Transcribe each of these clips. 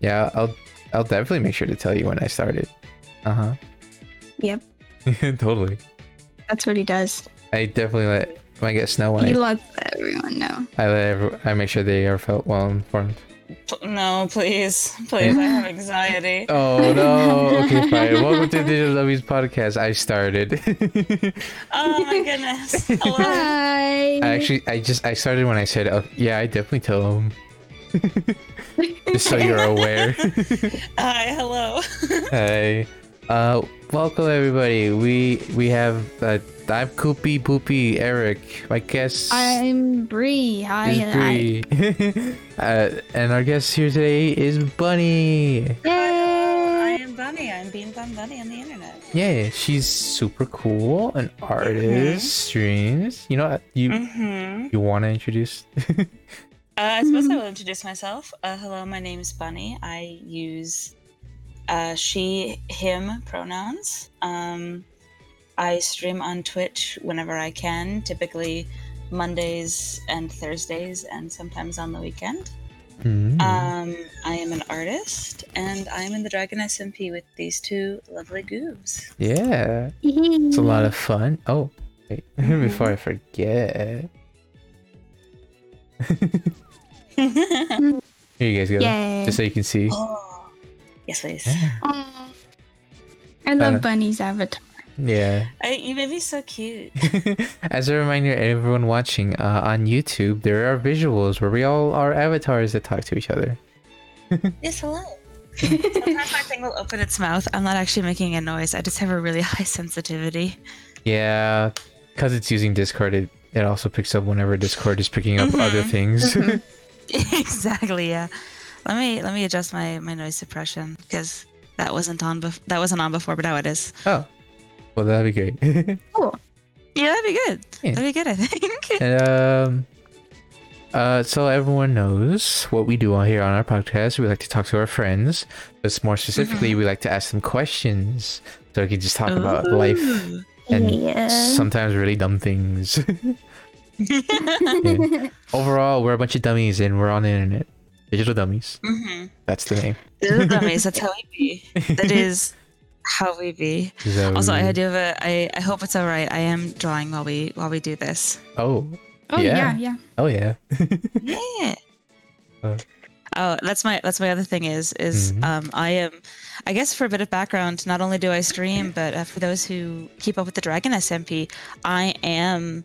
Yeah, I'll I'll definitely make sure to tell you when I started. Uh huh. Yep. totally. That's what he does. I definitely let when I get snow when He I, lets everyone know. I let every, I make sure they are felt well informed. P- no, please, please, I have anxiety. Oh no. Okay, fine. Welcome to Digital Dummies podcast. I started. Oh my goodness. Hello. Hi. I actually I just I started when I said, oh, "Yeah, I definitely tell them." just so you're aware. Hi, hello. Hey. Uh, welcome everybody. We we have uh, I'm Koopy Poopy Eric. I guess I'm Bree. Hi. is Bree. uh, and our guest here today is Bunny. I Yay. am Bunny. I'm being Bun Bunny on the internet. Yeah, she's super cool. An artist, streams. You know, you Mm-hmm. you want to introduce? Uh, I suppose I will introduce myself. Uh, hello, my name's Bunny. I use uh, she, him pronouns. Um, I stream on Twitch whenever I can, typically Mondays and Thursdays, and sometimes on the weekend. Mm. Um, I am an artist, and I'm in the Dragon SMP with these two lovely goobs. yeah, it's a lot of fun. Oh, wait, Mm-hmm. before I forget, here you guys go. Yay. Just so you can see. oh, yes, please. Yeah. Aw. I Uh, love Bunny's avatar. Yeah. I, you made me so cute. As a reminder, everyone watching uh, on YouTube, there are visuals where we all are avatars that talk to each other. Yes, hello. Sometimes my thing will open its mouth. I'm not actually making a noise. I just have a really high sensitivity. Yeah, because it's using Discord, it, it also picks up whenever Discord is picking up Mm-hmm. other things. exactly. Yeah. Let me let me adjust my my noise suppression because that wasn't on bef- that wasn't on before, but now it is. oh, well, that'd be great. Yeah, that'd be good. Yeah. That'd be good. I think. And, um, uh, so everyone knows what we do on here on our podcast. We like to talk to our friends, but more Mm-hmm. specifically, we like to ask them questions so we can just talk about life Ooh. and Yeah. sometimes really dumb things. Yeah. Overall, we're a bunch of dummies and we're on the internet. Digital dummies. Mhm. That's the name. Those are dummies. That's how we be. That is how we be. Is that Also, I weird? do have a. I I hope it's all right. I am drawing while we while we do this. Oh, oh yeah. yeah, yeah. oh yeah. Yeah. Uh. Oh, that's my that's my other thing is is Mhm. um I am I guess for a bit of background, not only do I stream, but uh, for those who keep up with the Dragon SMP, I am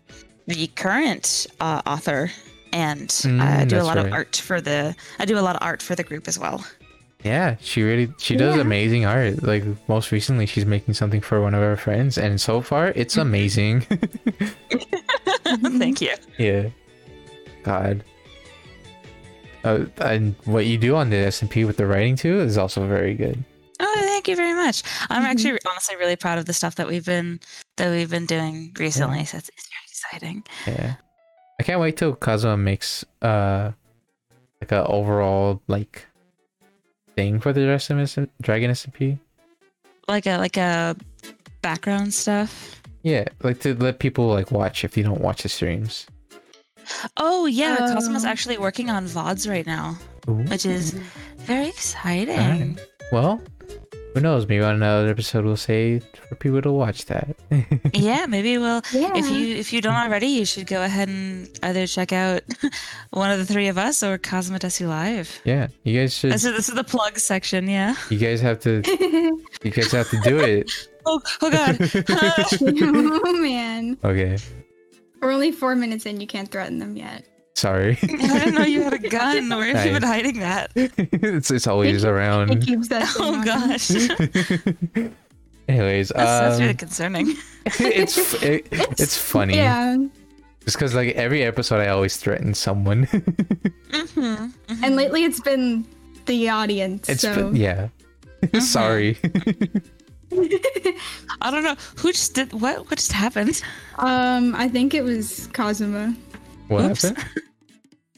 the current uh, author and uh, I Mm, do a that's lot of right. art for the I do a lot of art for the group as well. Yeah, she really she does Yeah. amazing art. Like most recently, she's making something for one of our friends, and so far, it's amazing. Thank you. yeah. God. Uh, and what you do on the S and P with the writing too is also very good. Oh, thank you very much. I'm Mm-hmm. actually honestly really proud of the stuff that we've been that we've been doing recently. So it's, it's very exciting. Yeah. I can't wait till Kazuma makes uh like a overall like thing for the Dragon S- Dragon SMP. Like a like a background stuff. Yeah, like to let people like watch if you don't watch the streams. Oh yeah, Cosmo's Oh. actually working on VODs right now, Ooh. which is Mm-hmm. very exciting. Alright. Well, who knows? Maybe on another episode we'll say for people to watch that. Yeah, maybe we'll Yeah. if you if you don't already, you should go ahead and either check out one of the three of us or Cosmo Desu Live. yeah, you guys should. This is this is the plug section, yeah. You guys have to. You guys have to do it. Oh oh god. oh man. Okay, We're only four minutes in. You can't threaten them yet. sorry. I didn't know you had a gun. Where have you Nice. been hiding that? it's it's always It around. keeps that. Oh thing on. gosh. That's, Anyways, that's really Hmm? um, concerning. it's f- it, it's funny. Yeah. Just because like every episode, I always threaten someone. hmm And lately, it's been the audience. It's so been- yeah. Uh-huh. Sorry. I don't know. Who just did what what just happened? um, I think it was Kazuma. what Oops. happened?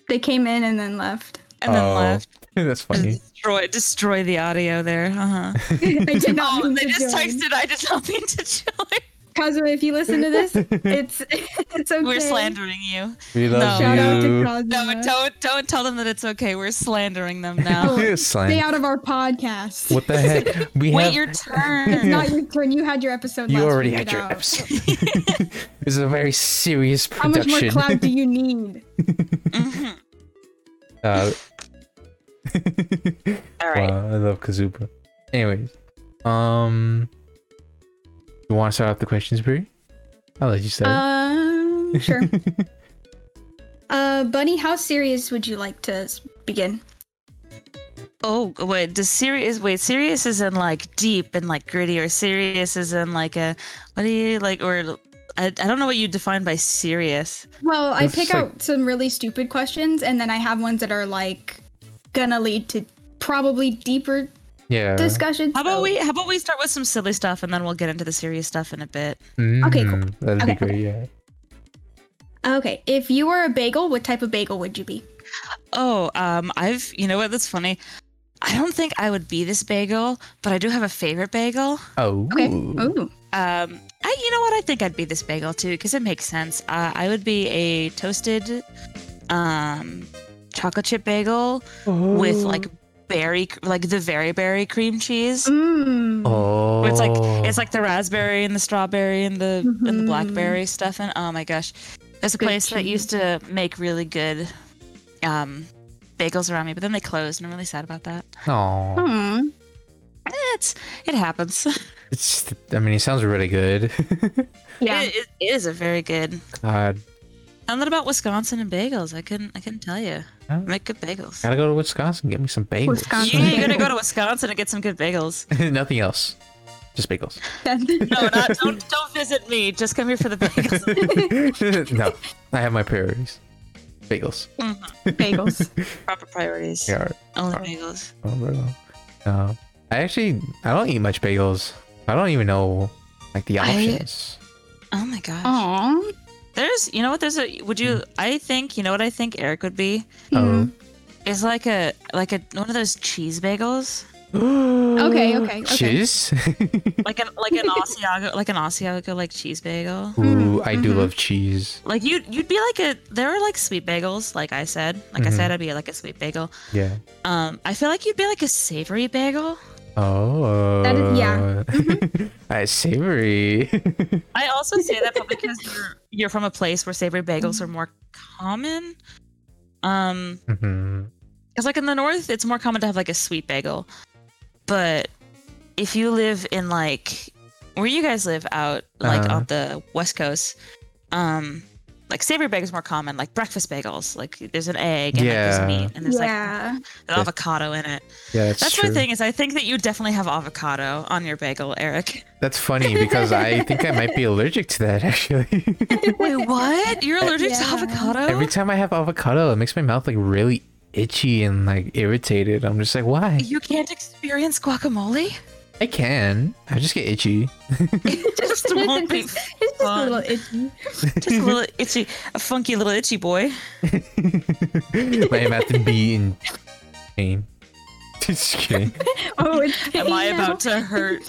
They came in and then left. And then Oh, left. That's funny. Destroy destroy the audio there. Uh-huh. I did not. Oh, mean they to just join. texted. I did not mean to join. Kazuma, if you listen to this, it's it's okay. We're slandering you. We love Shout out to you. Kazuma. No, don't don't tell them that it's okay. We're slandering them now. Well, Slam. Stay out of our podcast. What the heck? We Wait have your It's turn. not your turn. You had your episode. you last already week had your out. episode. this is a very serious How much production. more cloud do you need? Mhm. Uh, All right. wow, I love Kazuba. Anyways, um, you want to start off the questions, Bree? I'll let you start. Um, sure. uh, Bunny, how serious would you like to s- begin? Oh wait, does serious wait, serious is in like deep and like gritty or serious is in like a what do you like or I, I don't know what you define by serious. Well, I It's pick like- out some really stupid questions, and then I have ones that are like gonna lead to probably deeper Uh-huh. yeah. discussions. How about so- we how about we start with some silly stuff and then we'll get into the serious stuff in a bit. Okay, cool. Mm, That'd Okay, be great. Yeah. Okay, if you were a bagel, what type of bagel would you be? Oh, um I've you know what that's funny. I don't think I would be this bagel, but I do have a favorite bagel. Oh. Okay. Ooh. Um, I, you know what? I think I'd be this bagel too because it makes sense. Uh, I would be a toasted, um, chocolate chip bagel with like berry, like the very berry cream cheese. Mmm. Oh. Where It's like it's like the raspberry and the strawberry and the and the Mhm. blackberry stuff and oh my gosh, there's a Good place that used to make really good, um, bagels around me, but then they closed and I'm really sad about that. Oh. Aw. Eh, It's it happens. It's. Just, I mean, it sounds really good. Yeah. It- it- it is a very good God, Something about Wisconsin and bagels. I couldn't. I couldn't tell you. Huh? Make good bagels. gotta go to Wisconsin. Get me some bagels. Wisconsin. Yeah, you're gonna go to Wisconsin and get some good bagels. Nothing else. Just bagels. No, not, don't don't visit me. Just come here for the bagels. no, I have my priorities. Bagels. bagels. Proper priorities. Yeah. Only Alright. bagels. I don't know. No, I actually I don't eat much bagels. I don't even know like the I- options. Oh my gosh. Aw. There's. You know what? There's a. Would you? I think. You know what? I think Eric would be. Mm-hmm. Oh. Is like a like a one of those cheese bagels. Okay, okay, okay. Cheese. Like an like an Asiago like an Asiago like cheese bagel. Ooh, I do mhm. love cheese. Like you you'd be like a there are like sweet bagels. Like I said. Like I said, I'd be like a sweet bagel. Yeah. Um, I feel like you'd be like a savory bagel. Oh. That is- yeah. I savory. I also say that probably because you're you're from a place where savory bagels are more common. Um, Mhm. because like in the north, it's more common to have like a sweet bagel, but if you live in like where you guys live out like Uh-huh. on the west coast, um, like savory bagels are more common, like breakfast bagels. Like there's an egg and like, Yeah. there's meat and there's like Yeah. an avocado in it. Yeah, that's, That's true. my thing is I think that you definitely have avocado on your bagel, Eric. That's funny because I think I might be allergic to that actually. Wait, what? You're allergic to Uh, Yeah. avocado? Every time I have avocado, it makes my mouth like really itchy and like irritated. I'm just like, why? You can't experience guacamole? I can. I just get itchy. Just won't be it's just a little itchy. Just a little itchy, a funky little itchy boy. My mouth to be in pain. Just kidding. Oh, it's Am I pain now. about to hurt?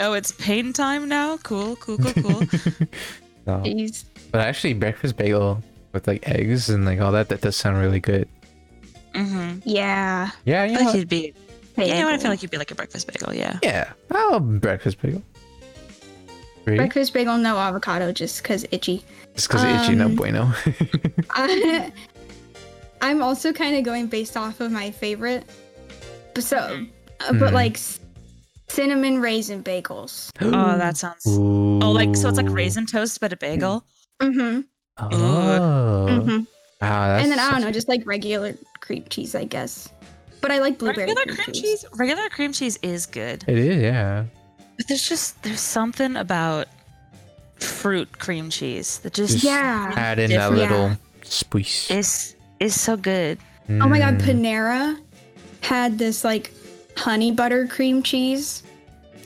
Oh, it's pain time now? Cool, cool, cool, cool. No. Jeez. But actually, breakfast bagel with like eggs and like all that, that does sound really good. mm-hmm. Yeah. Yeah, I you feel like know, you'd be. Yeah, you know what? I feel like you'd be like a breakfast bagel, yeah. yeah. Oh, breakfast bagel. Three. Breakfast bagel, no avocado, just because itchy. just because itchy, no um, bueno. I, I'm also kind of going based off of my favorite. But so, uh, but Mhm. like c- cinnamon raisin bagels. Oh, that sounds. Oh, like, so it's like Ooh. raisin toast, but a bagel? Mm-hmm. Oh. mm-hmm. Wow, that's And then I such- don't know, just like regular cream cheese, I guess. But I like blueberry Mm. Regular cream, cream cheese? Regular cream cheese is good. It is, yeah. But there's just there's something about fruit cream cheese that just Just- Yeah. Add in that different. little spice. is is so good. Oh my god, Mm. Panera had this like honey butter cream cheese,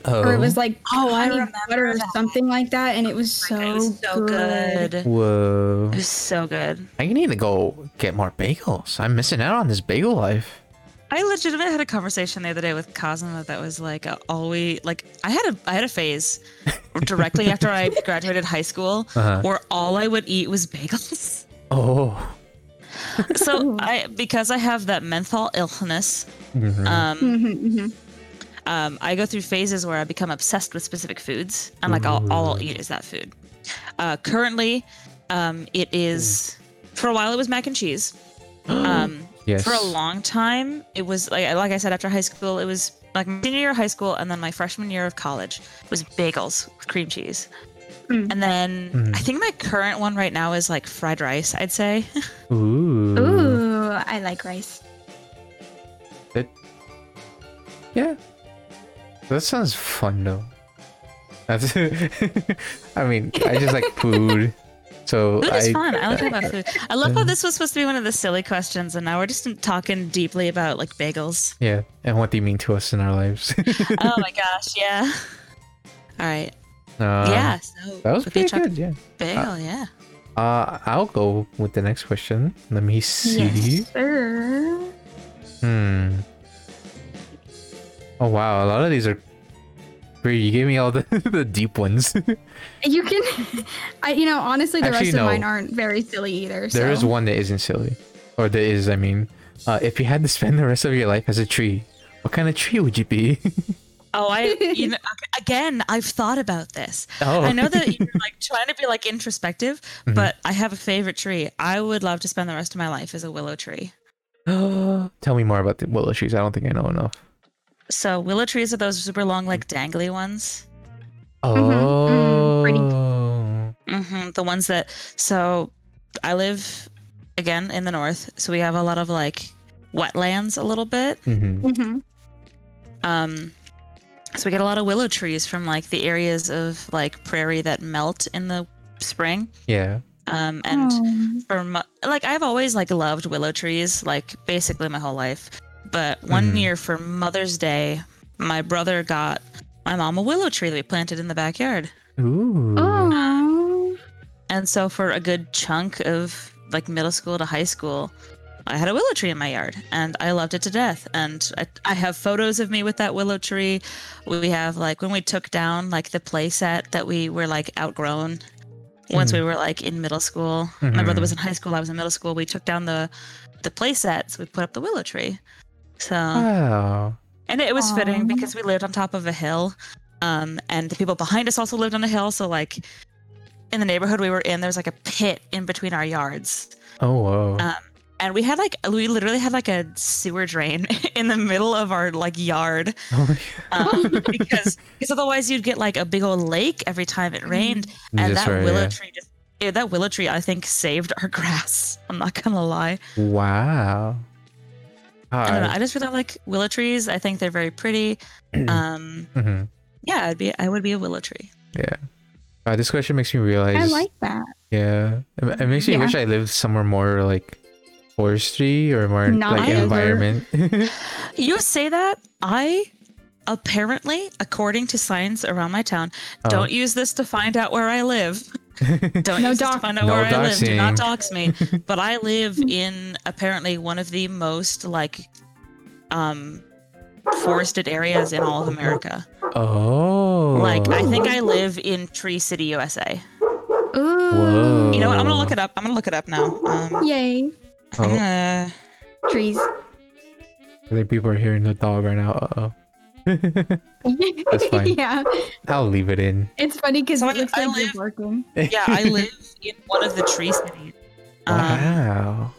Oh. or it was like Oh, I honey remember butter or that. something like that, and it was so, it was so good. It Whoa. was so good. I need to go get more bagels. I'm missing out on this bagel life. I legitimate had a conversation the other day with Cosmo that was like a- always like I had a I had a phase directly after I graduated high school Uh-huh. where all I would eat was bagels. Oh. So I because I have that menthol illness, Mhm. um, Mm-hmm, um, I go through phases where I become obsessed with specific foods, and like all, all I'll eat is that food. Uh, currently, um, it is for a while it was mac and cheese. Um, yes. For a long time, it was like like I said after high school, it was like my senior year of high school, and then my freshman year of college was bagels with cream cheese. Mm. And then Mm. I think my current one right now is like fried rice. I'd say Ooh. Uh, Ooh, I like rice. Yeah. That sounds fun though. That's I mean, I just like food. So food is I fun. I like talking about food. I love how this was supposed to be one of the silly questions, and now we're just talking deeply about like bagels. yeah, and what they mean to us in our lives. oh my gosh, yeah. All right. Um, yeah. So That was if you pretty chuck good, yeah. Bagel, yeah. Uh, I'll go with the next question. Let me see. Sir. Hmm. Oh wow, a lot of these are. Great, you gave me all the, the deep ones. You can, I you know honestly the Actually, rest of no. mine aren't very silly either. So. There is one that isn't silly, or that is. I mean, uh, if you had to spend the rest of your life as a tree, what kind of tree would you be? Oh, I you know again, I've thought about this. Oh. Mm-hmm. I know that you're like trying to be like introspective, but I have a favorite tree. I would love to spend the rest of my life as a willow tree. Tell me more about the willow trees. I don't think I know enough. So willow trees are those super long, like dangly ones. Oh. Mm-hmm. Mhm. Mm, pretty. hmm The ones that. So I live again in the north, so we have a lot of like wetlands a little bit. Mhm. hmm Um, so we get a lot of willow trees from like the areas of like prairie that melt in the spring. Yeah. Um, and Oh. for mu- like I've always like loved willow trees, like basically my whole life. But one Mhm. year for Mother's Day, my brother got my mom a willow tree that we planted in the backyard. Ooh. oh, And so for a good chunk of like middle school to high school, I had a willow tree in my yard and I loved it to death. And I, I have photos of me with that willow tree. We have like when we took down like the play set that we were like outgrown once we were like in middle school. My brother Mhm. was in high school, I was in middle school. We took down the the play sets, we put up the willow tree. So Oh, Wow. and it was fitting Aw. because we lived on top of a hill. Um, and the people behind us also lived on a hill. So, like, in the neighborhood we were in, there's like a pit in between our yards. Oh whoa. Um, and we had like, we literally had like a sewer drain in the middle of our like yard. Oh, Um, because, because otherwise you'd get like a big old lake every time it rained. And Just that Mm-hmm. right, willow yeah. tree just, yeah, that willow tree, I think, saved our grass. I'm not going to lie. Wow. I don't know. Alright. I just really like willow trees. I think they're very pretty. Um, Mhm. yeah, I'd be, I would be a willow tree. Uh, this question makes me realize. I like that. Yeah, it, it makes me Yeah. wish I lived somewhere more like forestry or more like Not either. environment. You say that I apparently, according to signs around my town, Uh-huh. don't use this to find out where I live. Don't No use this to dox- find out No where I live. Do not doxing. dox me. but I live in apparently one of the most like um forested areas in all of America. oh, Like I think I live in Tree City, USA. Ooh, Whoa. You know what? I'm gonna look it up. I'm gonna look it up now. Um, yay, I'm Oh, gonna- trees. I think people are hearing the dog right now. Uh oh. That's fine. yeah, I'll leave it in. it's funny because So I- it looks I like you're live- barking. yeah, I live in one of the Tree Cities. Um, wow.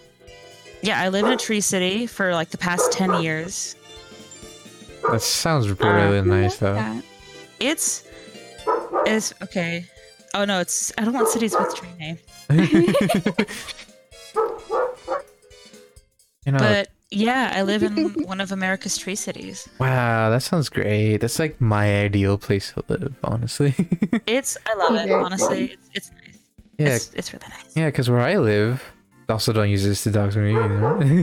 Yeah, I lived in a tree city for like the past 10 years. That sounds Uh, really nice uh, though. That. It's it's okay. Oh no, it's I don't want cities with tree name. You know, But yeah, I live in one of America's tree cities. wow, that sounds great. That's like my ideal place to live, honestly. It's I love it, honestly. It's it's nice. yeah, It's, it's really nice. yeah, because where I live, also don't use this to dogs me either.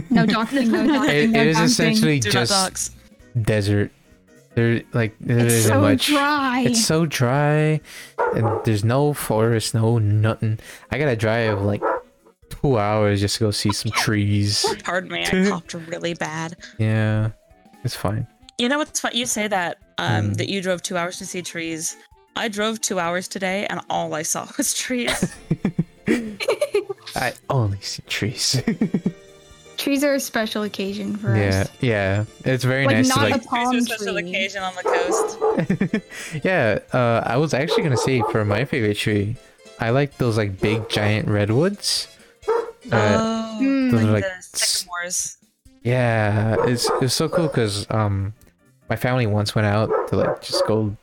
No doxing, no doxing. It- no it is doxing. essentially Do just not dox. desert. There, like there It's isn't so much. dry. It's so dry, and there's no forest, no nothing. I gotta drive like two hours just to go see some trees. Pardon me, I coughed really bad. Yeah, it's fine. You know what's fun? You say that um, Mm. that you drove two hours to see trees. I drove two hours today, and all I saw was trees. I only see trees. Trees are a special occasion for yeah, us. yeah. It's very Like, nice not to like a palm There's a special tree. occasion on the coast. yeah, uh, I was actually gonna say for my favorite tree, I like those like big giant redwoods. Uh, oh, Hmm. those are like like the s- sycamores. yeah, it's it's so cool because um, my family once went out to like just go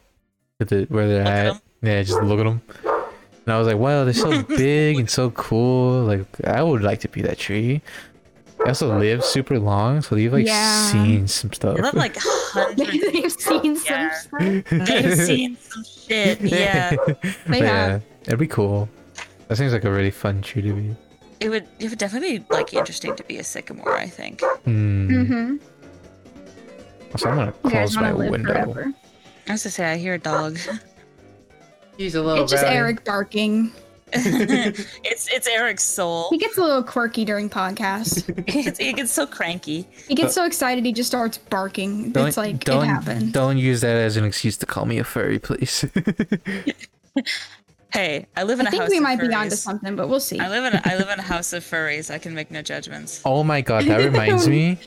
to the where they're Look at at. 'em. Yeah, just look at them. And I was like, wow, they're so big and so cool. Like I would like to be that tree. They also live super long, so they've like Yeah. seen some stuff. They live like hundreds. of They've years. seen some Yeah. stuff. They've seen some shit. Yeah, But have. it'd be cool. That seems like a really fun tree to be. it would. It would definitely be like interesting to be a sycamore. I think. Hmm. Mm-hmm. Also, I'm gonna You close guys want my to live window. forever. I was gonna say I hear a dog. He's a Oh, little It's just Eric barking. it's it's Eric's soul. He gets a little quirky during podcasts. It's, it gets so cranky. He gets so excited he just starts barking. Don't, it's like don't, it happened. Don't use that as an excuse to call me a furry, please. Hey, I live in a I think house we of might be onto furries. something, but we'll see. I live in a, I live in a house of furries. I can make no judgments. oh my god, that reminds me.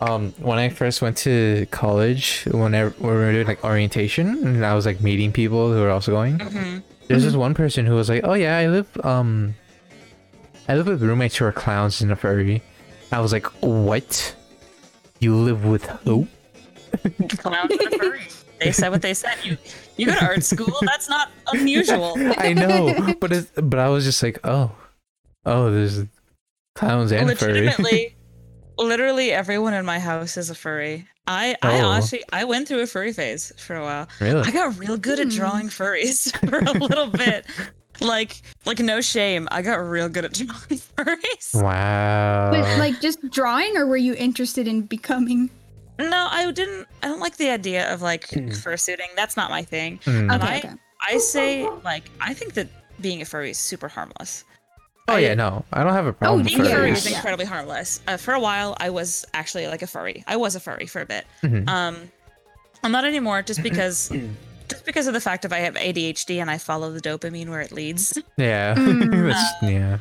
Um, when I first went to college, whenever when we were doing like orientation, and I was like meeting people who were also going, there's Mm-hmm. this one person who was like, "Oh yeah, I live um, I live with roommates who are clowns and a furry." I was like, "What? You live with who?" Clowns and a furry. They said what they said. You you go to art school. That's not unusual. I know, but it's, but I was just like, oh, oh, there's clowns and furry. Legitimately, literally everyone in my house is a furry. I I Oh. honestly I went through a furry phase for a while. I really? got real good at drawing furries for a little bit. Like like no shame. I got real good at drawing furries. Wow. But like just drawing, or were you interested in becoming? No, I didn't. I don't like the idea of like fursuiting. That's not my thing. Hmm. And Okay, I, okay. I say like I think that being a furry is super harmless. oh I- Oh, yeah, no, I don't have a problem with Being a furry is furries. yeah. incredibly harmless. Uh, for a while, I was actually like a furry. I was a furry for a bit. Mhm. Um, I'm not anymore, just because, just because of the fact of I have ADHD and I follow the dopamine where it leads. Yeah, Mm. That's- yeah.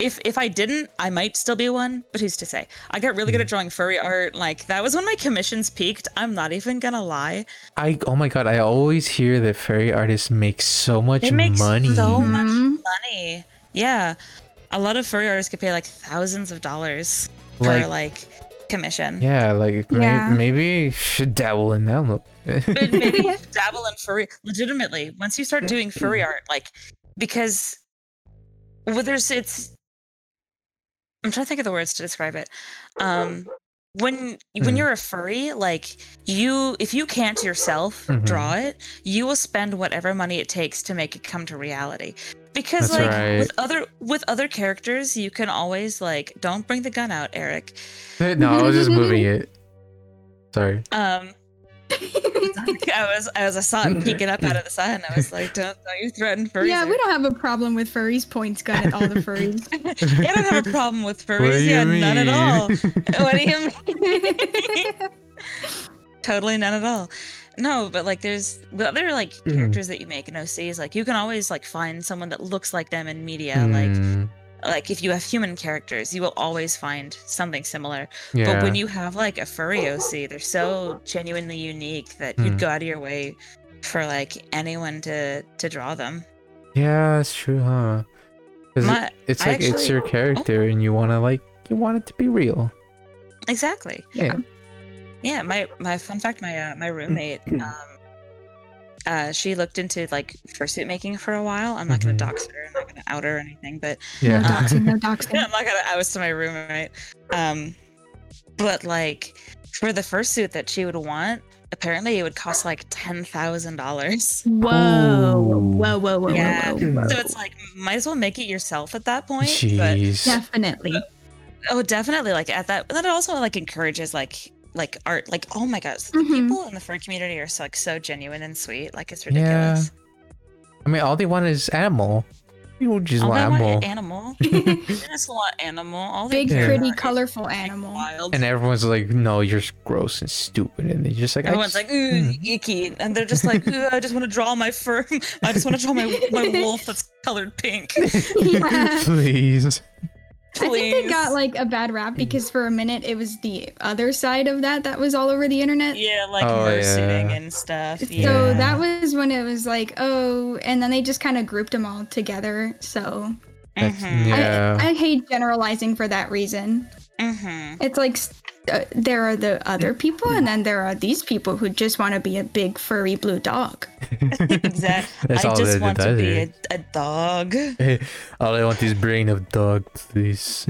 If if I didn't, I might still be one. But who's to say? I got really good at drawing furry art. Like that was when my commissions peaked. I'm not even gonna lie. I oh my god, I always hear that furry artists make so much It makes money. so much Mhm. money. Yeah, a lot of furry artists could pay like thousands of dollars Like- for like commission. yeah, like may- Yeah. maybe I should dabble in them. But maybe dabble in furry. Legitimately, once you start doing furry Mm-hmm. art, like because well, there's it's. I'm trying to think of the words to describe it. Um, when when Mhm. you're a furry, like you, if you can't yourself Mhm. draw it, you will spend whatever money it takes to make it come to reality. Because That's like right. with other with other characters, you can always like don't bring the gun out, Eric. no, I was just moving it. Sorry. Um, I was as I saw it peeking up out of the sun, I was like, "Don't, don't you threaten furries?" yeah, we don't have a problem with furries. Points gun at all the furries. I don't have a problem with What do furries. Yeah, you none at mean? all. what do you mean? Totally none at all. No, but like, there's the other like Hmm. characters that you make in OCs. Like, you can always like find someone that looks like them in media. Like, Hmm, like if you have human characters, you will always find something similar. yeah. But when you have like a furry OC, they're so genuinely unique that Hmm. you'd go out of your way for like anyone to to draw them. Yeah, that's true, huh? 'Cause it- My- it's I like it's actually- Oh. your character, and you want to like you want it to be real. Exactly. Um, Yeah. Yeah. My my fun fact. My uh, my roommate. um, uh, she looked into like fursuit making for a while. I'm not Mhm. gonna dox her. I'm not gonna out her or anything. But Yeah. No doxing, no Yeah, doxing. I'm not gonna oust my roommate. Um, but like for the fursuit that she would want, apparently it would cost like ten thousand dollars. Whoa, Ooh. whoa, whoa, whoa, Yeah. whoa, whoa, So whoa. it's like might as well make it yourself at that point. But Jeez. Definitely. oh, definitely like at that. Then it also like encourages like like art. Like oh my gosh, the Mhm. people in the fur community are so, like so genuine and sweet. Like it's ridiculous. I mean, all they want is animal. You don't just All want they animal. want animal. Big, They just want animal. All they care pretty, about is colorful big, animal. Wild. And everyone's like, no, you're gross and stupid. And they're just like, I Everyone's just- like, ooh, icky. And they're just like, ooh, I just want to draw my fur. I just want to draw my, my wolf that's colored pink. Yeah. please. I think they got Please. like a bad rap Mm. because for a minute it was the other side of that that was all over the internet. Yeah, like Oh, mercenating yeah. and stuff. So Yeah. Yeah. that was when it was like, oh, and then they just kind of grouped them all together. So That's- Mhm. Yeah. I, I hate generalizing for that reason. hmm. Mhm. It's like s- uh, there are the other people, and then there are these people who just want to be a big furry blue dog. Exactly. That's I all just that it want to does eh? be is- a, a dog. All I want is brain of dog, please.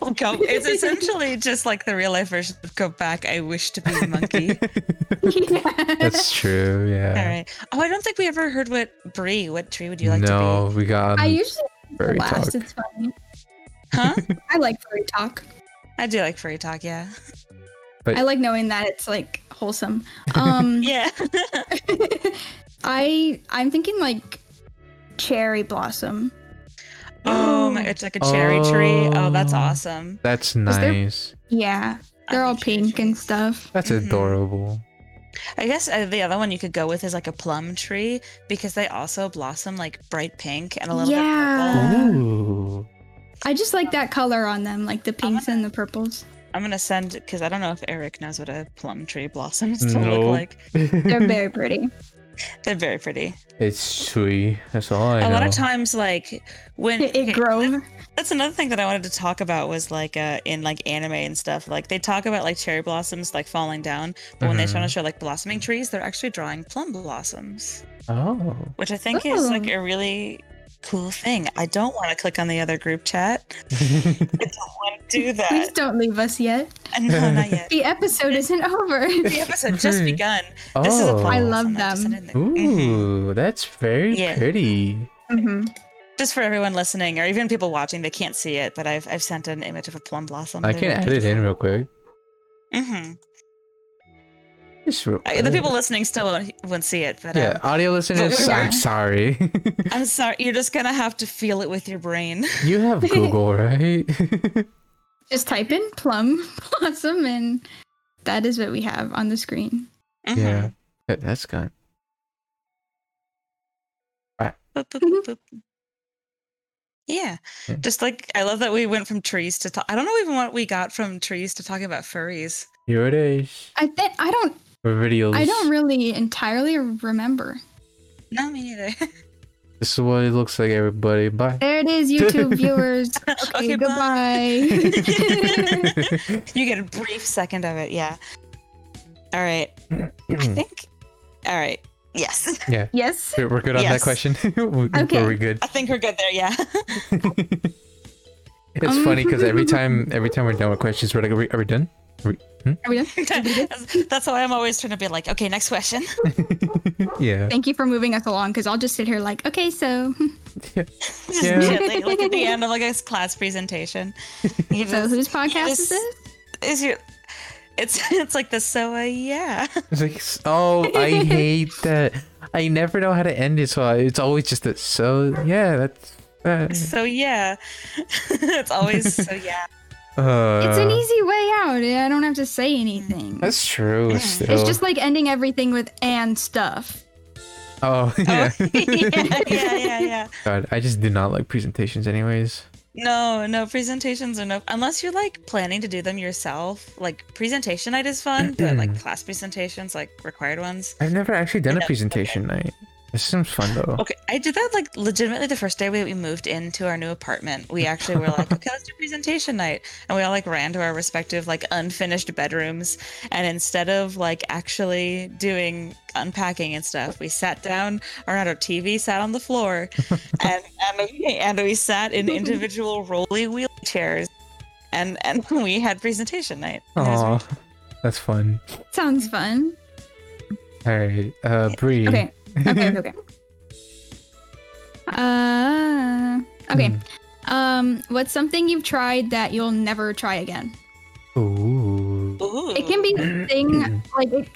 Well, go- It's essentially just like the real life version of go back. I wish to be a monkey. That's true. Yeah. All right. Oh, I don't think we ever heard what Brie. What tree would you like no, to we got I usually furry talk. last. It's funny. be? Huh? I like furry talk. I do like furry talk. Yeah. I like knowing that it's like wholesome. Um, Yeah. I I'm thinking like cherry blossom. oh my! It's like a cherry tree. Oh, that's Oh. awesome. That's there- nice. Yeah, they're I all think cherry pink tree and is- stuff. That's Mhm. adorable. I guess uh, the other one you could go with is like a plum tree because they also blossom like bright pink and a little bit purple. Yeah. Uh, Ooh. I just like that color on them, like the pinks and the purples. I'm gonna send because I don't know if Eric knows what a plum tree blossoms to Nope. look like. They're very pretty. They're very pretty. it's sweet. That's all I A know. lot of times, like when It, it okay, grows. That's another thing that I wanted to talk about was like uh, in like anime and stuff. Like they talk about like cherry blossoms like falling down, but when they try to Mhm. show like blossoming trees, they're actually drawing plum blossoms, Oh. which I think is like Ooh. a really cool thing. I don't want to click on the other group chat. I don't want to do Please that. don't leave us yet. no, not yet. The episode isn't over. The episode just begun. oh. This is a plum I love blossom. just them. said it. Mhm. Ooh, that's very Yeah. pretty. Mm-hmm. hmm Just for everyone listening, or even people watching, they can't see it, but I've I've sent an image of a plum blossom. I can add it in real quick. Mm-hmm. Just real I, the quick. people listening still won't, won't see it, but Yeah, um, audio listeners, we're- I'm sorry. I'm sorry. You're just gonna have to feel it with your brain. you have Google, right? Mm-hmm. Just type in plum blossom, and that is what we have on the screen. yeah. That- That's good. Mm-hmm. Boop, boop, boop, boop. Mm-hmm. Yeah. Yeah. Just like I love that we went from trees to talk. I don't know even what we got from trees to talking about furries. Here it is. I think I don't. For videos. I don't really entirely remember. No, me neither. This is what it looks like, everybody. Bye. There it is, YouTube viewers. Okay, Okay, bye. goodbye. you get a brief second of it. Yeah. All right. I think. All right. Yes. yes. We're we're good on that Yes. question. we, Okay. Are we good? I think we're good there. Yeah. It's Um, funny because every time, every time we're done with questions, we're like, are we, are we done? Are we, hmm? Are we done? that's, that's why I'm always trying to be like, okay, next question. Yeah. Thank you for moving us along, because I'll just sit here like, okay, so, Just Yeah. gently, like at the end of like a class presentation. You so just- whose podcast is Yes. this? is your it's it's like the so uh, yeah. It's like, s- oh, I hate that. I never know how to end it, so I, it's always just that. So yeah, that's. uh, That. So yeah. it's always so yeah. Uh, it's an easy way out. I don't have to say anything. That's true. Yeah. Still. It's just like ending everything with and stuff. oh yeah. Oh, yeah, yeah, yeah, yeah. God, I just do not like presentations, anyways. No, no presentations are no unless you're like planning to do them yourself. Like presentation night is fun, but like class presentations, like required ones. I've never actually done a Yeah, presentation night. This seems fun though. Okay, I did that like legitimately the first day we, we moved into our new apartment. We actually were like, okay, let's do presentation night. And we all like ran to our respective like unfinished bedrooms. And instead of like actually doing unpacking and stuff, we sat down around our TV, sat on the floor, and and we, and we sat in individual rolly wheelchairs. And and we had presentation night. And it was Aw, that's fun. Sounds fun. All right, uh, Bree. Okay. Okay. okay, Okay. Uh. Okay. Hmm. Um. What's something you've tried that you'll never try again? Ooh. really- Ooh. Mm, It can be a thing like. It,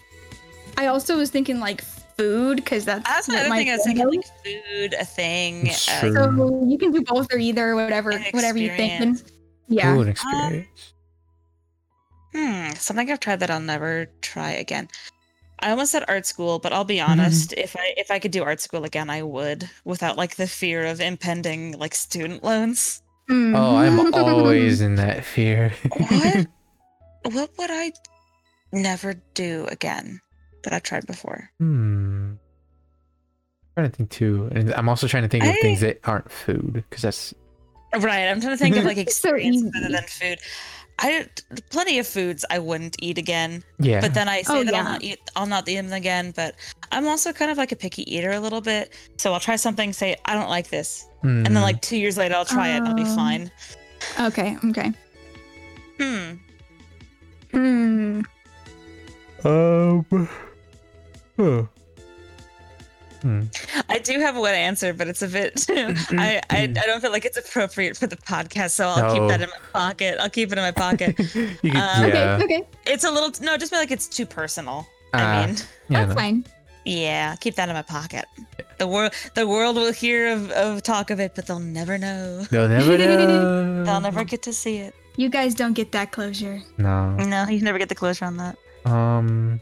I also was thinking like food because that's, That's what another my thing I was friend thinking, knows. like food, a thing. It's uh, true. So you can do both or either, whatever, An whatever you're thinking. experience. Yeah. Ooh, an experience. Hmm, something I've tried that I'll never try again. I almost said art school, but I'll be honest, if I if I could do art school again, I would without like the fear of impending like student loans. Um, Mm-hmm. oh, I'm always in that fear. What? what would I never do again that I've tried before? hmm. trying to think too, and I'm also trying to think of I- things that aren't food because that's Right, I'm trying to think of like It's so experiences other easy. than food. I plenty of foods I wouldn't eat again, yeah. but then I say Oh, that yeah. I'll not eat I'll not eat them again. But I'm also kind of like a picky eater a little bit, so I'll try something, say I don't like this, and then Hmm. like two years later i'll try it and i'll be Um, fine Okay. Okay. hmm Hmm. Um. Huh. Hmm. i do have one answer but it's a bit Mm-hmm. I, I i don't feel like it's appropriate for the podcast so No. i'll keep that in my pocket i'll keep it in my pocket You could- Um, yeah. Okay. Okay. it's a little no just feel like it's too personal Ah, i mean yeah, That's no. fine. yeah keep that in my pocket the world the world will hear of, of talk of it but they'll never know They'll never know. they'll never get to see it You guys don't get that closure. No. no you never get the closure on that Um.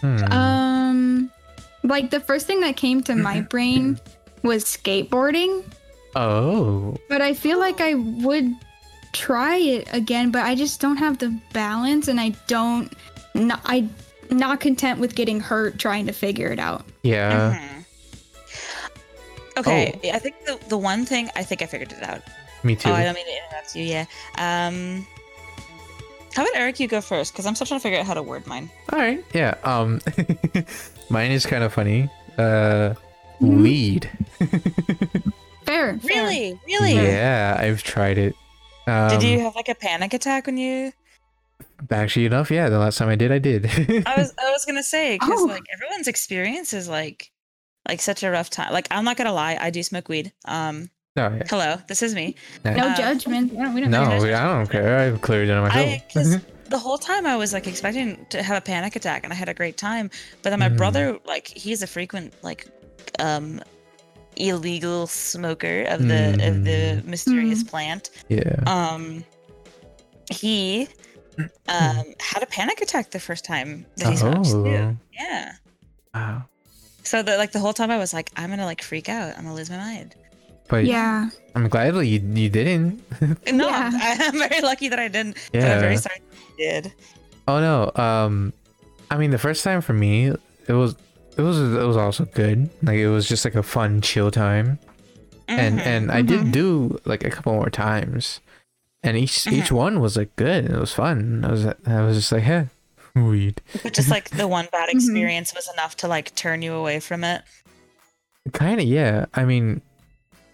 Hmm. Um, like the first thing that came to my Mm-hmm. brain was skateboarding, oh. but I feel like I would try it again, but I just don't have the balance, and I don't. No, I not content with getting hurt trying to figure it out. Yeah. Mhm. okay Oh. i think the, the one thing i think i figured it out Me too. Oh, I don't mean to interrupt you. Yeah. Um, how about Eric? You go first, because I'm still trying to figure out how to word mine. All right. Yeah. Um. mine is kind of funny. Uh. Mm-hmm. Weed. Fair. fair. Really, really. Yeah, I've tried it. Um, Did you have like a panic attack when you? Actually, enough. Yeah, the last time I did, I did. I was, I was gonna say because Oh. like everyone's experience is like, like such a rough time. Like I'm not gonna lie, I do smoke weed. Um, Oh, yeah. hello, this is me. No Uh, judgment. No, we don't. No, I- I don't care. I've clearly done it I myself. because the whole time I was like expecting to have a panic attack, and I had a great time. But then my Mhm. brother, like, he's a frequent like, um, illegal smoker of the of the mysterious plant. Mm-hmm. yeah. um he um had a panic attack the first time that he smoked too. Oh. Yeah. Wow. So that like the whole time I was like, I'm gonna like freak out. I'm gonna lose my mind. But Yeah. I'm glad that you you didn't. No, Yeah. I, am very lucky that I didn't. But I'm Yeah. very sorry that I did. Oh no. Um, I mean, the first time for me, it was it was it was also good. Like it was just like a fun chill time, and Mhm. and I did do like a couple more times, and each each Mm-hmm. one was like good. and It was fun. I was I was just like, huh, weed. but just like the one bad experience was enough to like turn you away from it. Kind of yeah. I mean.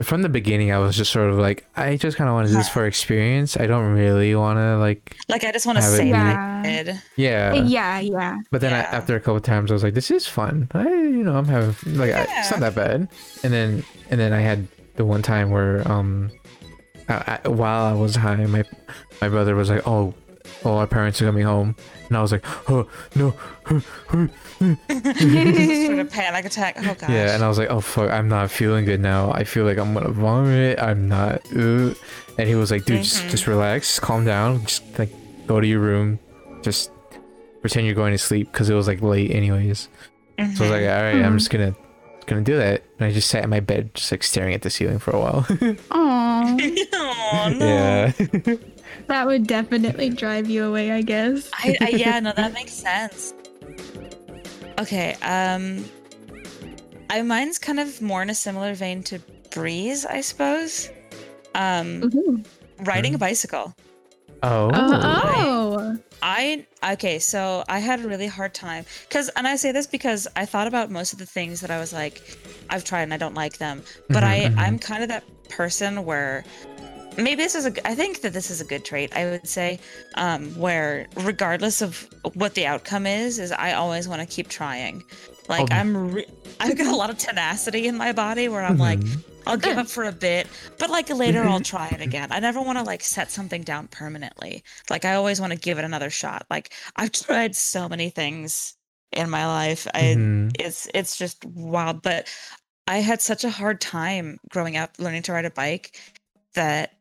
From the beginning, I was just sort of like, I just kind of want to do this for experience. I don't really want to like, Like I just want to Have it say be- that Yeah. I did. yeah. yeah. Yeah. But then I, Yeah. after a couple of times, I was like, "This is fun. I, you know, I'm having like I, it's not that bad." And then, and then I had the one time where, um, I, I, while I was high, my my brother was like, "Oh, oh, our parents are coming home," and I was like, "Oh no, Just sort of panic attack. Oh gosh. yeah," and I was like, "Oh fuck, I'm not feeling good now. I feel like I'm gonna vomit. I'm not." Ooh. And he was like, "Dude, just just Mm-hmm. relax, calm down, just like go to your room, just pretend you're going to sleep," because it was like late anyways. So I was like, Mm-hmm. all right, I'm just gonna gonna do that. And I just sat in my bed, just like staring at the ceiling for a while. Oh, oh no. yeah. that would definitely drive you away. I guess. I, I yeah, no, that makes sense. Okay, um, I mine's kind of more in a similar vein to Breeze, I suppose. Um, Ooh. riding a bicycle. Oh. Uh-huh. Oh. I okay, so I had a really hard time because, and I say this because I thought about most of the things that I was like, I've tried and I don't like them. But I, I'm kind of that person where maybe this is a, g- I think that this is a good trait. I would say, um, where regardless of what the outcome is, is I always want to keep trying. Like Oh. I'm, re- I've got a lot of tenacity in my body where I'm Mm-hmm. like, I'll give up for a bit, but like later I'll try it again. I never want to like set something down permanently. Like I always want to give it another shot. Like I've tried so many things in my life. I Mhm. it's it's just wild. But I had such a hard time growing up learning to ride a bike that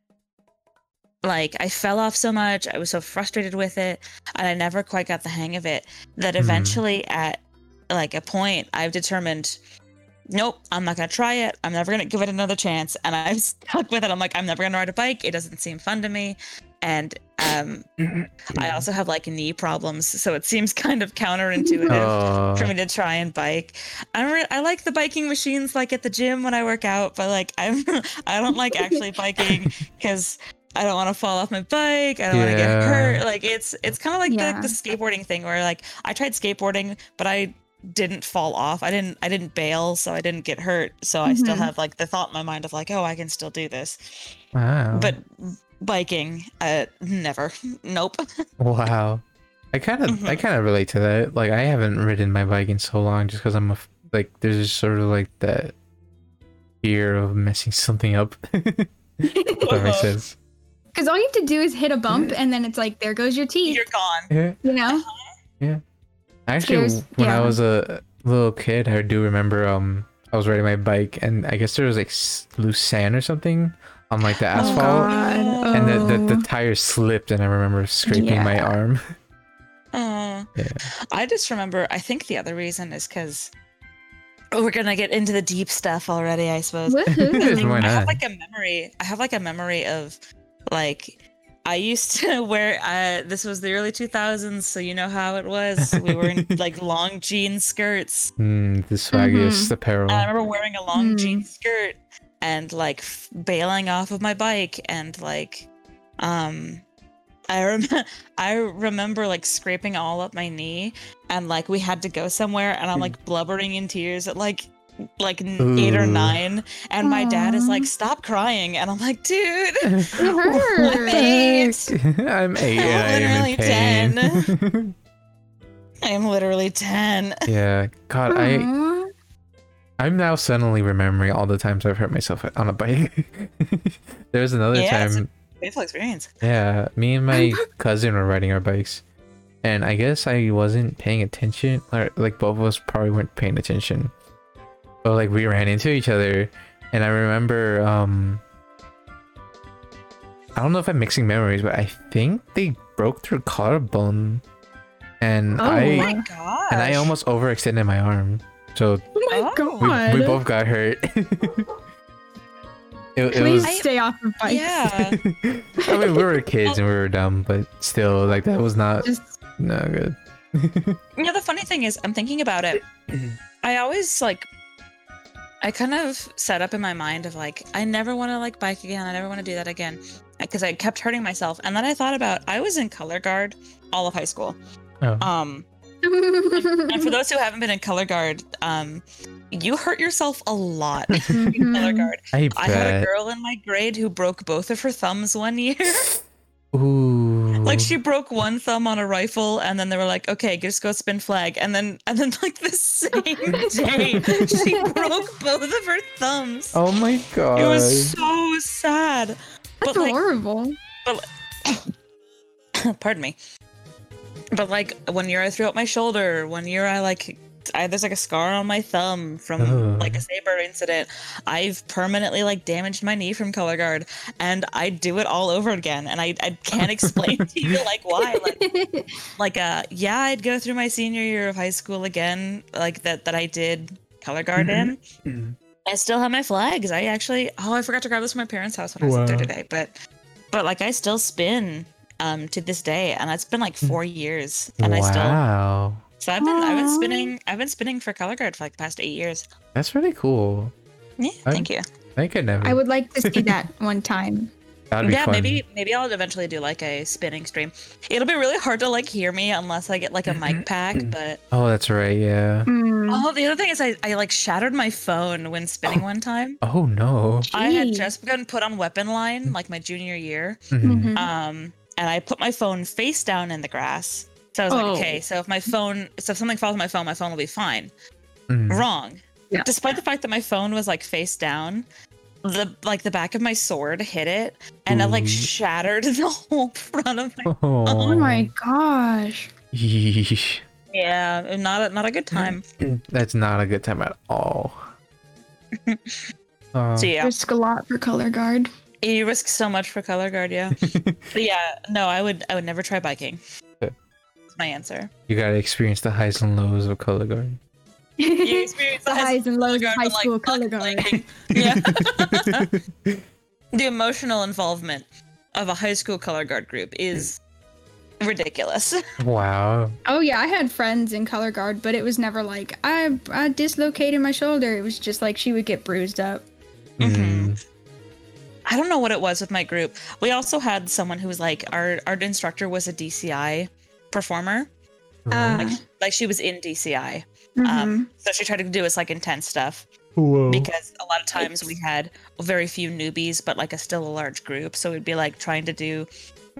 like I fell off so much. I was so frustrated with it, and I never quite got the hang of it. That Mhm. eventually, at like a point, I've determined. Nope, I'm not gonna try it. I'm never gonna give it another chance, and I'm stuck with it. I'm like, I'm never gonna ride a bike. It doesn't seem fun to me, and um, I also have like knee problems, so it seems kind of counterintuitive Oh, for me to try and bike. I re- I like the biking machines like at the gym when I work out, but like I'm I don't like actually biking because I don't want to fall off my bike. I don't want to get Yeah. hurt. Like it's it's kind of like Yeah. the, the skateboarding thing where like I tried skateboarding, but I didn't fall off. I didn't I didn't bail, so I didn't get hurt. So I still Mhm. have like the thought in my mind of like, oh, I can still do this. wow. But mm, biking, uh, never. Nope. Wow. I kind of Mm-hmm. I kind of relate to that. Like I haven't ridden my bike in so long just cuz I'm a, f- like there's just sort of like that fear of messing something up. if that Uh-huh. makes sense. Because all you have to do is hit a bump, and then it's like, there goes your teeth. You're gone. Yeah. You know? Oh, Actually Scares- when I yeah. was a little kid, I do remember um I was riding my bike and I guess there was like s- loose sand or something on like the asphalt Oh, God. and the, the the tire slipped and I remember scraping my Yeah. arm. Oh. Yeah. I just remember, I think the other reason is because we're going to get into the deep stuff already, I suppose. I, Oh. Woohoo. Why I not? have like a memory. I have like a memory of like, I used to wear, uh, this was the early 2000s, so you know how it was. We were in like long jean skirts. Mm, the swaggiest Mm-hmm. apparel. And I remember wearing a long Hmm. jean skirt and like f- bailing off of my bike and like um I rem- I remember like scraping all up my knee and like we had to go somewhere and I'm Hmm. like blubbering in tears at like like n- 8 or Ooh. 9 and my dad is Aw. like stop crying and I'm like dude It hurt. eight. I'm eight and I'm in Literally pain. I'm literally 10 yeah, God, I Aw. I'm now suddenly remembering all the times I've hurt myself on a bike. there was another Yeah, it's a- time, painful experience yeah, me and my cousin were riding our bikes, and I guess I wasn't paying attention, or like both of us probably weren't paying attention, but like we ran into each other, and I remember, um, I don't know if I'm mixing memories, but I think they broke their collarbone, and Oh, I. wow. my god and I almost overextended my arm, so Oh my Oh. god. we, we both got hurt. it, it Please was. stay off of bikes. yeah I mean, we were kids and we were dumb, but still, like that was not Just not good. You know, the funny thing is, I'm thinking about it. I always like, I kind of set up in my mind of like, I never want to like bike again. I never want to do that again because I kept hurting myself. And then I thought about, I was in color guard all of high school. Oh. Um, and for those who haven't been in color guard, um, you hurt yourself a lot Mm-hmm. in color guard. I I had a bet. girl in my grade who broke both of her thumbs one year. Ooh. like she broke one thumb on a rifle and then they were like okay just go spin flag and then and then like the same day she broke both of her thumbs Oh my god. it was so sad That's but like horrible. pardon me but like one year i threw out my shoulder one year i like I, there's like a scar on my thumb from Ugh. like a saber incident. I've permanently like damaged my knee from color guard, and I do it all over again. And I, I can't explain to you like why. Like like uh yeah i'd go through my senior year of high school again like that that i did color guard in Mhm. i still have my flags i actually oh i forgot to grab this from my parents house when i was up there Wow. today but but like i still spin um to this day and it's been like four years and wow. i still so i've been i've been Aw. spinning i've been spinning for color guard for like the past eight years That's really cool. yeah I- thank you I could never. I would like to see that one time. That'd be yeah fun. maybe maybe i'll eventually do like a spinning stream it'll be really hard to like hear me unless i get like a mic pack but Oh, that's right. Yeah. Mm. Oh, the other thing is I, I like shattered my phone when spinning one time. Oh no. I had Jeez. just been put on weapon line like my junior year. Mhm. Mhm. Um, and I put my phone face down in the grass. So I was Oh. like, okay, so if my phone, so if something falls on my phone, my phone will be fine. Mhm. Wrong. Yeah. Despite the fact that my phone was like face down, the like the back of my sword hit it, and Ooh. it like shattered the whole front of my. Oh Oh my gosh. Yeesh. Yeah, not a, not a good time. That's not a good time at all. Uh, So yeah, Risk a lot for color guard. you risk so much for color guard. Yeah, but yeah, no, I would I would never try biking. Yeah. That's my answer. you gotta experience the highs and lows of color guard. You the experience the highs and lows of guard, high but, like, school color fuck guard. biking. Yeah, the emotional involvement of a high school color guard group is ridiculous. wow. Oh yeah, I had friends in color guard, but it was never like I I dislocated my shoulder. It was just like she would get bruised up. Hmm. Mhm. I don't know what it was with my group. We also had someone who was like our our instructor was a DCI performer. Uh-huh. Uh, Like she was in DCI. mhm. Um, so she tried to do us like intense stuff Whoa. because a lot of times we had very few newbies, but like a still a large group. So we'd be like trying to do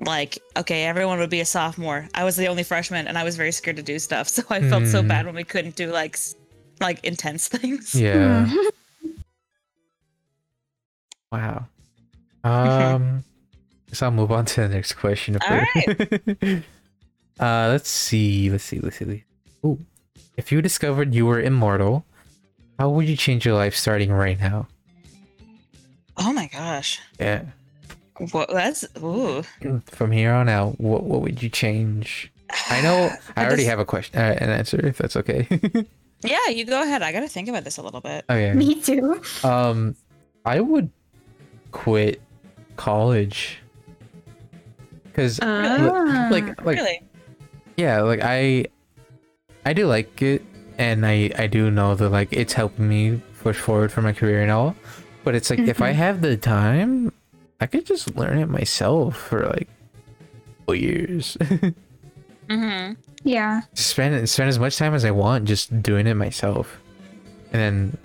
like okay, everyone would be a sophomore. I was the only freshman, and I was very scared to do stuff. So I felt so Hmm. bad when we couldn't do like s- like intense things. Yeah. Mhm. Wow. Um, so I'll move on to the next question. if All we're- uh, let's see. Let's see. Let's see. let's- Ooh. If you discovered you were immortal, how would you change your life starting right now? Oh my gosh, Yeah. what, that's ooh. From here on out, what what would you change? I know I, I already just- have a question, uh, an answer. If that's okay. Yeah, you go ahead. I gotta think about this a little bit. okay. Mm-hmm. Me too. Um, I would quit college because Uh, Ah. like like really? yeah like i i do like it and i i do know that like it's helping me push forward for my career and all but it's like if i have the time i could just learn it myself for like four years Mm-hmm. yeah. Just spend spend as much time as i want just doing it myself and then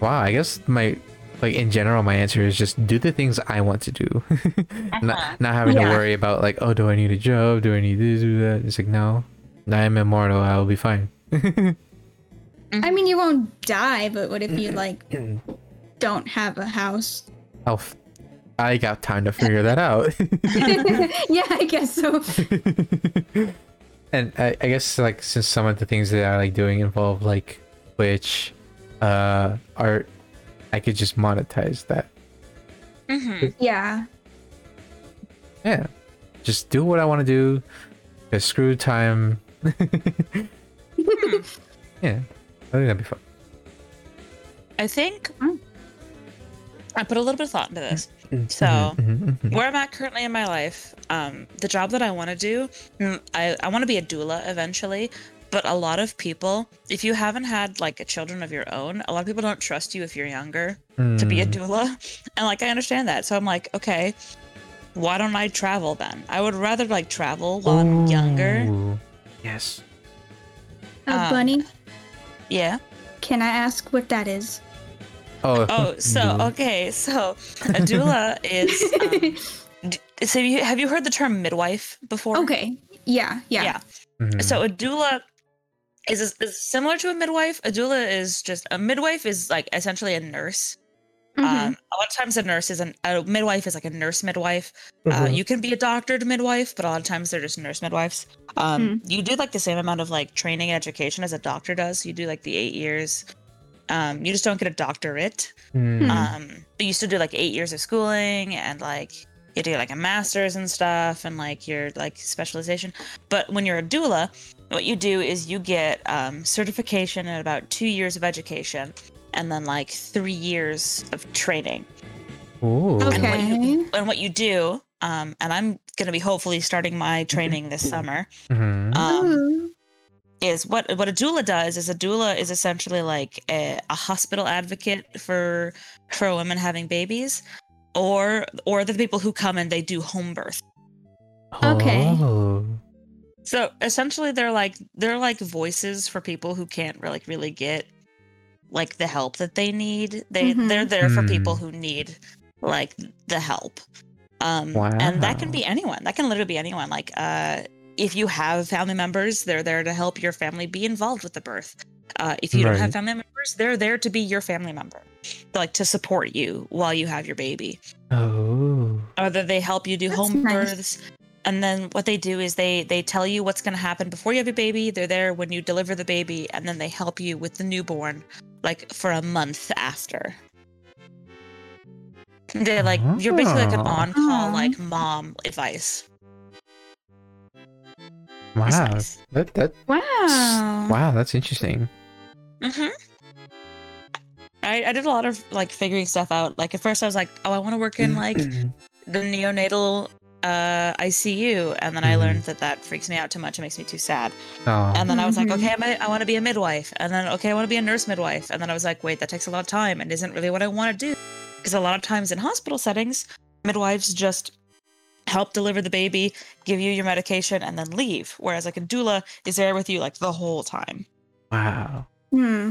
wow i guess my like in general my answer is just do the things i want to do Uh-huh. not, not having to Yeah. worry about like oh do i need a job do i need this do that it's like no i am immortal i'll be fine mm-hmm. I mean, you won't die, but what if you like don't have a house? I'll Oh, f- I got time to figure that out. yeah, I guess so. and I, I guess like since some of the things that I like doing involve like Twitch, uh, art, I could just monetize that. Mm-hmm. Yeah. Yeah, just do what I want to do. Just screw time. yeah, I think that'd be fun. I think Hmm. Mm. I put a little bit of thought into this. Mm-hmm. So where I'm at currently in my life, um, the job that I want to do, mm, I, I want to be a doula eventually. But a lot of people, if you haven't had like children of your own, a lot of people don't trust you if you're younger mm-hmm. to be a Mm. doula. And like I understand that. So I'm like, okay, why don't I travel then? I would rather like travel while I'm younger. Yes. Uh, Um, Bunny, Yeah. can I ask what that is? Oh. Oh, so doula. okay, so a doula is. Um, d- so you, have you heard the term midwife before? Okay. Yeah. Yeah. Mhm. So uh, a doula is, is, is similar to a midwife. A doula is just a midwife is like essentially a nurse. Mhm. Um, a lot of times a nurse is an, a midwife is like a nurse midwife. Uh, Mhm. you can be a doctored midwife, but a lot of times they're just nurse midwives. Um, You do like the same amount of like training and education as a doctor does. You do like the eight years. Um, you just don't get a doctorate. Mhm. Um, but you still do like eight years of schooling and like you do like a master's and stuff and like your like specialization. But when you're a doula, what you do is you get um, certification and about two years of education and then like three years of training. uh, Ooh. And what you, Mm-hmm. Okay. and what you do, um, and I'm gonna be hopefully starting my training this summer. Mhm. Ah. Um, Ooh. is what what a doula does is a doula is essentially like a, a hospital advocate for for women having babies or or the people who come and they do home birth okay. Oh. so essentially they're like they're like voices for people who can't really really get like the help that they need they Mhm. they're there for people Mm. who need like the help um and that can Wow. be anyone that can literally be anyone like uh if you have family members they're there to help your family be involved with the birth uh if you don't Right. have family members they're there to be your family member like to support you while you have your baby Oh. or that they help you do That's home nice. births and then what they do is they they tell you what's going to happen before you have a baby they're there when you deliver the baby and then they help you with the newborn like for a month after they're like you're basically like an Oh. on-call Aw. like mom advice It's Wow. nice. That that Wow. wow, that's interesting. Mm-hmm. I, I did a lot of like figuring stuff out. Like at first I was like, oh, I want to work in like the neonatal uh, ICU, and then I Mhm. learned that that freaks me out too much. It makes me too sad. oh. And then I was like, Mhm. okay, I'm a, I want to be a midwife, and then okay, I want to be a nurse midwife, and then I was like, wait, that takes a lot of time and isn't really what I want to do, because a lot of times in hospital settings, midwives just help deliver the baby, give you your medication, and then leave. Whereas like a doula is there with you like the whole time. Wow. Hmm.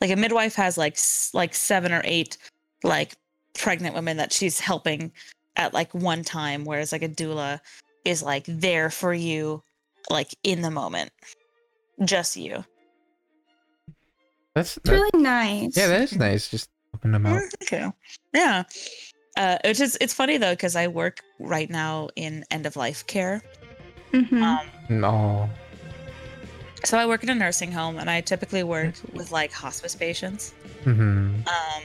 like a midwife has like s- like seven or eight like pregnant women that she's helping at like one time whereas like a doula is like there for you like in the moment just you That's It's that, really nice. yeah, that is nice. Just open them out. okay Mm, yeah uh it's just it's funny though because i work right now in end of life care hmm um No. so i work in a nursing home and i typically work with like hospice patients Mm-hmm. Um,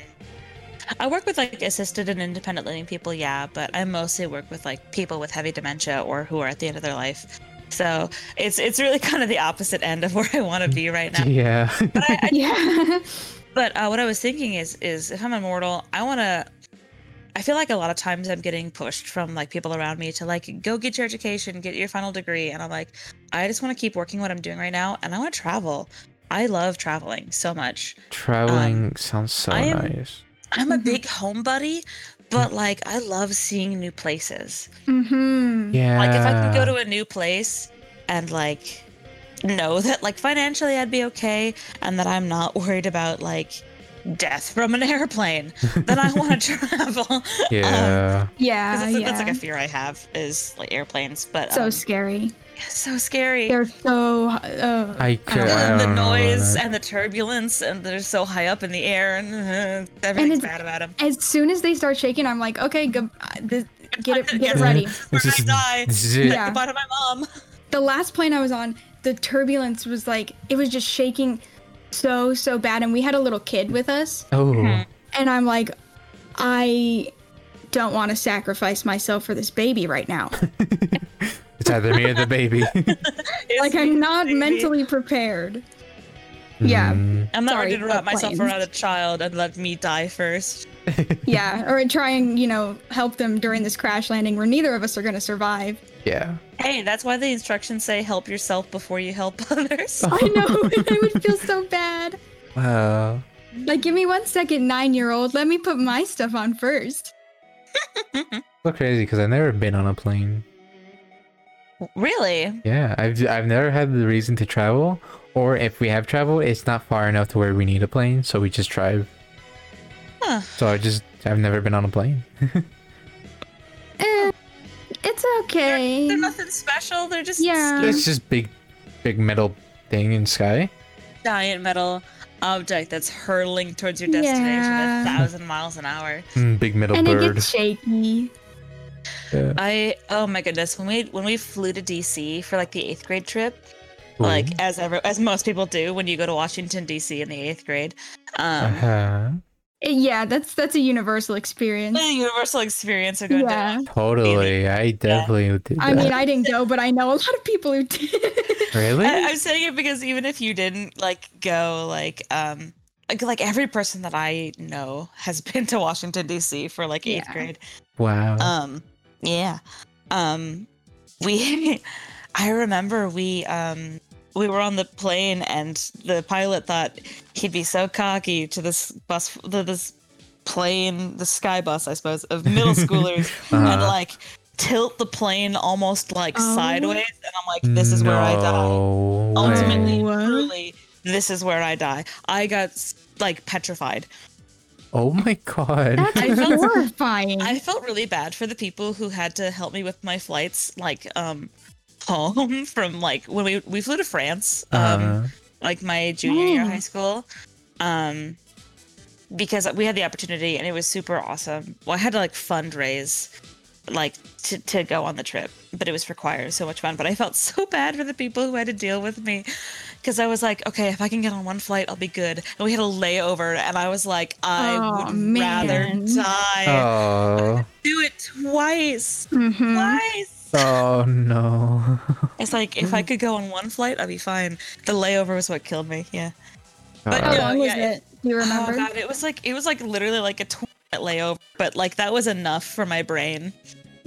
I work with like assisted and independent living people, yeah, but I mostly work with like people with heavy dementia or who are at the end of their life. So it's it's really kind of the opposite end of where I want to be right now. Yeah. But, I, I, yeah. but uh, what I was thinking is is if I'm immortal, I want to. I feel like a lot of times I'm getting pushed from like people around me to like go get your education, get your final degree, and I'm like, I just want to keep working what I'm doing right now, and I want to travel. I love traveling so much. Traveling sounds so Um, I am- nice. I'm a Mhm. big homebody, but like I love seeing new places. hmm Yeah. Like if I could go to a new place and like know that like financially I'd be okay and that I'm not worried about like death from an airplane, then I want to travel. Because yeah. um, Yeah. that's, that's, like Ah, yeah. a fear I have is like airplanes, but so um, scary. yeah, so scary. They're so. Uh, I could. Yeah, I the, the don't know about noise that. and the turbulence, and they're so high up in the air, and uh, everything's it's- bad about them. as soon as they start shaking, I'm like, okay, go, this, get it, get it Yeah. ready. We're This is- gonna die. this is it. Yeah. Goodbye to my mom. the last plane I was on, the turbulence was like it was just shaking so so bad, and we had a little kid with us, Oh. Mm-hmm. and I'm like, I don't want to sacrifice myself for this baby right now. It's either me or the baby. like It's- I'm not Baby. mentally prepared. Yeah. Mm. I'm not Sorry, ready to wrap not myself planes. around a child and let me die first. Yeah, or try and you know help them during this crash landing where neither of us are gonna survive. Yeah. Hey, that's why the instructions say help yourself before you help others. I know, and I would feel so bad. Wow. Like, give me one second, nine year old. Let me put my stuff on first. So crazy because I've never been on a plane. Really? Yeah, I've I've never had the reason to travel, or if we have traveled, it's not far enough to where we need a plane, so we just drive. Huh. So I just I've never been on a plane. Eh, it's okay. They're nothing special. They're just Yeah. skinny, It's just big, big metal thing in sky. giant metal object that's hurtling towards your destination Yeah. at a thousand miles an hour. Mm, big metal and it bird. gets shaky. Yeah. I oh my goodness when we when we flew to DC for like the eighth grade trip, Ooh. like as ever as most people do when you go to Washington DC in the eighth grade, um, uh-huh. Eh, Yeah, that's that's a universal experience. a universal experience of going Yeah. down. totally. I definitely did that. I mean, I didn't go, but I know a lot of people who did. really? I, I'm saying it because even if you didn't like go, like um, like, like every person that I know has been to Washington D.C. for like eighth Yeah. Uh-huh. grade. wow. Um, yeah, um, we, I remember we um we were on the plane and the pilot thought he'd be so cocky to this bus to this plane, the sky bus, I suppose, of middle schoolers and Uh-huh. like tilt the plane almost like Oh. sideways and i'm like this is where i die No ultimately way. What? truly this is where i die i got like petrified Oh my god. I That's felt- horrifying. i felt really bad for the people who had to help me with my flights like um home from like when we we flew to france um Uh, like my junior year of Oh. high school um because we had the opportunity and it was super awesome well i had to like fundraise like to, to go on the trip but it was for choir it was so much fun but i felt so bad for the people who had to deal with me because i was like okay if i can get on one flight i'll be good and we had a layover and i was like i Aw, would man. rather die Oh, do it twice Mhm. twice oh no. it's like if i could go on one flight i'd be fine the layover was what killed me yeah Uh, How But no, uh-huh. long was yeah, it? Do you remember? oh god it was like it was like literally like a 20 minute layover but like that was enough for my brain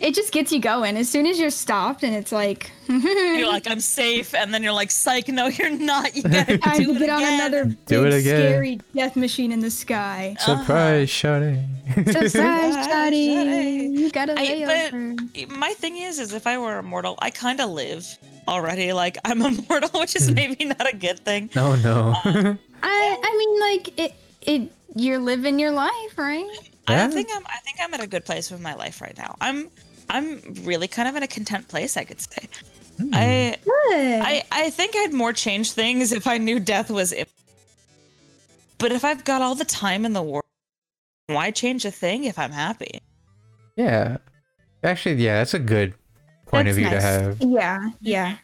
it just gets you going. As soon as you're stopped and it's like, Mm. you're like, I'm safe, and then you're like, psych, no, you're not. You gotta time do to it get on again. another Do it big, again. scary death machine in the sky. surprise, shouting. So sorry, Surprise, Shotty. Shotty. You gotta lay I- but- over. My thing is, is if I were immortal, I kind of live already. Like I'm immortal, which Hmm. is maybe not a good thing. No, no. Uh, I, I mean, like it, it. You're living your life, right? I Yeah. don't think I'm. I think I'm at a good place with my life right now. I'm. I'm really kind of in a content place, I could say. Hmm. Hmm. I, Good. I I think I'd more change things if I knew death was. Im- but if I've got all the time in the world, why change a thing if I'm happy? yeah. Actually, yeah, that's a good point That's of view to nice. have. yeah, yeah.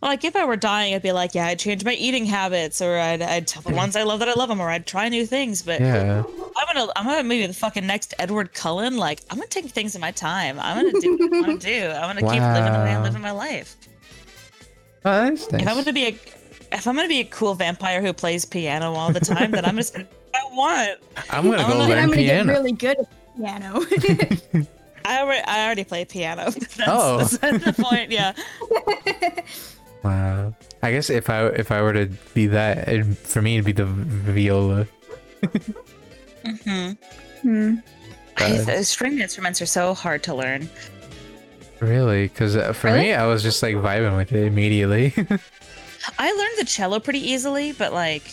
Like if I were dying, I'd be like, yeah, I'd change my eating habits, or I'd, I'd tell the ones I love that I love them, or I'd try new things. But Yeah. I'm gonna, I'm gonna maybe the fucking next Edward Cullen. Like I'm gonna take things in my time. I'm gonna do what I want to do. I'm gonna keep living the way Wow. I'm living my life. Oh, that's nice. If I'm gonna be a, if I'm gonna be a cool vampire who plays piano all the time, then I'm just gonna do what I want. I'm gonna I'm go gonna- But learn I'm gonna piano. get really good at piano. I already, I already play piano. That's, Oh. that's the point. Yeah. Wow. I guess if I if I were to be that, it, for me it'd be the v- viola. Hmm. Got Mm-hmm. I- string instruments are so hard to learn. Really? Because for me, I was just like vibing with it immediately. I learned the cello pretty easily, but like,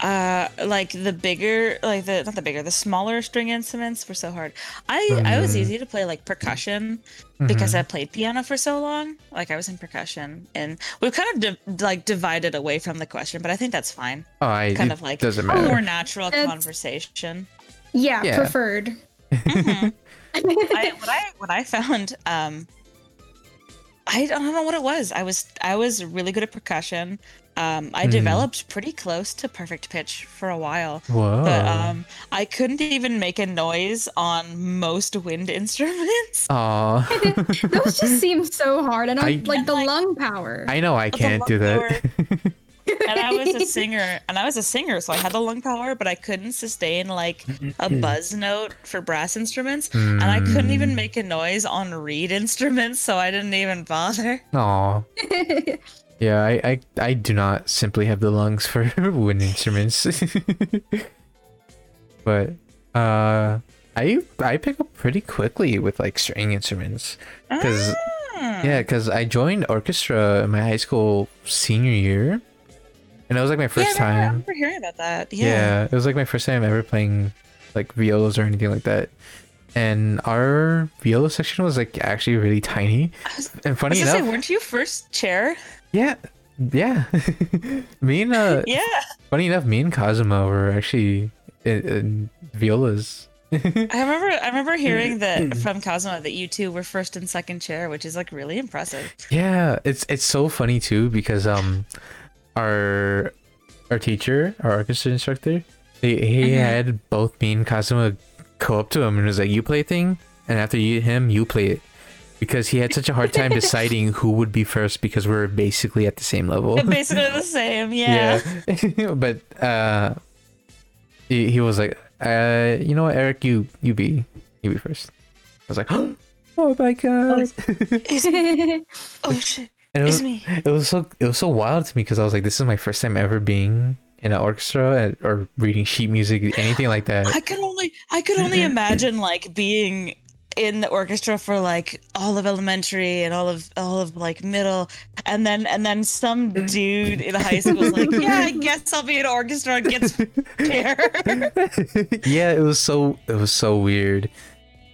uh, like the bigger, like the not the bigger, the smaller string instruments were so hard. I I was Mhm. easy to play like percussion Mm-hmm. because I played piano for so long. Like I was in percussion, and we've kind of di- like divided away from the question, but I think that's fine. oh, I, Kind it of like doesn't a matter. more natural That's- conversation. Yeah, Yeah. preferred. Mhm. I, what I what I found, um, I don't know what it was. I was I was really good at percussion. Um, I Mhm. developed pretty close to perfect pitch for a while. Whoa. But um, I couldn't even make a noise on most wind instruments. Aw. Those just seem so hard. I don't I- like the Like- lung power. I know I the can't do that. And I was a singer, and I was a singer, so I had the lung power, but I couldn't sustain like a buzz note for brass instruments, and I couldn't even make a noise on reed instruments, so I didn't even bother. Aw. Yeah, I, I I do not simply have the lungs for wind instruments. but uh I I pick up pretty quickly with like string instruments cuz Hmm. yeah, cuz I joined orchestra in my high school senior year. And it was like my first yeah, I remember- I time. remember hearing about that. Yeah. Yeah. it was like my first time ever playing like violas or anything like that. And our viola section was like actually really tiny. was- And I was funny gonna say, enough, weren't you first chair? yeah, yeah. me and uh, Yeah. funny enough, me and Cosimo were actually in, in violas. I remember. I remember hearing that from Cosmo that you two were first and second chair, which is like really impressive. Yeah, it's it's so funny too because um, our our teacher, our orchestra instructor, he, he had both me and Cosimo go up to him and was like, "You play thing," and after you him, you play it, because he had such a hard time deciding who would be first because we were basically at the same level. Basically the same. Yeah. yeah, but uh, he, he was like, uh, you know what, Eric, you you be you be first. I was like, oh my god. Oh shit. And it It's was, me. it was so it was so wild to me because I was like, this is my first time ever being in an orchestra and- or reading sheet music, anything like that. I could only. I could only imagine like being in the orchestra for like all of elementary and all of all of like middle and then and then some dude in high school is like yeah i guess i'll be in orchestra and gets chair yeah, it was so it was so weird.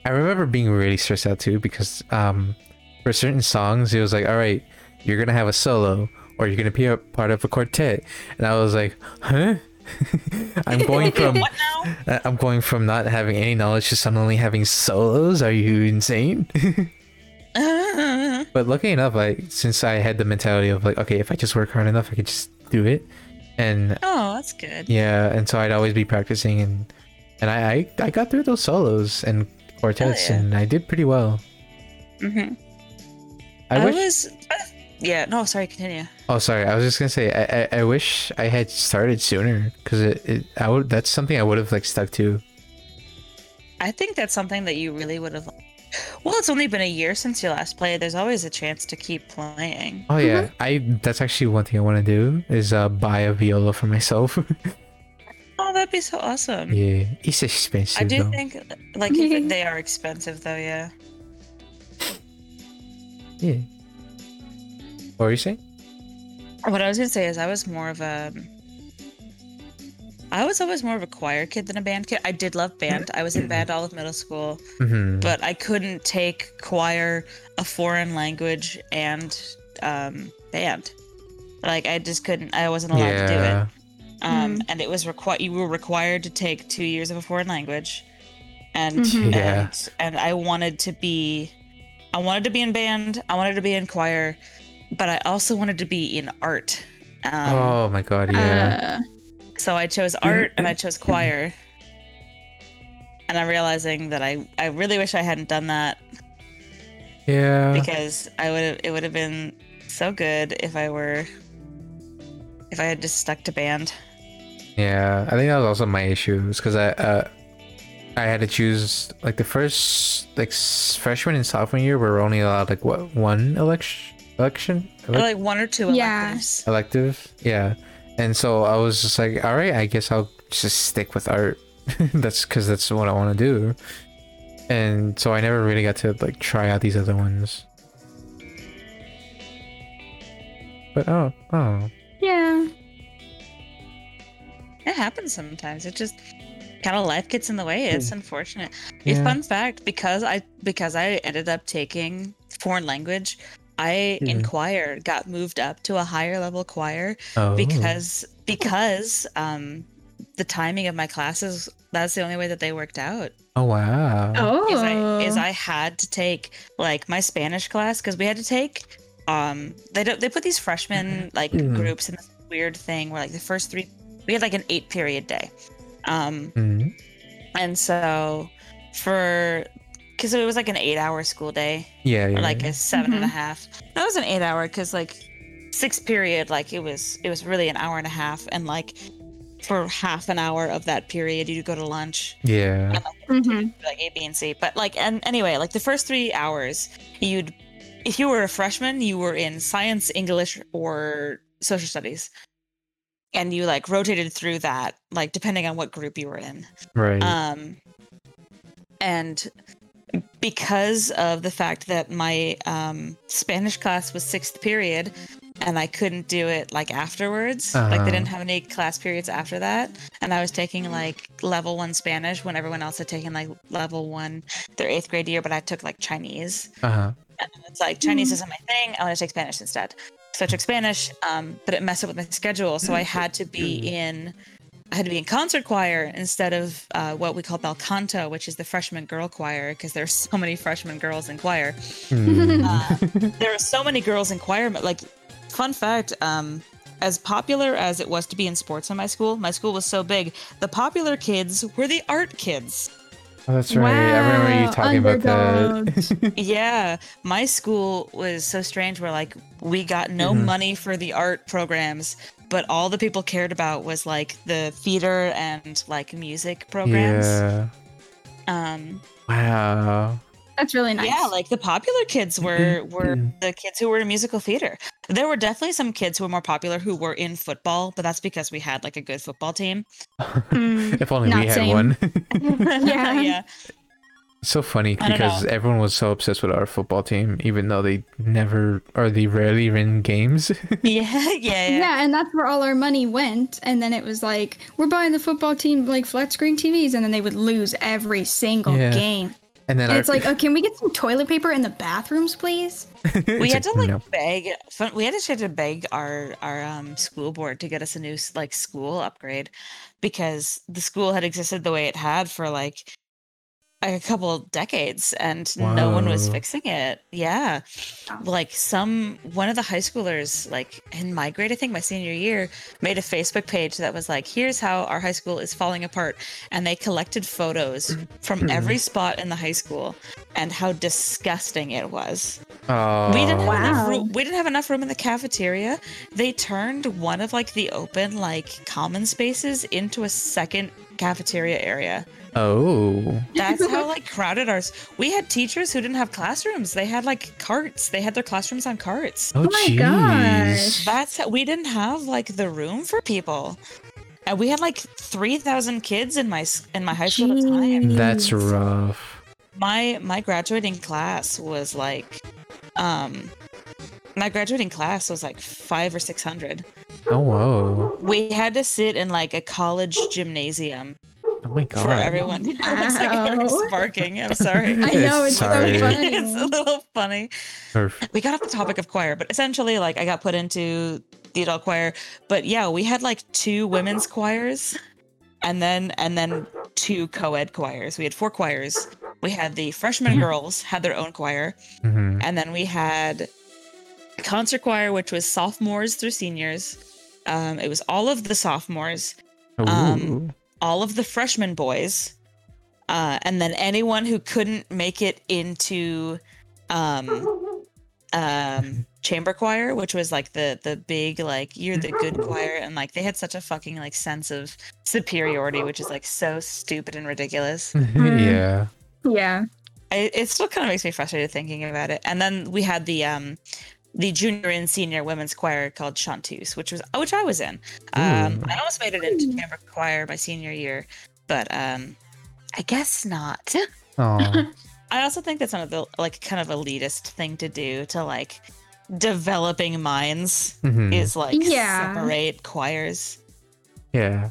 I remember being really stressed out too because um, for certain songs it was like, all right, you're gonna have a solo or you're gonna be a part of a quartet, and I was like, huh. I'm going from What now? uh, I'm going from not having any knowledge to suddenly having solos. Are you insane? but lucky enough, I since I had the mentality of like, okay, if I just work hard enough, I could just do it, and oh, that's good. yeah, and so I'd always be practicing, and and I I, I got through those solos and quartets, Oh, yeah. and I did pretty well. Mm-hmm. Mhm. I, wish. was. yeah. No, sorry. Continue. Oh, sorry. I was just gonna say I I, I wish I had started sooner because it, it I would that's something I would have like stuck to. I think that's something that you really would have. Well, it's only been a year since you last played. There's always a chance to keep playing. Oh yeah, I that's actually one thing I want to do is uh buy a viola for myself. Mm-hmm. Oh, that'd be so awesome. yeah, it's I expensive do though. think, like, if they are expensive though. Yeah. Yeah. What are you saying? What I was gonna say is I was more of a. I was always more of a choir kid than a band kid. I did love band. I was in band all of middle school, hmm but I couldn't take choir, a foreign language, and um, band. Like I just couldn't. I wasn't allowed to do it. Yeah. um, and it was required. You were required to take two years of a foreign language, and Mhm. Yeah. and, and I wanted to be, I wanted to be in band. I wanted to be in choir, but I also wanted to be in art. Um, oh my god, yeah. Uh, So I chose art and I chose choir, and I'm realizing that I I really wish I hadn't done that yeah. uh, because I would have it would have been so good if I were if I had just stuck to band. Yeah, I think that was also my issue because I uh, I had to choose like the first like s- freshman and sophomore year we were only allowed like what one election election Or Elec- like one or two Yeah. electives. elective yeah, and so I was just like all right I guess I'll just stick with art that's because that's what I want to do, and so I never really got to like try out these other ones. But oh oh Yeah. It happens sometimes. It just kind of life gets in the way. It's unfortunate. A Yeah. fun fact because I because I ended up taking foreign language, I in Mhm. choir got moved up to a higher level choir oh because because um the timing of my classes that's the only way that they worked out oh wow Oh. is I, is I had to take like my Spanish class because we had to take um they don't they put these freshman like Mhm. groups in this weird thing where like the first three we had like an eight period day um Mhm. and so for because it was like an eight hour school day yeah yeah or like yeah. a seven and a Mhm. half. No, it Mm-hmm. was an eight hour because like six period like it was it was really an hour and a half and like for half an hour of that period you go to lunch yeah. Mhm. like A, B, and C. But like, and anyway, like the first three hours, you'd, if you were a freshman, you were in science, English, or social studies, and you like rotated through that, like depending on what group you were in. Right. Um, and because of the fact that my um, Spanish class was sixth period, and I couldn't do it like afterwards, like Uh-huh. they didn't have any class periods after that, and I was taking like level one Spanish when everyone else had taken like level one their eighth grade year, but I took like Chinese. uh huh. It's like Chinese isn't my thing. I want to take Spanish instead. So I took Spanish, um, but it messed up with my schedule. So I had to be in, I had to be in concert choir instead of uh, what we call bel canto, which is the freshman girl choir, because there's so many freshman girls in choir. Mm. Uh, there are so many girls in choir. but, Like, fun fact, um, as popular as it was to be in sports in my school, my school was so big, the popular kids were the art kids. Oh, that's right. I remember you Wow, talking about that. underdogs. yeah my school was so strange where like we got no money for the art programs but all the people cared about was like the theater and like music programs Yeah. um Wow. That's really nice. yeah like the popular kids were were the kids who were in musical theater there were definitely some kids who were more popular who were in football but that's because we had like a good football team Mm. If only we Not had same. one. Yeah. yeah It's so funny I don't because everyone was so obsessed with our football team, even though they never or they rarely win games. yeah yeah yeah Yeah, and that's where all our money went. And then it was like, we're buying the football team like flat screen TVs, and then they would lose every single Yeah. game. And then And our, it's like, oh, can we get some toilet paper in the bathrooms, please? we had It's to like, like no. beg fun, we had actually had to beg our our um school board to get us a new s- like school upgrade because the school had existed the way it had for like a couple decades and no one was Wow. fixing it yeah like some one of the high schoolers like in my grade i think my senior year made a facebook page that was like here's how our high school is falling apart and they collected photos Mm-hmm. from every spot in the high school and how disgusting it was oh, we didn't have enough Wow. room. We didn't have enough room in the cafeteria. They turned one of like the open like common spaces into a second cafeteria area. Oh, That's how like crowded ours. We had teachers who didn't have classrooms. They had like carts. They had their classrooms on carts. oh, my jeez. gosh. That's how we didn't have like the room for people. And we had like 3,000 kids in my s- in my high school at the time. That's Jeez. rough. my my graduating class was like um my graduating class was like five or six hundred Oh whoa. we had to sit in like a college gymnasium Oh my god. for everyone it's like Ow. Eric's barking i'm sorry I know it's Sorry. so funny. it's a little funny Perf- we got off the topic of choir but essentially like i got put into the adult choir but yeah we had like two women's choirs and then and then two co-ed choirs we had four choirs we had the freshman girls had their own choir Mhm. and then we had concert choir, which was sophomores through seniors. Um, it was all of the sophomores, Um, Ooh. all of the freshman boys, uh, and then anyone who couldn't make it into um, um, chamber choir, which was like the the big like you're the good choir, and like they had such a fucking like sense of superiority, which is like so stupid and ridiculous. Mm-hmm. yeah. Yeah. I, it still kind of makes me frustrated thinking about it. And then we had the um the junior and senior women's choir called Chanteuse, which was which I was in. Um, Ooh. I almost made it Mm. into chamber choir my senior year, but um, I guess not. Oh. I also think that's another like kind of elitist thing to do to like developing minds Mm-hmm. Mm. is like Yeah. separate choirs. Yeah.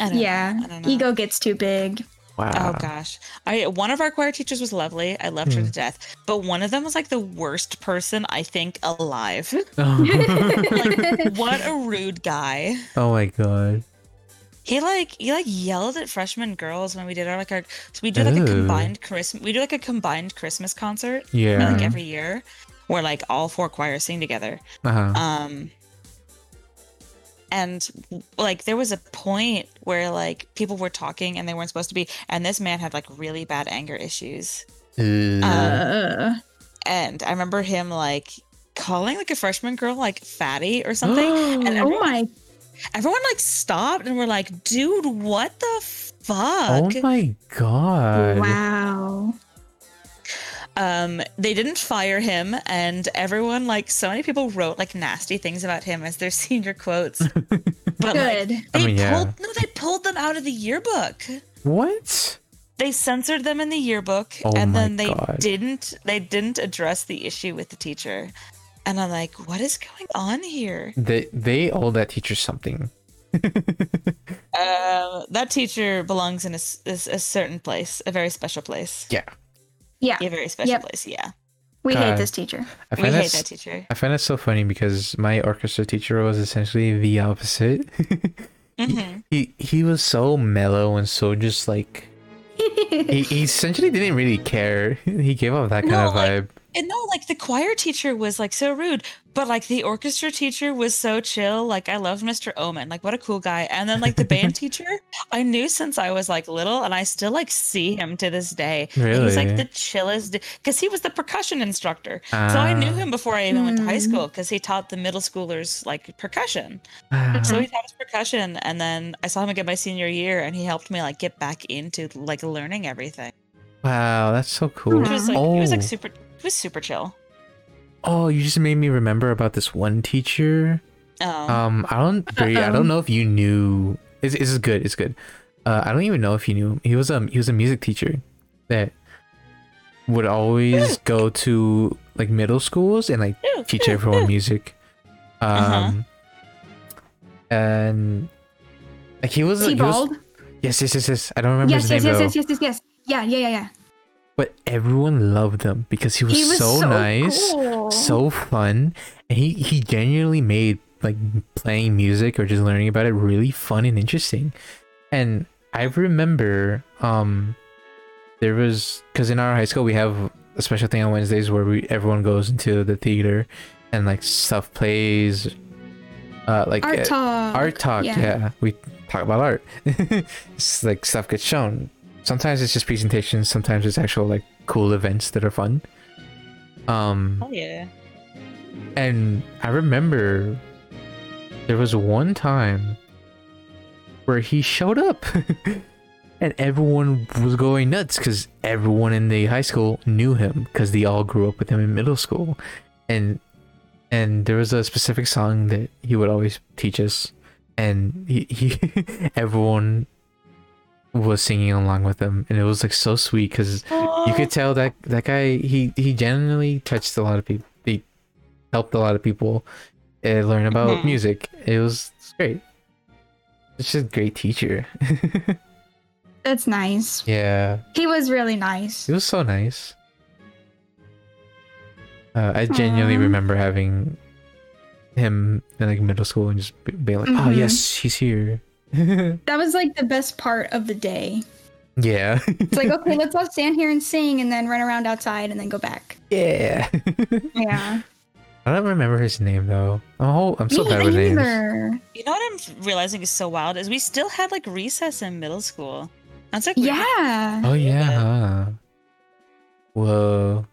I don't Yeah. know, I don't know. Ego gets too big. Wow. Oh gosh. I one of our choir teachers was lovely. I loved her Hmm. to death. But one of them was like the worst person I think alive. Uh, like what a rude guy. oh my god. He like he like yelled at freshman girls when we did our like our so we do like Ooh. a combined Christmas we do like a combined Christmas concert Yeah. like every year where like all four choirs sing together. Uh-huh. Um and like there was a point where like people were talking and they weren't supposed to be and this man had like really bad anger issues. Ooh. um, Uh, and I remember him like calling like a freshman girl like fatty or something. and uh, oh everyone, my. everyone like stopped and were like, dude, what the oh fuck? my god. Wow. um, they didn't fire him, and everyone like so many people wrote like nasty things about him as their senior quotes. but like, Good. they mean, yeah. pulled no, they pulled them out of the yearbook. What? They censored them in the yearbook, Oh and my then they God. didn't they didn't address the issue with the teacher. And I'm like, what is going on here? They they owe that teacher something. Um, that teacher belongs in a, s- a s- a certain place, a very special place. Yeah. Yeah. A very special Yep. place, yeah. We God. hate this teacher. I we find hate that's that teacher. I find that so funny because my orchestra teacher was essentially the opposite. hmm he he was so mellow and so just like he, he essentially didn't really care. He gave off that kind No, of like- vibe. And no, like the choir teacher was like so rude, but like the orchestra teacher was so chill. Like I loved Mr. Omen, like what a cool guy. And then like the band teacher, I knew since I was like little, and I still like see him to this day. And he's Really? like the chillest, because he was the percussion instructor. So I knew Ah. him before I even went to high Mm. school because he taught the middle schoolers like percussion. Uh-huh. So he taught us percussion, and then I saw him again my senior year, and he helped me like get back into like learning everything. wow, that's so cool. Hmm. Which was like, he was like Oh. super, he was super chill. Oh, you just made me remember about this one teacher. Um, Um, I don't, Brady, I Uh-oh. don't know if you knew. It's, it's good. It's good. Uh, I don't even know if you knew. him. He was um he was a music teacher that would Hmm. always go to like middle schools and like ew, teach ew, everyone hmm. ew. music. Uh-huh. Um, and like he was, Is he he was bald? yes, yes, yes, yes. I don't remember Yes, his yes, name yes, though. yes, yes, yes, yes. Yeah, yeah, yeah, yeah. but everyone loved him because he was, He was so, so nice, cool. so fun, and he he genuinely made like playing music or just learning about it really fun and interesting. And I remember um there was because in our high school we have a special thing on Wednesdays where we everyone goes into the theater and like stuff plays uh like Art uh, talk. art talk yeah. yeah. we talk about art it's like stuff gets shown sometimes it's just presentations sometimes it's actual like cool events that are fun um Oh yeah. and I remember there was one time where he showed up and everyone was going nuts because everyone in the high school knew him because they all grew up with him in middle school. And and there was a specific song that he would always teach us and he, he everyone was singing along with him and it was like so sweet because you could tell that that guy he he genuinely touched a lot of people he helped a lot of people uh, learn about Mhm. music it was it's great it's just a great teacher That's nice. yeah He was really nice. it was so nice uh, i genuinely Aw. remember having him in like middle school and just be- being like oh Mhm. yes he's here That was like the best part of the day. yeah It's like, okay, let's all stand here and sing and then run around outside and then go back. yeah Yeah. i don't remember his name though oh i'm so Me bad with names either. You know what I'm realizing is so wild is we still had like recess in middle school. That's like Yeah. Oh Yeah. yeah. huh. Whoa.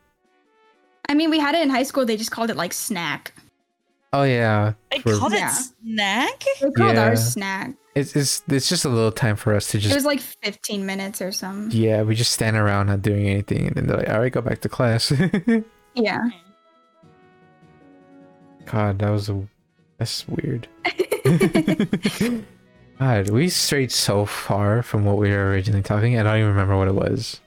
I mean, we had it in high school. They just called it like snack. Oh yeah. I For- called Yeah. it snack. They called Yeah. our snack. It's it's it's just a little time for us to It just was like 15 minutes or something. yeah we just stand around not doing anything and then they're like all right go back to class. Yeah. God that was a that's weird. God we strayed so far from what we were originally talking. I don't even remember what it was.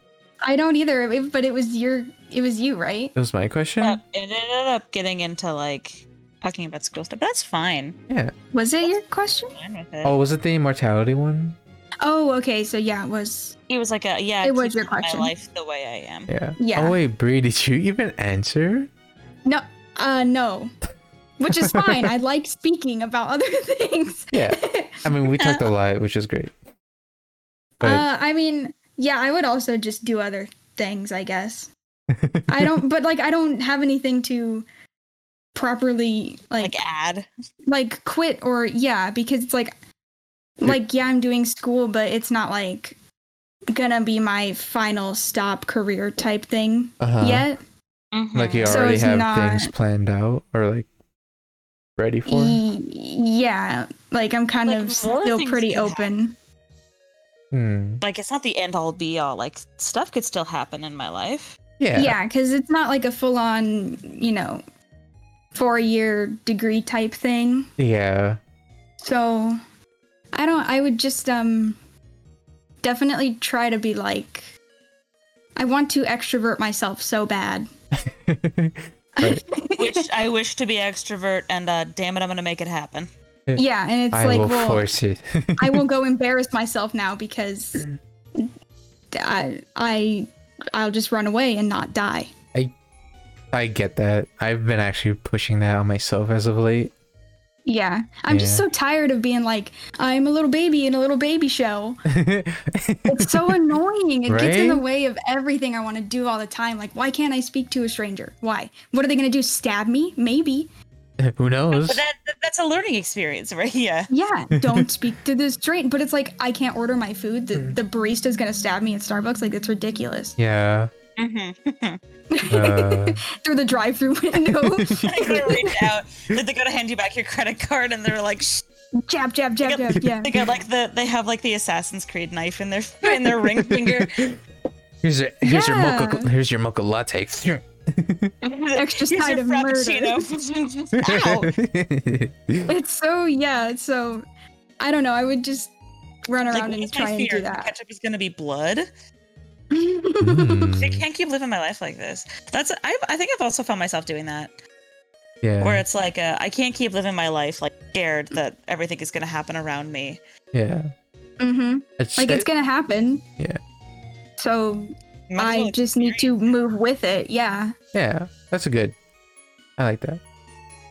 I don't either, it- but it was your, it was you, right? It was my question. Uh, it ended up getting into like talking about school stuff. That's fine. yeah. Was it your question? Fine with it. Oh was it the immortality one? Oh, okay. So yeah, it was. He was like a yeah. It was keep your question. My life the way I am. Yeah. Yeah. Oh wait, Bree, did you even answer? No, uh, no. Which is fine. I like speaking about other things. Yeah. I mean we talked a lot, which is great. But Uh, I mean, yeah, I would also just do other things, I guess. Uh, I don't, but like, I don't have anything to properly Like like ad. like quit or yeah, because it's like like yeah, I'm doing school, but it's not like gonna be my final stop career type thing uh-huh. yet. Like you Mhm. So already it's have not- things planned out or like ready for? Y- yeah, like I'm kind Like, of more still things pretty can open. Hmm. Like it's not the end all be all. Like stuff could still happen in my life. Yeah. Yeah, because it's not like a full on, you know, four year degree type thing. Yeah. So I don't I would just um definitely try to be like I want to extrovert myself so bad. Right. Which I wish to be extrovert, and uh, damn it, I'm gonna make it happen. Yeah, and it's I like will well force it. I will go embarrass myself now because I I I'll just run away and not die. I get that. I've been actually pushing that on myself as of late. Yeah. I'm just Yeah. so tired of being like, I'm a little baby in a little baby show. It's so annoying. It gets in the Right? way of everything I want to do all the time. Like, why can't I speak to a stranger? Why? What are they going to do? Stab me? Maybe. Who knows? But that, that- that's a learning experience, right? Yeah. Yeah, don't speak to the stranger. But it's like, I can't order my food. The, the barista's going to stab me at Starbucks. Like, it's ridiculous. Yeah. Mm-hmm. Uh, Through the drive through window. Like they reach out, did they go to hand you back your credit card, and they're like, Shh. jab, jab, jab, jab. Yeah. they got like the they have like the Assassin's Creed knife in their in their ring finger. here's your here's your mocha Yeah. here's your mocha latte. Extra Here's side your of murder. frappuccino. Ow. It's so, yeah. It's so, I don't know. I would just run Like, around what and is my try and fear? do that. Ketchup is gonna be blood. I Mm, can't keep living my life like this. That's I. I think I've also found myself doing that, where yeah. it's like uh, I can't keep living my life like scared that everything is gonna happen around me. Yeah. hmm It's, Like, it's going to happen. Yeah. So Might as well I just need to experience it. move with it. Yeah. Yeah, that's a good. I like that.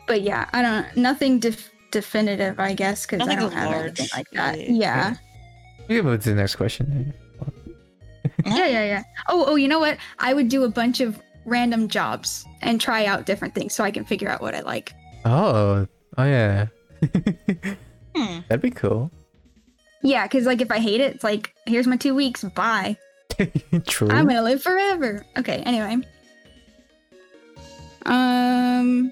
But yeah, I don't nothing def- definitive, I guess, cuz I Nothing don't have anything large, like that. really. Yeah. We can move to the next question. Yeah, yeah, yeah. Oh, oh, you know what? I would do a bunch of random jobs and try out different things so I can figure out what I like. Oh, oh yeah, Hmm. that'd be cool. Yeah, because like if I hate it, it's like here's my two weeks. Bye. True. I'm gonna live forever. Okay. Anyway. Um.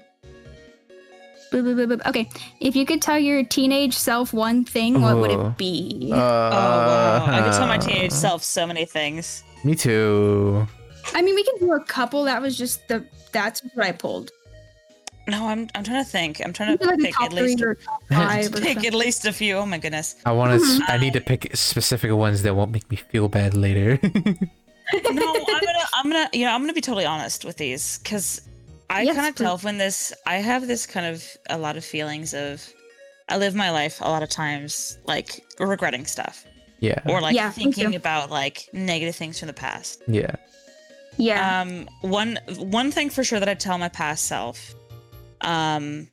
boo, boo, boo, boo. Okay. If you could tell your teenage self one thing, what would Oh. it be? Oh wow! I could tell Uh-huh. my teenage self so many things. Me too. I mean, we can do a couple. That was just the. That's what I pulled. No, I'm I'm trying to think. I'm trying Like to a pick top at three least or top five. Or pick something. at least a few. Oh my goodness. I want to. Mm-hmm. I need to pick specific ones that won't make me feel bad later. No, I'm gonna I'm gonna you know I'm gonna be totally honest with these because I Yes, kind of please. tell when this I have this kind of a lot of feelings of I live my life a lot of times like regretting stuff yeah. or like Yeah, me thinking too. about like negative things from the past. Yeah. Yeah. Um, one one thing for sure that I tell my past self, um,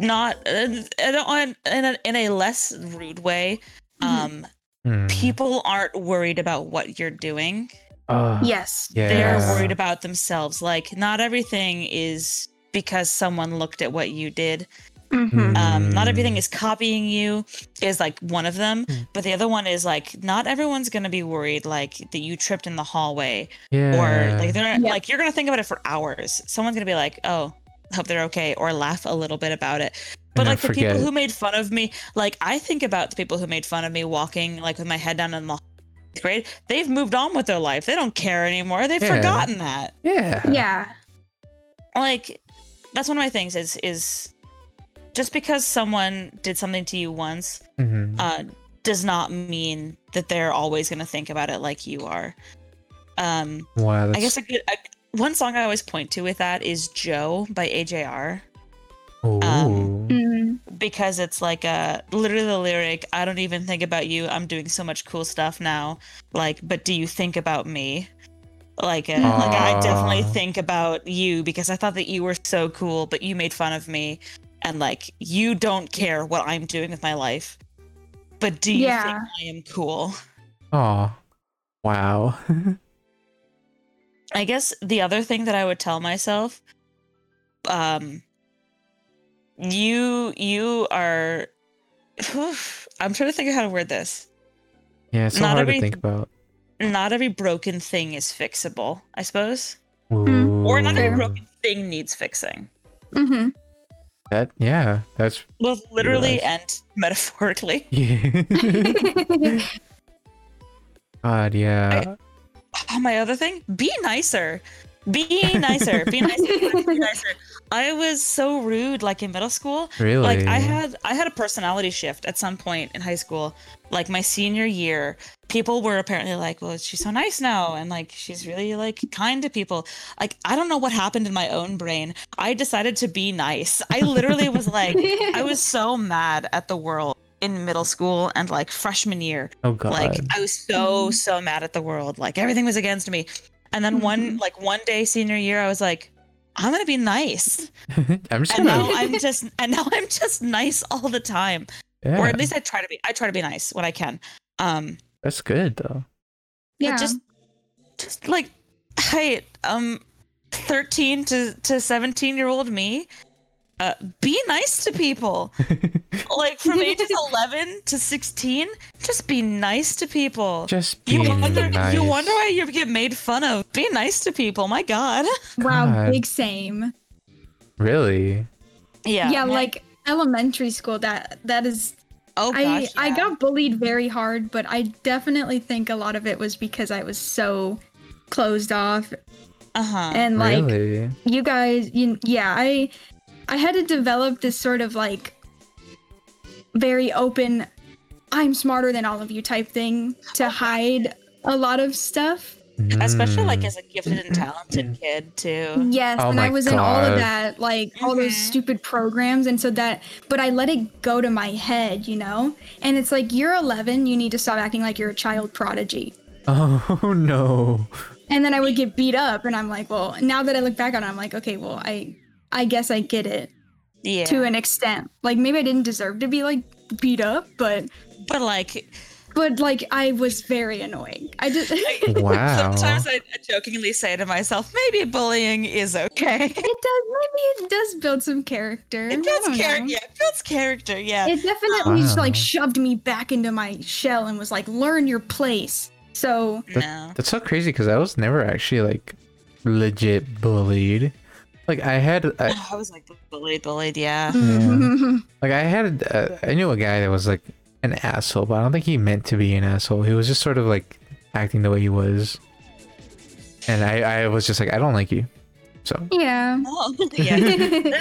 not uh, I don't want- in a, in a less rude way. Mhm. Um, Hmm. people aren't worried about what you're doing. Uh, Ah, yes. yeah. They're worried about themselves. Like not everything is because someone looked at what you did. hmm Um, not Mm. everything is copying you is like one of them, Hmm. Mm. but the other one is like not everyone's gonna be worried like that you tripped in the hallway Yeah. or like they're Yeah. like you're gonna think about it for hours. Someone's gonna be like, "Oh, hope they're okay," or laugh a little bit about it. But then like the forget people it. who made fun of me, like I think about the people who made fun of me walking like with my head down in the grade. They've moved on with their life. They don't care anymore. They've Yeah. forgotten that. yeah. Yeah. Like that's one of my things is is just because someone did something to you once Mhm. uh, does not mean that they're always gonna think about it like you are. Um, Wow. That's, I guess a good I, one song I always point to with that is "Joe" by AJR Ooh. Mm. um, Mhm. because it's like a literally the lyric. I don't even think about you. I'm doing so much cool stuff now. Like, but do you think about me? Like, uh, like I definitely Aw. think about you because I thought that you were so cool, but you made fun of me, and like you don't care what I'm doing with my life. But do you Yeah. think I am cool? Aw. Wow. I guess the other thing that I would tell myself, um, you you are. I'm trying to think of how to word this. yeah. It's so Not hard to every- think about. Not every broken thing is fixable, I suppose, Ooh. Hmm. or not every broken thing needs fixing, Mhm. That. Yeah. That's. both literally Realize. and metaphorically. Yeah. Mm-hmm. God. Yeah. Oh, my other thing: be nicer, be nicer, be nicer, be nicer, be nicer. I was so rude, like in middle school. Really? Like I had I had a personality shift at some point in high school, like my senior year. People were apparently like, "Well, she's so nice now," and like she's really like kind to people. Like I don't know what happened in my own brain. I decided to be nice. I literally was like, I was so mad at the world in middle school and like freshman year. Oh God. Like I was so Mhm. so mad at the world. Like everything was against me. And then Mm-hmm. one like one day senior year, I was like, I'm gonna be nice I'm just and now gonna. I'm just and now I'm just nice all the time, Yeah. or at least I try to be. I try to be nice when I can. Um, That's good though. but yeah. just just like hey, um, thirteen to to seventeen year old me, uh, be nice to people. like from ages eleven to sixteen, just be nice to people. Just you being wonder, nice. you wonder why you get made fun of. Be nice to people. My God. Wow, God. big same. Really? Yeah. Yeah, like elementary school. That that is. oh gosh. I I yeah. got bullied very hard, but I definitely think a lot of it was because I was so closed off uh-huh. and like really? you guys. You, yeah, I I had to develop this sort of like very open. I'm smarter than all of you type thing to hide a lot of stuff. especially like Mm. as a gifted and talented kid too. Yes, Oh and my I was in all God. of that, like all those Mhm. stupid programs, and so that. But I let it go to my head, you know. And it's like you're 11, you need to stop acting like you're a child prodigy. Oh no. and then I would get beat up, and I'm like, well, now that I look back on it, I'm like, okay, well, I, I guess I get it Yeah. to an extent. Like maybe I didn't deserve to be like beat up, but but like but like I was very annoying. I just it Wow. sometimes I jokingly say to myself, maybe bullying is okay. does maybe it does build some character. It I don't builds know. character. Yeah, it builds character. Yeah. It definitely just Wow. like shoved me back into my shell and was like, learn your place. So no. That's so crazy because I was never actually like legit bullied. Like I had, I, Oh, I was like bullied, bullied. Yeah. Yeah. like I had, uh, I knew a guy that was like an asshole, but I don't think he meant to be an asshole. He was just sort of like acting the way he was, and I, I was just like, I don't like you. So yeah. Oh, yeah.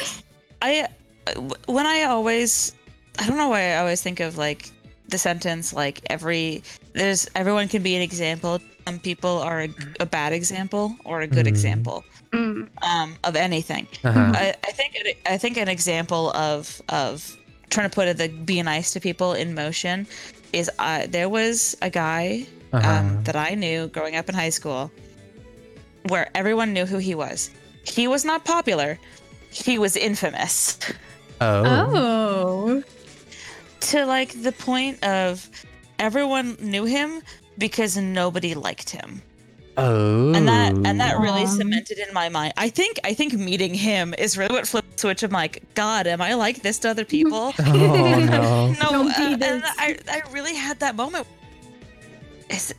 I w- when I always I don't know why I always think of like the sentence like every there's everyone can be an example. Some people are a, a bad example or a good Mhm. example Oh. Mm. um, of anything. uh I, I think an- I think an example of of trying to put it the be nice to people in motion is I there was a guy Uh-huh. um, that I knew growing up in high school, where everyone knew who he was. He was not popular. He was infamous Uh, oh, Oh. to like the point of everyone knew him because nobody liked him. oh, And that and that really Aw. cemented in my mind. I think I think meeting him is really what flipped the switch of like, God, am I like this to other people? Oh no. no, Don't uh, be and this. I, I really had that moment. Is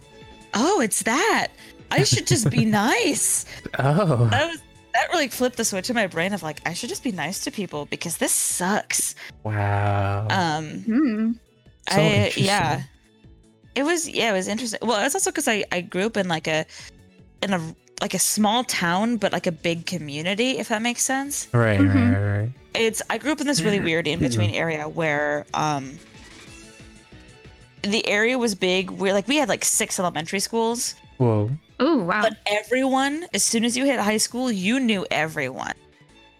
oh, it's that. I should just be nice. Oh. That was that really flipped the switch in my brain of like, I should just be nice to people because this sucks. Wow. Um, Hmm. So I yeah, interesting. it was yeah, it was interesting. Well, it's also because I I grew up in like a in a like a small town, but like a big community, if that makes sense. right, mhm. right, Mm-hmm. right, right. it's I grew up in this really Mm-hmm. weird in between area where um the area was big. We're like we had like six elementary schools, Whoa. Oh wow. but everyone, as soon as you hit high school, you knew everyone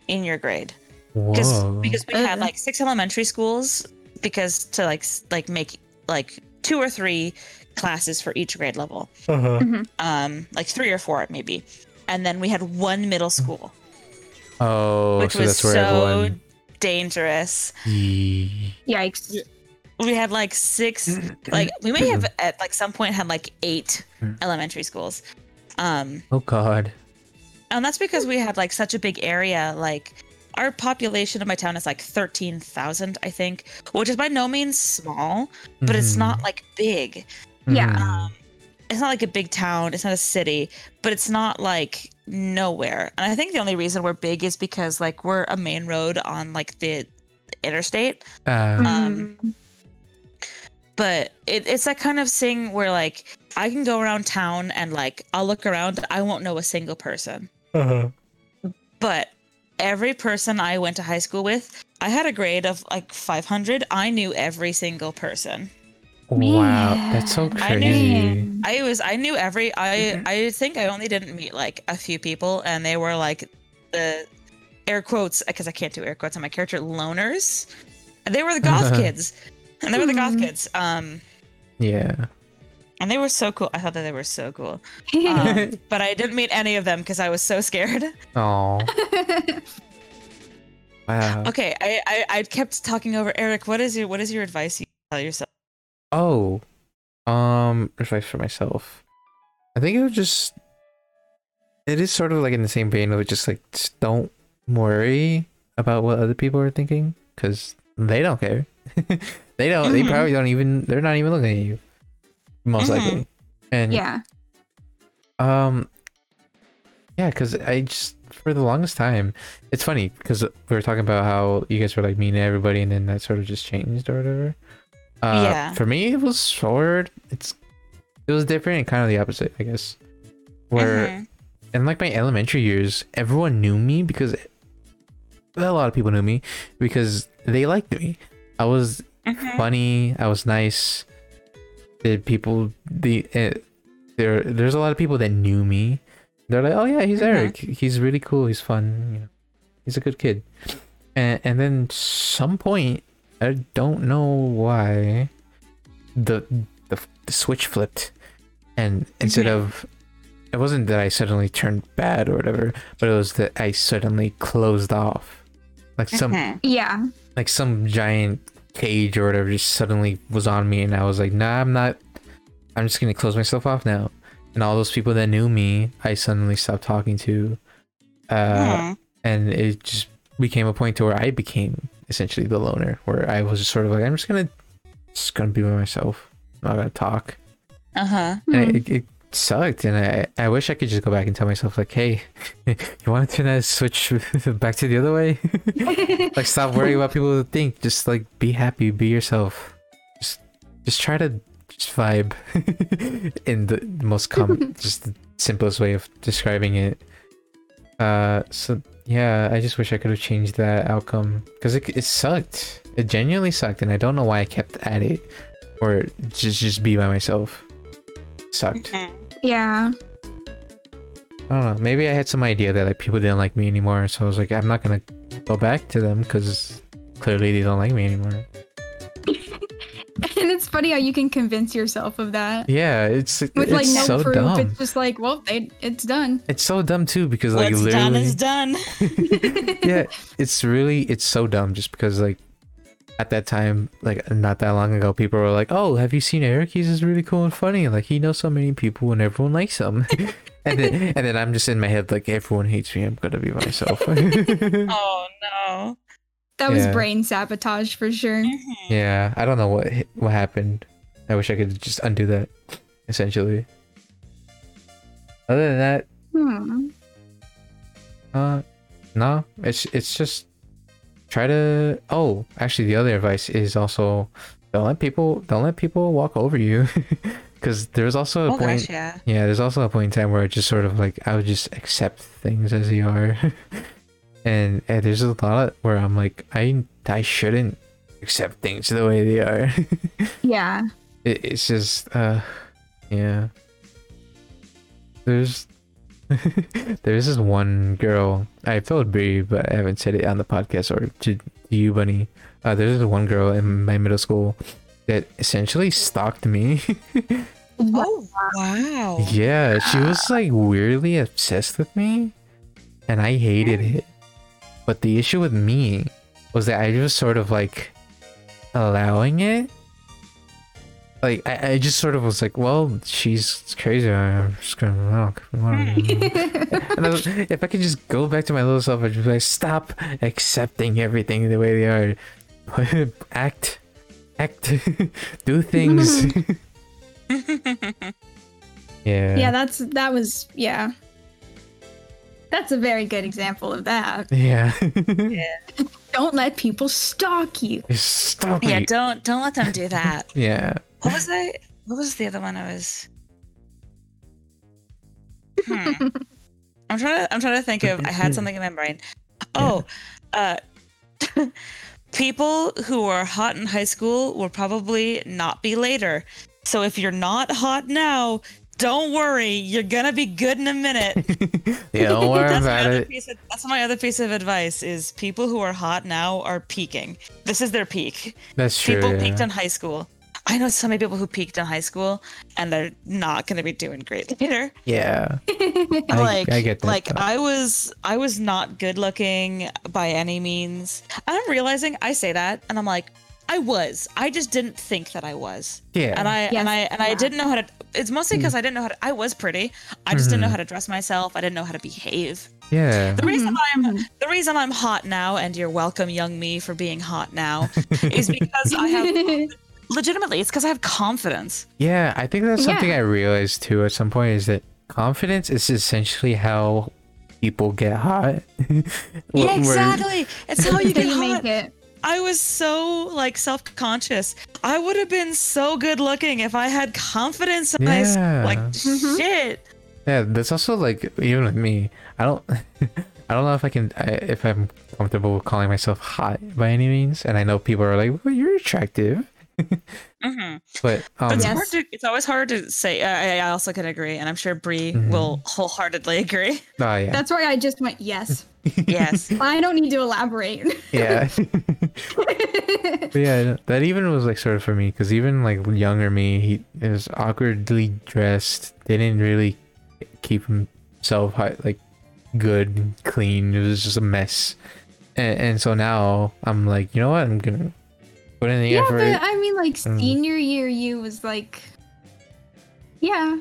in your grade because Whoa. because we had Uh. like six elementary schools because to like s- like make like two or three classes for each grade level, Uh-huh. um like three or four maybe, and then we had one middle school, Oh, which so was that's where so everyone. dangerous. Yee. Yikes. we had like six like we may have at like some point had like eight elementary schools um Oh God. and that's because we had like such a big area like our population of my town is like 13,000 i think which is by no means small but it's Mhm. not like big Yeah. Mm. it's not like a big town it's not a city but it's not like nowhere and i think the only reason we're big is because like we're a main road on like the interstate Uh, Um, but it, it's that kind of thing where like I can go around town and like I'll look around, I won't know a single person. But every person I went to high school with, I had a grade of like 500. I knew every single person. wow, that's so Man. I crazy. I was I knew every I I think I only didn't meet like a few people, and they were like the air quotes because I can't do air quotes on my character loners. They were the goth kids, and they were the goth Mhm. kids. Um. Yeah. And they were so cool. I thought that they were so cool. Damn. Uh-huh. Um, but I didn't meet any of them because I was so scared. Oh. wow. Okay, I, I I kept talking over Eric. What is your What is your advice you tell yourself? Oh. Um, advice for myself. I think it would just. It is sort of like in the same vein of just like just don't worry about what other people are thinking because they don't care. they don't. They Mhm. probably don't even. They're not even looking at you. Most Mhm. likely. And yeah. Um, yeah, because I just for the longest time, it's funny because we were talking about how you guys were like mean to everybody, and then that sort of just changed or whatever. Uh, Yeah. For me, it was sort. It's it was different and kind of the opposite, I guess. Where Mhm. in like my elementary years, everyone knew me because a lot of people knew me because they liked me. I was Mm-hmm. Mhm. funny. I was nice. The people, the uh, there, there's a lot of people that knew me. They're like, oh yeah, he's Mhm. Eric. He's really cool. He's fun. You know, he's a good kid. And and then some point, I don't know why, the the, the switch flipped, and instead of it wasn't that I suddenly turned bad or whatever, but it was that I suddenly closed off, like some Mhm. Yeah. like some giant cage or whatever just suddenly was on me, and I was like, nah, I'm not. I'm just gonna close myself off now. And all those people that knew me, I suddenly stopped talking to, uh, Mhm. and it just became a point to where I became essentially the loner, where I was just sort of like, I'm just gonna just gonna be by myself, I'm not gonna talk. Uh-huh. And Hmm. it, it sucked, and I, I wish I could just go back and tell myself like, hey, you want to turn that switch back to the other way? Hmm. like, stop worrying about people who think. Just like be happy, be yourself. Just just try to just vibe in the most common, just the simplest way of describing it. Uh, so yeah, I just wish I could have changed that outcome because it it sucked. It genuinely sucked, and I don't know why I kept at it or just just be by myself. Sucked. Mhm. Yeah. I don't know. Maybe I had some idea that like people didn't like me anymore, so I was like, I'm not gonna go back to them because clearly they don't like me anymore. And it's funny how you can convince yourself of that. Yeah, it's With it's like no so proof. dumb. It's just like, well, they, it's done. It's so dumb too because like What's literally, done is done. yeah, it's really it's so dumb just because like at that time, like not that long ago, people were like, "Oh, have you seen Eric? He's just really cool and funny. Like he knows so many people and everyone likes him." and then and then I'm just in my head like, "Everyone hates me. I'm gonna be myself." Oh no. That was Yeah. brain sabotage for sure. Mhm. Yeah, I don't know what hi- what happened. I wish I could just undo that, essentially. Other than that, Hmm. uh, no, it's it's just try to. Oh, actually, the other advice is also don't let people don't let people walk over you, because there's also a Oh point. gosh, yeah. Yeah, there's also a point in time where I just sort of like I would just accept things as they are, and, and there's a lot where I'm like I I shouldn't accept things the way they are. Yeah. it, it's just uh yeah there's there's this one girl i felt Bree, but i haven't said it on the podcast or to you bunny uh there's this one girl in my middle school that essentially stalked me Oh wow. yeah she was like weirdly obsessed with me and i hated it but the issue with me was that i was sort of like allowing it like I, I just sort of was like well she's crazy i'm just gonna walk and I was, if i could just go back to my little self i'd just be like stop accepting everything the way they are act act do things yeah Yeah, that's that was yeah. That's a very good example of that. yeah Don't let people stalk you. stop Yeah, it don't don't let them do that. yeah What was I? What was the other one I was? Hmm. I'm trying to. I'm trying to think of. I had something in my brain. Oh, uh, people who are hot in high school will probably not be later. So if you're not hot now, don't worry. You're gonna be good in a minute. yeah don't worry That's my, about other it piece of, that's my other piece of advice: is people who are hot now are peaking. This is their peak that's true people yeah. peaked in high school. I know so many people who peaked in high school and they're not going to be doing great later. Yeah. I, like I get that. like though. I was I was not good looking by any means. I'm realizing I say that and I'm like I was. I just didn't think that I was. yeah. uh, Hmm. And I Yes, and I and I yeah. didn't know how to it's mostly because I didn't know how to I was pretty. I just didn't know Mhm. how to dress myself. I didn't know how to behave. yeah. The reason I'm Hmm. the reason I'm hot now and you're welcome young me for being hot now is because I have legitimately it's because i have confidence Yeah. I think that's something Yeah. I realized too at some point is that confidence is essentially how people get hot. Where- where- it's how you get They make hot. it. i was so like self-conscious i would have been so good looking if i had confidence in my s- Yeah. like Mhm. shit Yeah. That's also like, even with me, I don't. I don't know if I can, I, if I'm comfortable with calling myself hot by any means. And I know people are like, well, you're attractive. hmm But um, it's Yes. hard to. It's always hard to say. I, I also can agree, and I'm sure Bree will wholeheartedly agree. oh, yeah, That's why I just went yes. Yes. I don't need to elaborate. yeah. but yeah, that even was like sort of for me because even like younger me, he is awkwardly dressed. They didn't really keep himself hi- like good, and clean. It was just a mess. And, and so now I'm like, you know what? I'm gonna put in the yeah, effort. but I mean, like Mm. senior year, you was like, yeah.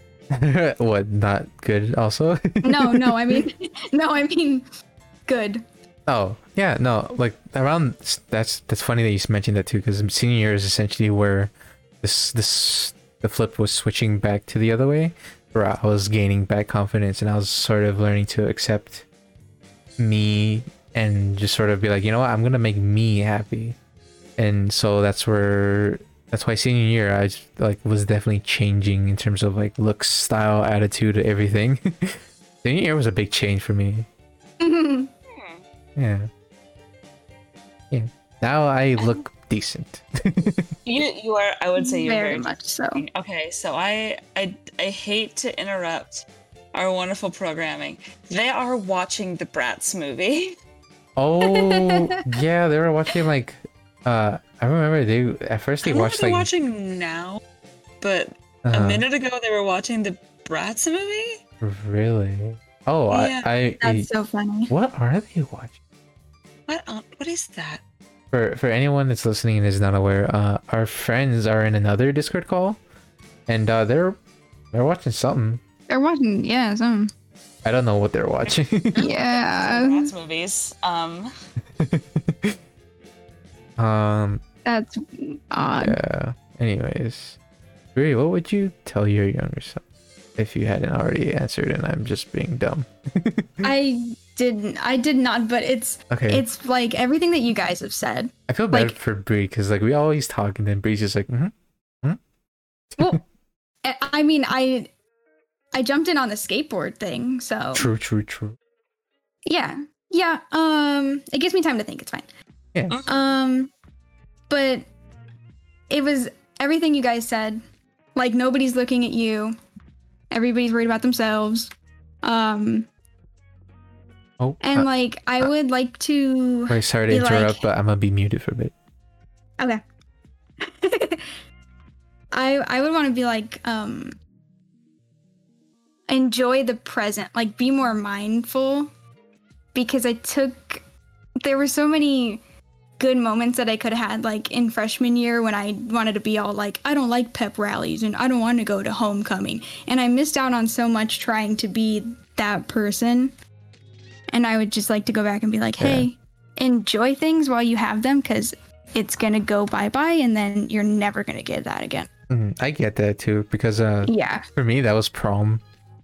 what? Not good. Also. No, no. I mean, no. I mean, good. Oh yeah, no, like around that's that's funny that you mentioned that too, because senior year is essentially where this this the flip was switching back to the other way, where I was gaining back confidence and I was sort of learning to accept me and just sort of be like, you know what, I'm gonna make me happy, and so that's where that's why senior year I just, like was definitely changing in terms of like looks, style, attitude, everything. senior year was a big change for me. Yeah. Yeah. Now I look decent. You you are. I would say you're very, very much so. Okay, so I, I I hate to interrupt our wonderful programming. They are watching the Bratz movie. Oh yeah, they were watching like uh I remember they at first I they don't know watched if they're like watching now, but a uh, minute ago they were watching the Bratz movie. really. Oh Yeah, I, I, That's so funny. what are they watching? What on, what is that? For for anyone that's listening and is not aware, uh our friends are in another Discord call and uh they're they're watching something. They're watching, yeah, some. I don't know what they're watching. Yeah, Bratz movies. Um, um that's odd. Yeah. Anyways, Bree, what would you tell your younger self if you hadn't already answered? And I'm just being dumb. I didn't. I did not. But it's Okay. it's like everything that you guys have said. I feel bad like- for Bree because like we always talk, and then Bree's just like, mm Well, I I mean, I I jumped in on the skateboard thing, so true, true, true. yeah, yeah. Um, it gives me time to think. It's fine. Yeah. Um, but it was everything you guys said. Like nobody's looking at you. Everybody's worried about themselves. Um, Oh, and uh, like I would like to. wait, sorry to be like- interrupt, but I'm gonna be muted for a bit. Okay. I I would want to be like um enjoy the present, like be more mindful because I took there were so many good moments that I could have had like in freshman year when I wanted to be all like I don't like pep rallies and I don't want to go to homecoming and I missed out on so much trying to be that person and I would just like to go back and be like Yeah. hey enjoy things while you have them cuz it's going to go bye-bye and then you're never going to get that again. Mm, I get that too because uh, Yeah. for me that was prom.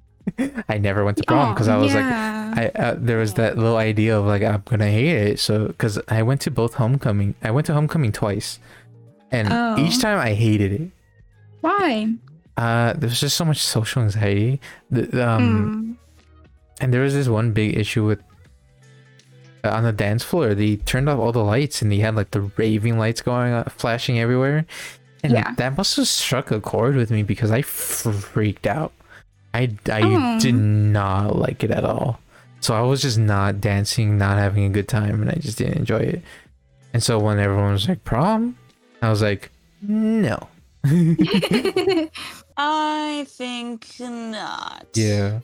I never went to prom because I was like, yeah. I uh, there was that little idea of like I'm gonna hate it. So because I went to both homecoming, I went to homecoming twice, and Oh. each time I hated it. why? Uh, there was just so much social anxiety. The, the, Hmm. um, and there was this one big issue with uh, on the dance floor. They turned off all the lights, and they had like the raving lights going, uh, flashing everywhere. And Yeah. that must have struck a chord with me because I freaked out. I, I Oh. did not like it at all. So I was just not dancing, not having a good time, and I just didn't enjoy it. And so when everyone was like prom, I was like, no. Mm. I think not. Yeah.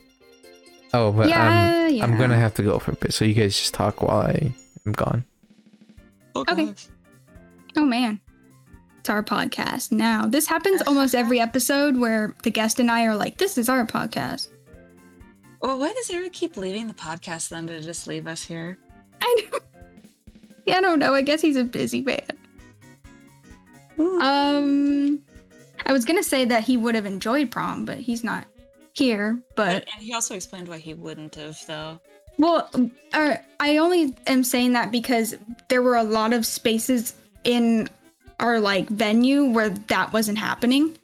Oh, but um, yeah, yeah. I'm gonna have to go for a bit, so you guys just talk while I am gone. Okay. Oh man. It's our podcast now. This happens almost every episode where the guest and I are like, this is our podcast. Well, why does Eric keep leaving the podcast then to just leave us here? I don't, yeah, I don't know. I guess he's a busy man. Um I was gonna say that he would have enjoyed prom, but he's not here, But but and he also explained why he wouldn't have though. Well, uh, I only am saying that because there were a lot of spaces in our like venue where that wasn't happening.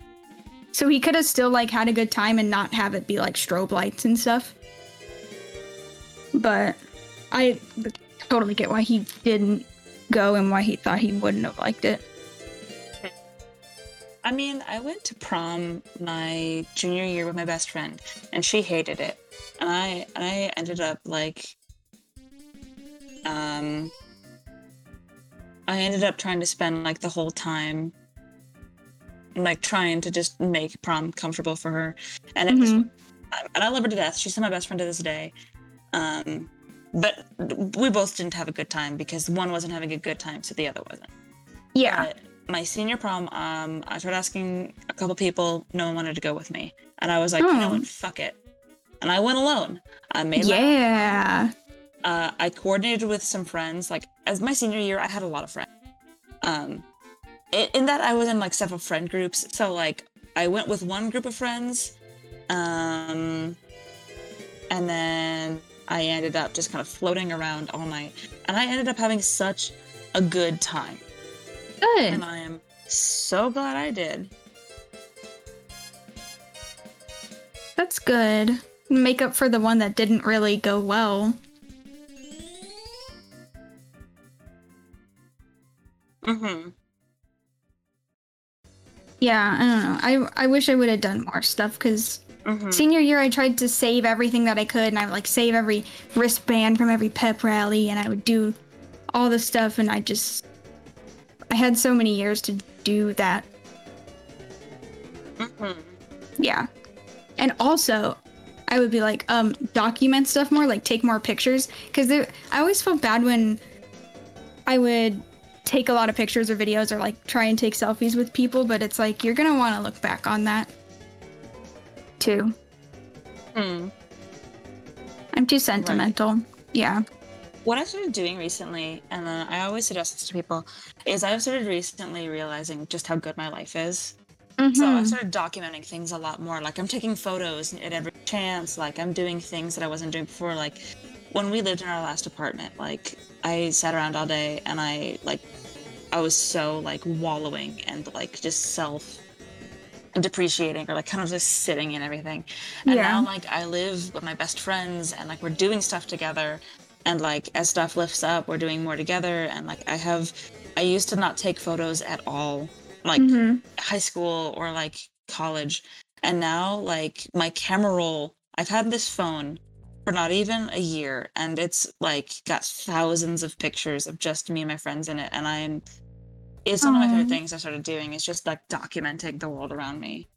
So he could have still like had a good time and not have it be like strobe lights and stuff. But I totally get why he didn't go and why he thought he wouldn't have liked it. I mean, I went to prom my junior year with my best friend, and she hated it. And I I ended up like um I ended up trying to spend like the whole time like trying to just make prom comfortable for her. And it was Mhm. and I love her to death. She's still my best friend to this day. Um but we both didn't have a good time because one wasn't having a good time, so the other wasn't. Yeah. But my senior prom, um, I tried asking a couple people. No one wanted to go with me, and I was like, you know Oh. what, fuck it, and I went alone. I made my- Yeah. uh, I coordinated with some friends. Like as my senior year, I had a lot of friends. Um, i- in that I was in like several friend groups. So like I went with one group of friends, um, and then I ended up just kind of floating around all night, and I ended up having such a good time Good. and I am so glad I did. That's good. Make up for the one that didn't really go well. Mm-hmm. Yeah, I don't know. I I wish I would have done more stuff because Mm-hmm. senior year I tried to save everything that I could and I would like save every wristband from every pep rally and I would do all the stuff and I just I had so many years to do that. Mm-hmm. Yeah. And also, I would be like, um, document stuff more, like take more pictures. Cause there, I always felt bad when I would take a lot of pictures or videos or like try and take selfies with people, but it's like, you're gonna wanna look back on that too. Mm. I'm too sentimental. Yeah. What I started doing recently, and uh, I always suggest this to people, is I've started recently realizing just how good my life is. So Mm-hmm. I started documenting things a lot more. Like I'm taking photos at every chance. Like I'm doing things that I wasn't doing before. Like when we lived in our last apartment, like I sat around all day and I like I was so like wallowing and like just self depreciating or like kind of just sitting in everything. And Yeah. now like I live with my best friends and like we're doing stuff together and like as stuff lifts up we're doing more together and like I have I used to not take photos at all. Like hmm high school or like college and now like my camera roll i've had this phone for not even a year and it's like got thousands of pictures of just me and my friends in it and i'm it's one of my Aw. favorite things i started doing is just like documenting the world around me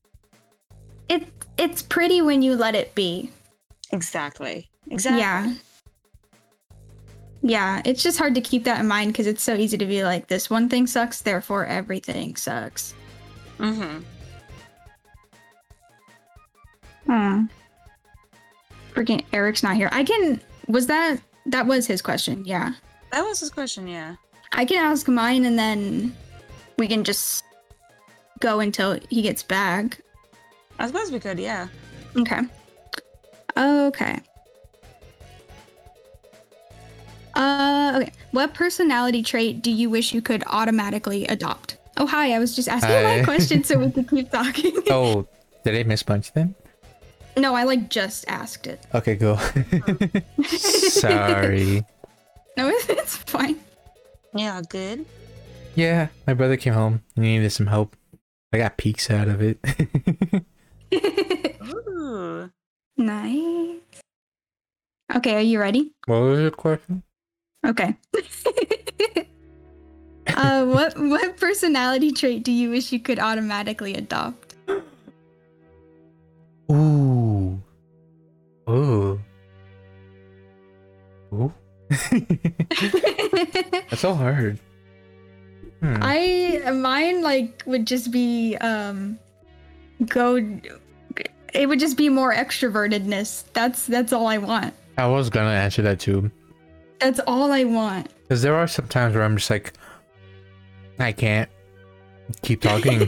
It, it's pretty when you let it be. exactly exactly Yeah. Yeah, it's just hard to keep that in mind because it's so easy to be like, this one thing sucks, therefore everything sucks. mm-hmm. Hmm. Freaking Eric's not here. I can. Was that. That was his question. Yeah. that was his question yeah I can ask mine and then we can just go until he gets back. i suppose we could yeah Okay. Okay. Uh, okay. What personality trait do you wish you could automatically adopt? Oh, hi. I was just asking Hi. my question so we could keep talking. Oh, did I miss bunch then? no, I like just asked it. Okay, cool. Sorry. No, it's fine. yeah good Yeah, my brother came home and he needed some help. I got peeks out of it. Ooh. nice. Okay, are you ready? what was your question? Okay. uh, what what personality trait do you wish you could automatically adopt? Ooh. Ooh. Ooh. That's so hard. Hmm. I mine like would just be um go it would just be more extrovertedness. That's that's all I want. I was gonna answer that too. That's all I want. Because there are some times where I'm just like, I can't keep talking.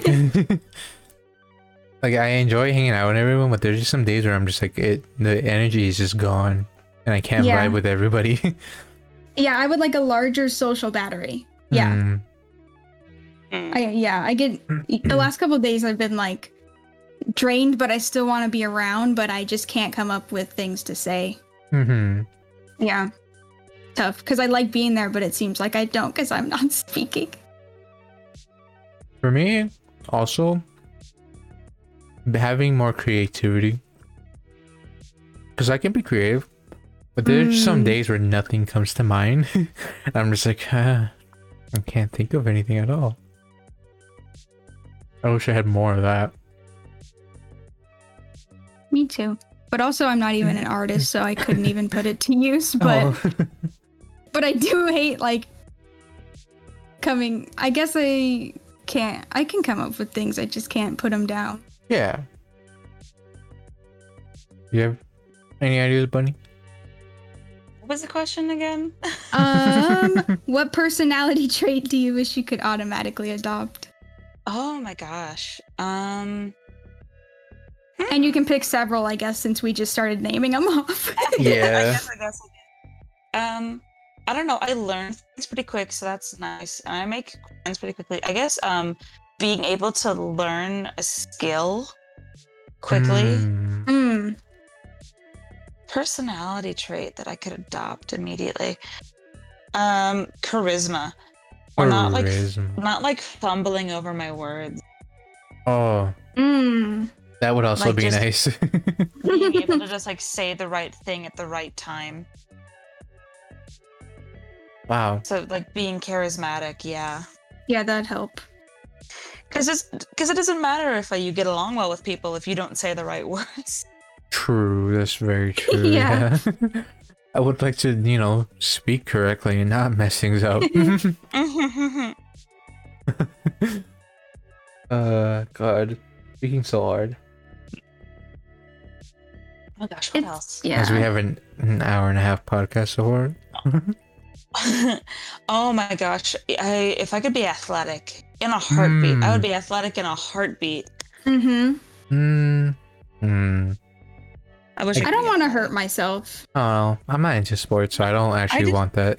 like I enjoy hanging out with everyone, but there's just some days where I'm just like, it. The energy is just gone, and I can't Yeah. vibe with everybody. Yeah, I would like a larger social battery. Yeah. Mm. Mm. I yeah, I get the last couple of days I've been like drained, but I still want to be around, but I just can't come up with things to say. hmm Yeah. Tough because I like being there, but it seems like I don't because I'm not speaking. For me, also, having more creativity because I can be creative, but there's Mm. some days where nothing comes to mind. and I'm just like, ah, I can't think of anything at all. I wish I had more of that. Me too. But also, I'm not even an artist, so I couldn't even put it to use. But Oh. but I do hate like coming. I guess I can't. I can come up with things. I just can't put them down. yeah. You have any ideas, Bunny? What was the question again? Um, what personality trait do you wish you could automatically adopt? Oh my gosh. Um. And you can pick several, I guess, since we just started naming them off. Yeah. I guess, I guess, I guess. Um, I don't know. I learned things pretty quick, so that's nice. And I make friends pretty quickly. I guess um, being able to learn a skill quickly, Mm. Hmm. personality trait that I could adopt immediately. Um, charisma. Or not like Charisma. not like fumbling over my words. Oh, Mm. that would also Like, be just- nice. Being able to just like say the right thing at the right time. wow. So like being charismatic, yeah. Yeah, that'd help. Because it's because it doesn't matter if uh, you get along well with people if you don't say the right words. True, that's very true. Yeah. yeah. I would like to, you know, speak correctly and not mess things up. Mm-hmm. I uh, God, speaking so hard. Oh gosh, what It's- else? As we Yeah. have an, an hour and a half podcast so far. oh my gosh! I if I could be athletic in a heartbeat, Hmm. I would be athletic in a heartbeat. Mm-hmm. Mm, mm. I wish. I could don't be want to athletic. hurt myself. Oh, I'm not into sports, so I don't actually did- want that.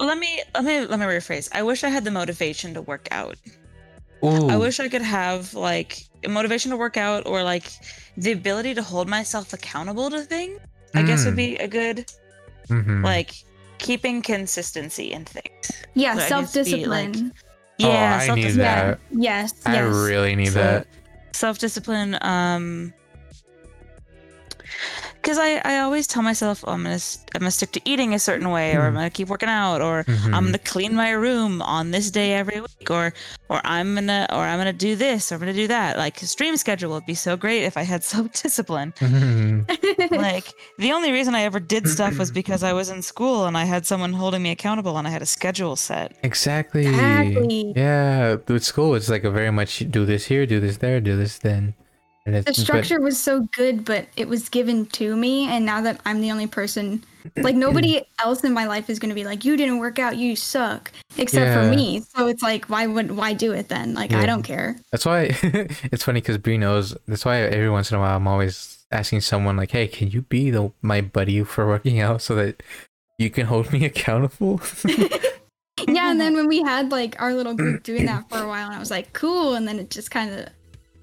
Let me let me let me rephrase. I wish I had the motivation to work out. Ooh, I wish I could have like motivation to work out or like the ability to hold myself accountable to things. I guess would Mm. be a good mhm. like keeping consistency in things. Yeah, But I guess be, self-discipline. like- Oh, I need self-discipline. that. yeah. Yes. Yes. I really need So- that. self-discipline um because I, I always tell myself oh, i'm gonna st- i'm gonna stick to eating a certain way or i'm Mm. gonna keep working out or i'm Mhm. gonna clean my room on this day every week or or i'm gonna or i'm gonna do this or i'm gonna do that like stream schedule would be so great if i had self-discipline Mhm. like the only reason i ever did stuff was because i was in school and i had someone holding me accountable and i had a schedule set exactly. Exactly. Yeah, with school, it's like a very much do this here, do this there, do this then. And it's the but- structure was so good, but it was given to me, and now that I'm the only person, like nobody else in my life is gonna be like, "You didn't work out, you suck," except Yeah. for me. So it's like, why would why do it then? Like Yeah. I don't care. That's why it's funny because Brie knows. That's why every once in a while I'm always asking someone like, "Hey, can you be the my buddy for working out so that you can hold me accountable?" Yeah, and then when we had like our little group doing that for a while, and I was like, "Cool," and then it just kind of.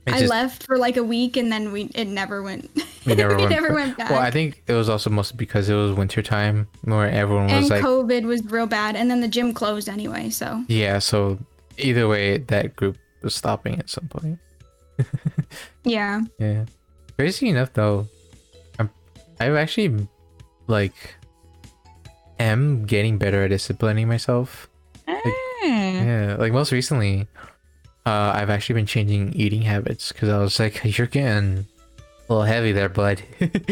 It I just- left for like a week, and then we it never went. We never went. never back. went back. Well, I think it was also mostly because it was winter time where everyone was and like, COVID was real bad, and then the gym closed anyway. So "Yeah." So either way, that group was stopping at some point. yeah. Yeah. Crazy enough though, I'm I've actually like am getting better at disciplining myself. Mm. Yeah, like most recently, uh, I've actually been changing eating habits because I was like, "You're getting a little heavy there, bud,"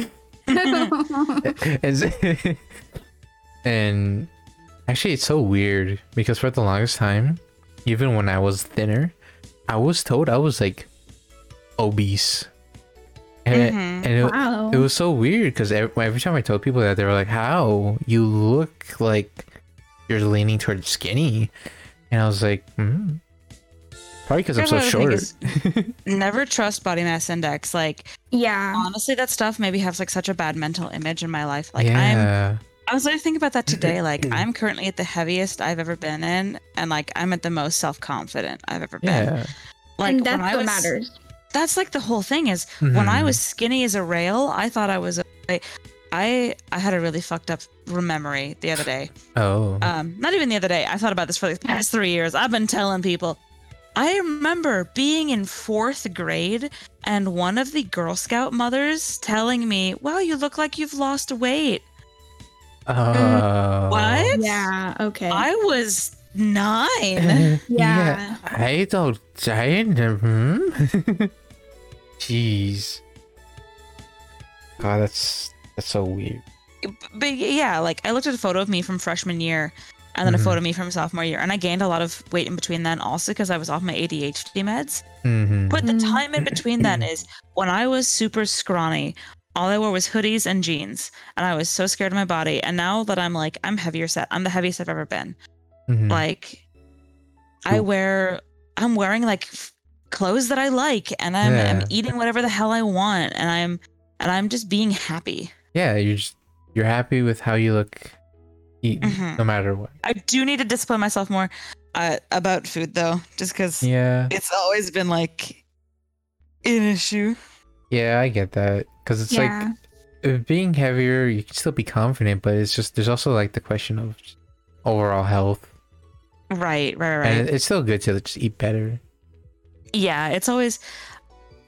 and, and actually, it's so weird because for the longest time, even when I was thinner, I was told I was like obese, and, Mhm. and it, wow. it was so weird because every, every time I told people that, they were like, "How you look like you're leaning towards skinny," and I was like, hmm. "Probably because I'm Here's so what I would short." think is never trust body mass index like yeah. honestly that stuff maybe has like such a bad mental image in my life like i'm yeah, Mm-hmm. i was like thinking about that today like i'm currently at the heaviest i've ever been in and like i'm at the most self-confident i've ever been yeah, like and that's when I what was, matters. that's like the whole thing is when i Mhm. was skinny as a rail i thought i was I, I I had a really fucked up memory the other day Oh, um, not even the other day. I thought about this for the past three years. I've been telling people. I remember being in fourth grade and one of the Girl Scout mothers telling me, "Wow, you look like you've lost weight." Oh. What? Yeah. Okay. I was nine. yeah. yeah. I don't. I. Hmm? Jeez. God, that's that's so weird. but yeah, like I looked at a photo of me from freshman year, and then Mhm. a photo of me from sophomore year, and I gained a lot of weight in between then also because I was off my ADHD meds. Mm-hmm. But the Mm. time in between then is when I was super scrawny. All I wore was hoodies and jeans, and I was so scared of my body. And now that I'm like, I'm heavier set. I'm the heaviest I've ever been. Mm-hmm. Like, I Mm. Cool. wear, I'm wearing like f- clothes that I like, and I'm, I'm Yeah. eating whatever the hell I want, and I'm, and I'm just being happy. yeah, you're just you're happy with how you look, eat Mhm. no matter what. I do need to discipline myself more uh, about food though, just because Yeah, it's always been like an issue. yeah, I get that because it's like Yeah. uh, being heavier, you can still be confident, but it's just there's also like the question of just overall health, Right, right, right. and it's still good to just eat better. yeah, it's always.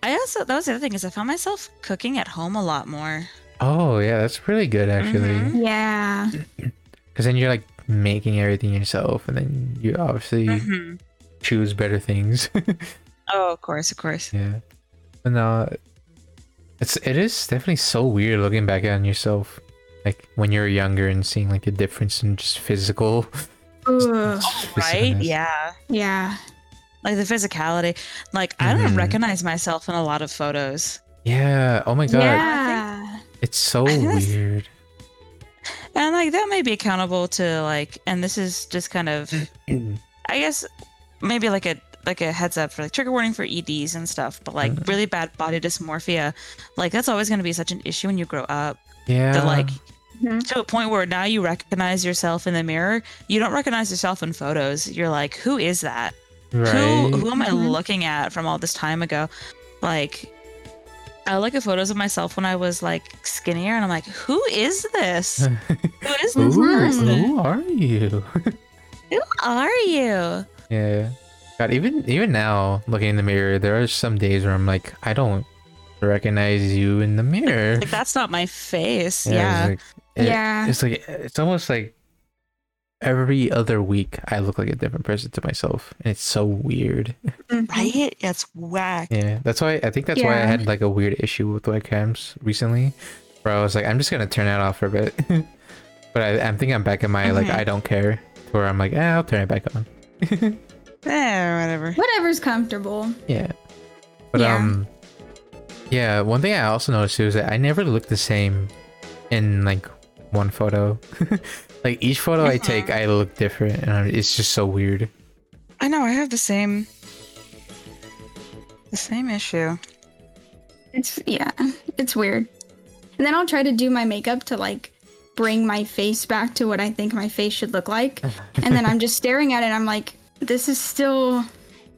I also that was the other thing is I found myself cooking at home a lot more. Oh yeah, that's really good actually, because Mhm. yeah. then you're like making everything yourself, and then you obviously Mm-hmm. choose better things. Oh, of course, of course. yeah, but no, it's it is definitely so weird looking back on yourself. Like when you're younger and seeing like the difference in just physical, Ugh. Oh, Right? physicalness. Yeah. Yeah. Like the physicality. Like I don't Mhm. recognize myself in a lot of photos. Yeah. Oh my god. Yeah. It's so I think that's- weird. And like that may be accountable to like and this is just kind of I guess maybe like a like a heads up for like trigger warning for EDs and stuff, but like really bad body dysmorphia, like that's always going to be such an issue when you grow up. Yeah. That like Mhm. to a point where now you recognize yourself in the mirror. You don't recognize yourself in photos. You're like, who is that? Who who am I Mhm. looking at from all this time ago? Like I look at photos of myself when I was like skinnier and I'm like, who is this? Who is Ooh, this person? who are you? Who are you? yeah. God, even even now, looking in the mirror, there are some days where I'm like, I don't recognize you in the mirror. Like that's not my face. it's yeah. like- it- Yeah. It's like it's almost like every other week I look like a different person to myself, and it's so weird. Mhm. Right? That's whack. Yeah, that's why I think that's why I Yeah. had like a weird issue with webcams recently, where I was like, I'm just gonna turn that off for a bit. but I, I'm thinking I'm back in my like Mhm. I don't care, to where I'm like, eh, I'll turn it back on. Eh, whatever. Whatever's comfortable. Yeah. But Yeah. um, yeah. One thing I also noticed too is that I never look the same in like one photo. like each photo I take, I look different, and i it's just so weird. I know, I have the same the same issue. It's yeah. It's weird. And then I'll try to do my makeup to like bring my face back to what I think my face should look like. And then I'm just staring at it. I'm like, this is still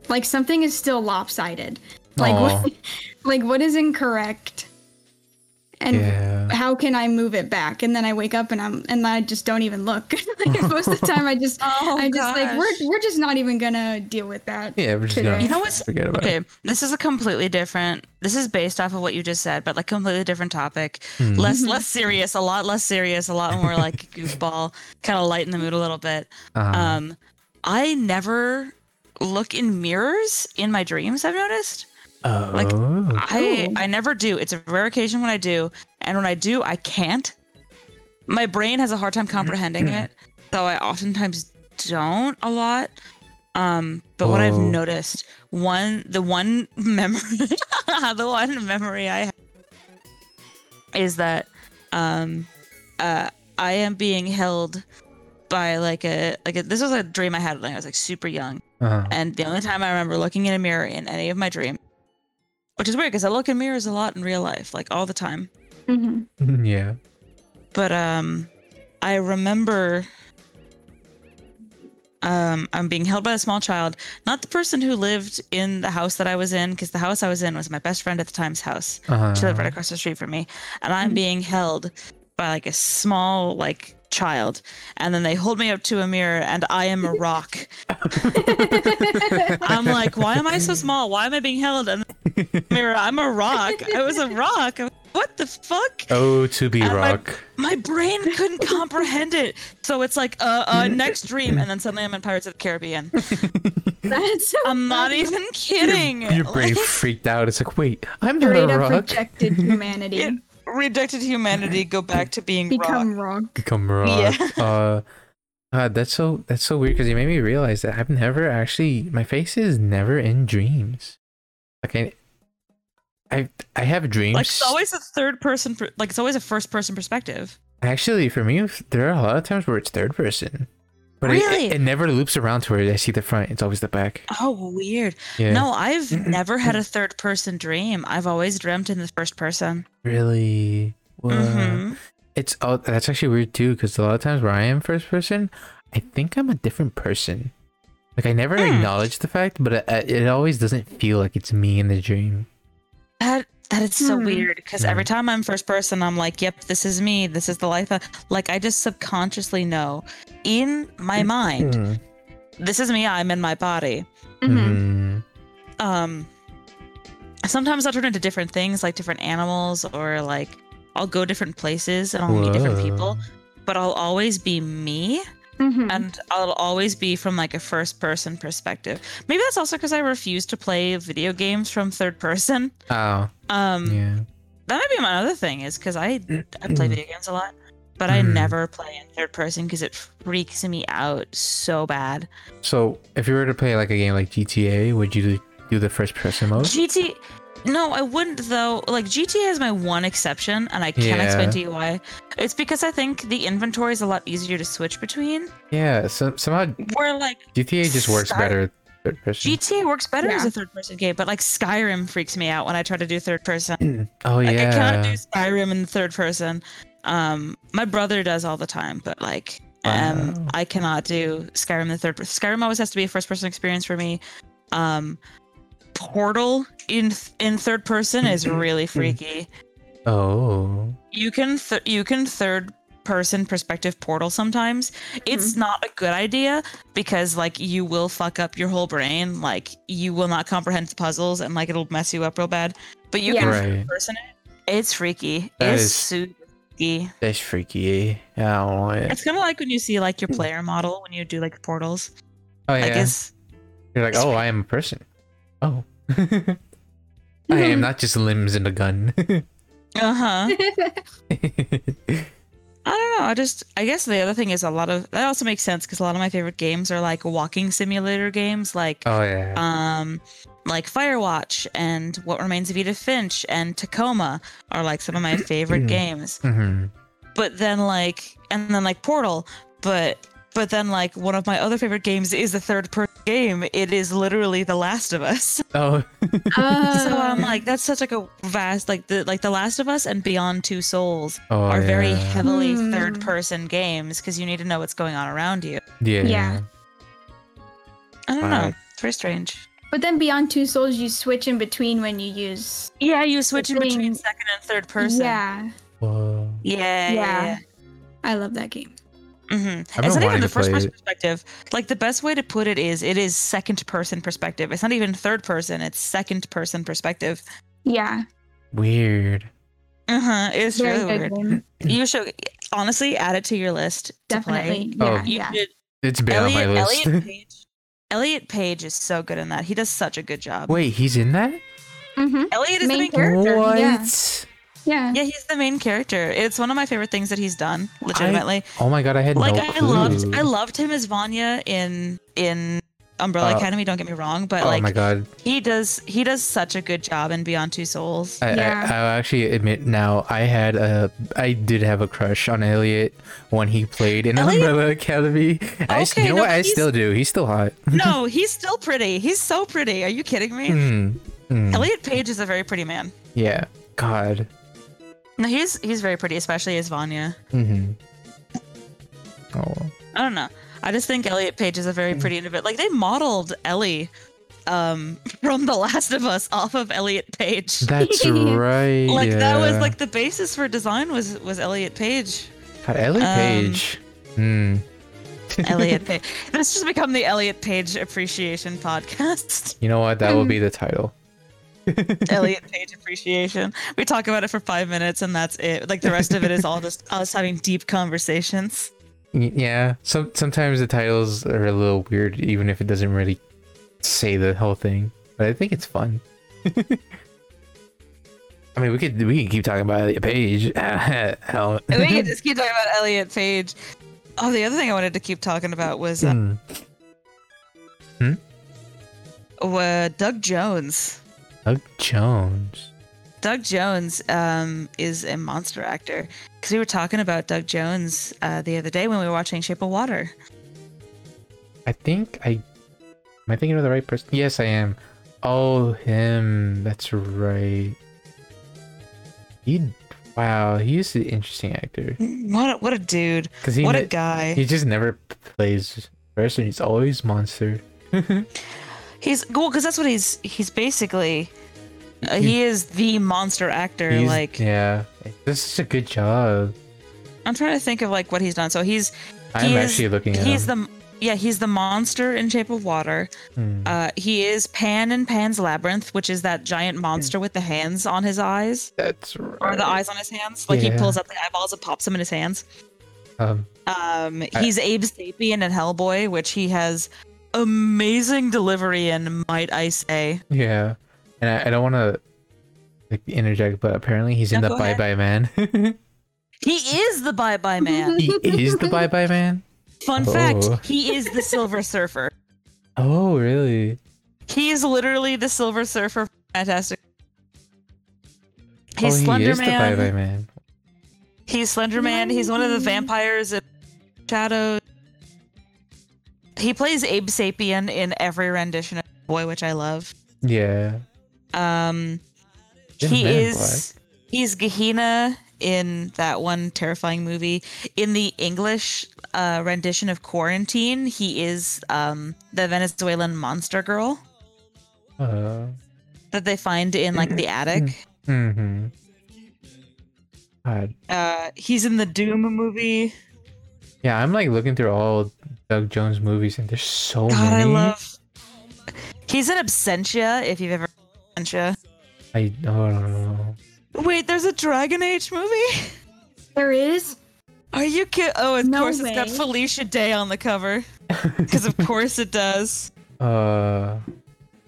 like something is still lopsided. Like Aw. what, like what is incorrect? And Yeah. how can I move it back? And then I wake up and I'm and I just don't even look. like most of the time I just Oh, I'm just like gosh. we're we're just not even gonna deal with that. Yeah, we're just Today. gonna You know what's- forget about Okay, it. this is a completely different this is based off of what you just said, but like completely different topic. Hmm. Less less serious, a lot less serious, a lot more like goofball, kinda lighten the mood a little bit. Uh-huh. Um I never look in mirrors in my dreams, I've noticed. oh. uh, like, I Cool. I never do. It's a rare occasion when I do, and when I do, I can't. My brain has a hard time comprehending it, so I oftentimes don't a lot. Um, but what I've Oh. noticed, one the one memory, the one memory I have is that um, uh, I am being held by like a like a, this was a dream I had when I was like super young. uh-huh. And the only time I remember looking in a mirror in any of my dream, which is weird because I look in mirrors a lot in real life, like all the time. hmm yeah. But um, I remember um, I'm being held by a small child, not the person who lived in the house that I was in, because the house I was in was my best friend at the time's house. Uh-huh. She lived right across the street from me, and I'm Mhm. being held by like a small like child. And then they hold me up to a mirror and I am a rock. I'm like, why am I so small? Why am I being held? And the mirror, I'm a rock. I was a rock. I'm like, What the fuck? Oh, to be And my- rock. My brain couldn't comprehend it. So it's like, uh, uh, next dream. And then suddenly I'm in Pirates of the Caribbean. That's so I'm not funny. even kidding. Your brain Like, freaked out. It's like, wait, I'm not a Straight up rock. rejected humanity. it rejected humanity, go back to being rock. Become rock. Become rock. Uh, God, that's so that's so weird because you made me realize that I've never actually my face is never in dreams. Like I, I, I have dreams. Like it's always a third person, per- like it's always a first person perspective. Actually, for me, there are a lot of times where it's third person, but it- Really? it, it never loops around to where I see the front. It's always the back. Oh, weird. Yeah. No, I've never had a third person dream. I've always dreamt in the first person. Really? Wow. hmm It's oh, that's actually weird too, because a lot of times where I am first person, I think I'm a different person. Like I never Hmm. acknowledge the fact, but uh, it, it always doesn't feel like it's me in the dream. That that is so Hmm. weird because every time I'm first person, I'm like, "Yep, this is me. This is the life." I-" Like I just subconsciously know in my mind, Mm. this is me. I'm in my body. Mhm. Mm. um sometimes i'll turn into different things like different animals or like i'll go different places and i'll meet different people but i'll always be me Mhm. Mm-hmm. and i'll always be from like a first person perspective maybe that's also because i refuse to play video games from third person Oh, um yeah. that might be my other thing is because i i play video games a lot but i Mhm. never play in third person because it freaks me out so bad So if you were to play like a game like GTA, would you do the first person mode? GT. No, I wouldn't though. Like GTA is my one exception, and I can't Yeah. explain to you why. It's because I think the inventory is a lot easier to switch between. Yeah. So somehow Where like GTA just works Sky- better third person. GTA works better as Yeah. a third-person game, but like Skyrim freaks me out when I try to do third-person. oh Like yeah. I cannot do Skyrim in third-person. Um, my brother does all the time, but like. Um, Wow. I cannot do Skyrim in the third. per- Skyrim always has to be a first-person experience for me. Um, Portal in in third person is really freaky. oh. you can th- you can third person perspective portal sometimes it's not a good idea because like you will fuck up your whole brain like you will not comprehend the puzzles and like it'll mess you up real bad but you can Yeah. Right. third person it it's freaky That it's is- super freaky That's freaky. eh? I don't want it. it's kind of like when you see like your player model when you do like portals Oh like yeah. it's You're like, oh, I am a person. Oh. I am not just limbs and a gun. uh-huh I don't know. I just, I guess the other thing is a lot of that also makes sense because a lot of my favorite games are like walking simulator games, like oh yeah. um like firewatch and what remains of edith finch and tacoma are like some of my favorite games hmm but then like and then like portal but but then like one of my other favorite games is the third person game it is literally the last of us Oh. so i'm Uh, like that's such like a vast like the like the last of us and beyond two souls Oh are yeah. very heavily Hmm. third person games because you need to know what's going on around you yeah. Yeah. i don't Wow. know it's very strange But then Beyond Two Souls, you switch in between when you use. yeah you switch in between thing- second and third person Yeah, Whoa. yeah, yeah. Yeah. yeah. I love that game. Mm-hmm. been It's not wanting even the to play first person it. perspective. Like the best way to put it is, it is second person perspective. It's not even third person. It's second person perspective. Yeah, Weird. Uh huh. It's very really good weird. game. You should honestly add it to your list. to play. Definitely. Oh. Yeah, You yeah. should- It's been Elliot, on my list. Elliot Page. Elliot Page is so good in that. He does such a good job. Wait, he's in that? hmm Elliot is Main the main character. What? yeah. Yeah. Yeah, he's the main character. It's one of my favorite things that he's done. Legitimately, Oh my god, I had like no I clue. loved, I loved him as Vanya in in Umbrella Uh, Academy. Don't get me wrong, but oh like my god. He does. He does such a good job in Beyond Two Souls. I, Yeah. I, I'll actually admit now I had a I did have a crush on Elliot when he played in Elliot- Oh, Umbrella Academy. I s- Okay, you know no, what? I he's- still do. He's still hot. no, he's still pretty. He's so pretty. Are you kidding me? Mm, mm, Elliot Page is a very pretty man. yeah. God. No, he's he's very pretty, especially as Vanya. hmm Oh. I don't know. I just think Elliot Page is a very pretty individual. Like they modeled Ellie um from The Last of Us off of Elliot Page. That's right. like that was yeah. like the basis for design was was Elliot Page. God, Elliot um, Page. Hmm. Elliot Page. This has become the Elliot Page Appreciation Podcast. You know what? That will be Hmm. the title. Elliot Page Appreciation. We talk about it for five minutes and that's it. Like the rest of it is all just us having deep conversations. Y- Yeah. Some sometimes the titles are a little weird, even if it doesn't really say the whole thing. But I think it's fun. I mean, we could we could keep talking about Elliot Page. Hell. And we can just keep talking about Elliot Page. Oh, the other thing I wanted to keep talking about was uh, Hmm. wa- uh, Doug Jones. Doug Jones. Doug Jones um, is a monster actor because we were talking about Doug Jones uh, the other day when we were watching Shape of Water. I think I. Am I thinking of the right person? Yes, I am. Oh, him. That's right. He. Wow, he's an interesting actor. What a, what a dude! Cause he What a ne- guy! he just never plays person. He's always monster. He's well because that's what he's he's basically. Uh, he is the monster actor. He's- like yeah, this is a good job. I'm trying to think of like what he's done. So he's I'm he is- actually looking at he's him. the yeah he's the monster in Shape of Water. Hmm. Uh, he is Pan in Pan's Labyrinth, which is that giant monster with the hands on his eyes That's right. or the eyes on his hands. Like Yeah. he pulls out the eyeballs and pops them in his hands. Um, Um, I- he's Abe Sapien in Hellboy, which he has amazing delivery in, might I say. yeah, and I, I don't want to like interject, but apparently he's in No, the go Bye ahead. Bye Man. He is the Bye Bye Man. he is the Bye Bye Man. Fun Oh. fact: he is the Silver Surfer. Oh, really? He is literally the Silver Surfer. from Fantastic. oh, He's he Slender is the Bye Bye Man. Man. He's Slender Man. He's one of the vampires in Shadows. He plays Abe Sapien in every rendition of Boy, which I love. Yeah. Um, Yeah, he Man in is he's Gehenna in that one terrifying movie. In the English uh, rendition of Quarantine, he is um, the Venezuelan monster girl Uh, that they find in like the attic. mm-hmm. God. Uh, he's in the Doom movie. Yeah, I'm like looking through all Doug Jones movies, and there's so God, many. I love. He's in Absentia. If you've ever Absentia. I oh, I don't know. Wait, there's a Dragon Age movie. There is. Are you kidding? Oh, of No course it's got way. Felicia Day on the cover. Because of course it does. Uh,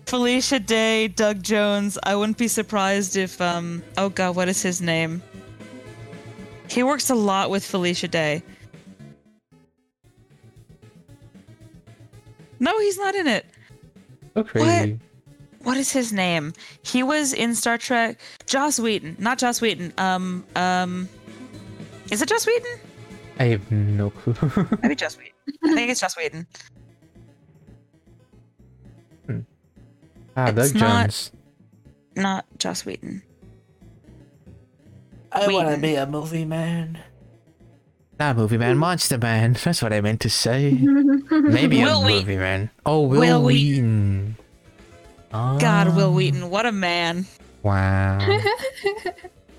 Felicia Day, Doug Jones. I wouldn't be surprised if um oh god, what is his name? He works a lot with Felicia Day. No, he's not in it. so crazy. What is his name? He was in Star Trek Joss Wheaton. Not Joss Wheaton. Um um Is it Joss Wheaton? I have no clue. Maybe Joss Wheaton. I think it's Joss Wheaton. ah, It's Doug not- Jones. Not Joss Wheaton. I wanna Wheaton. be a movie man. Not movie man, monster man. That's what I meant to say. Maybe Will a Wheat- movie man. Oh, Will, Will Wheaton. God, Will Ah, Wheaton, what a man. Wow. That's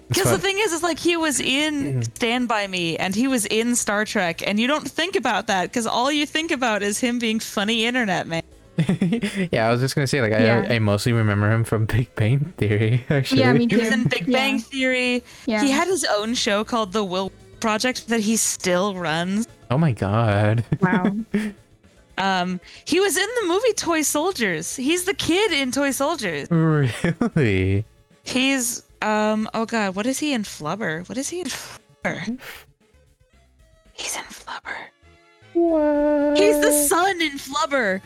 Because the what- thing is, is like he was in Stand By Me and he was in Star Trek, and you don't think about that because all you think about is him being funny internet man. yeah, I was just gonna say like Yeah. I I mostly remember him from Big Bang Theory actually. yeah, me He too. was in Big Yeah. Bang Theory. Yeah. He had his own show called The Will Project that he still runs. Oh my god. wow. Um, he was in the movie Toy Soldiers. He's the kid in Toy Soldiers. really? He's um, oh god, what is he in Flubber? What is he in Flubber? He's in Flubber. What? He's the son in Flubber.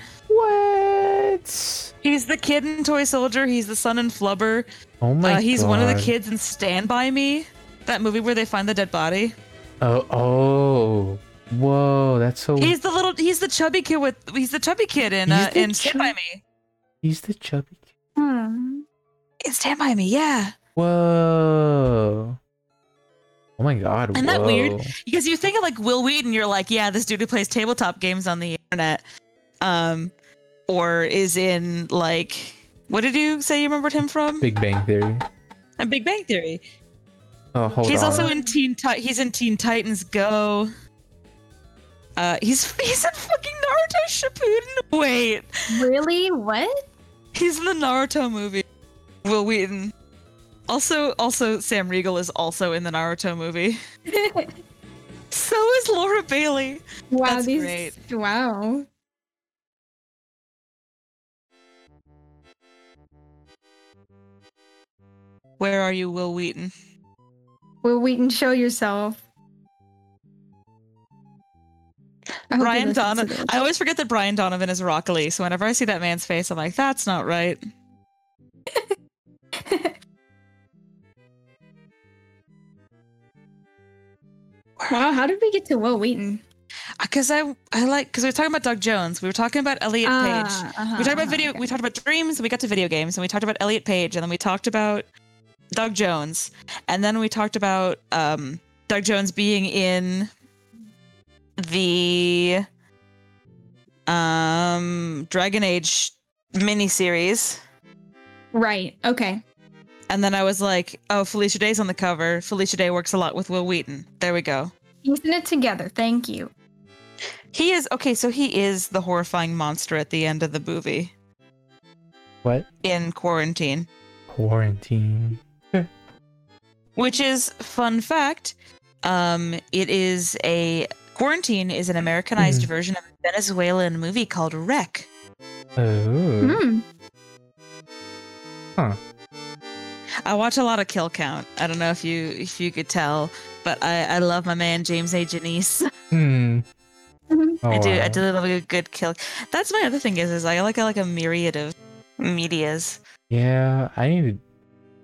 what? He's the kid in Toy Soldier. He's the son in Flubber. Oh my. uh, he's one of the God. kids in Stand By Me, that movie where they find the dead body. Oh, oh. Whoa, that's so. He's the little. He's the chubby kid with. He's the chubby kid in Oh. He's uh, the in Stand By Me. He's the chubby. kid. Hmm. In Stand By Me, yeah. Whoa. Oh my God. Isn't that weird? whoa. Because you think of like Will Wheaton, you're like, yeah, this dude who plays tabletop games on the internet, um, or is in like, what did you say you remembered him from? Big Bang Theory. And Big Bang Theory. Oh, hold he's on. also in Teen. Ti- he's in Teen Titans Go. Uh, he's he's in fucking Naruto Shippuden. Wait, Really? What? he's in the Naruto movie. Will Wheaton. Also, also Sam Riegel is also in the Naruto movie. So is Laura Bailey. wow, That's these great. wow. Where are you, Will Wheaton? Will Wheaton, show yourself. I hope he Brian listens to Donovan. this. I always forget that Brian Donovan is Rock Lee. So whenever I see that man's face, I'm like, that's not right. Wow, how did we get to Will Wheaton? Because Uh, I, I like because we were talking about Doug Jones. We were talking about Elliot Page. Ah, uh-huh, we talked about uh-huh, video. okay. We talked about dreams. And we got to video games, and we talked about Elliot Page, and then we talked about Doug Jones, and then we talked about um, Doug Jones being in the um, Dragon Age miniseries. Right. Okay. And then I was like, "Oh, Felicia Day's on the cover. Felicia Day works a lot with Will Wheaton. There we go. Piecing it together. Thank you. He is okay. So he is the horrifying monster at the end of the movie What? in quarantine." Quarantine. which is fun fact um it is a quarantine is an americanized Mhm. version of a venezuelan movie called wreck Oh. Hmm. i watch a lot of kill count i don't know if you if you could tell but i i love my man james a janice Hmm. Mhm. Oh, i do i wow. do love a good kill that's my other thing is is i like I like a myriad of medias Yeah, I need to.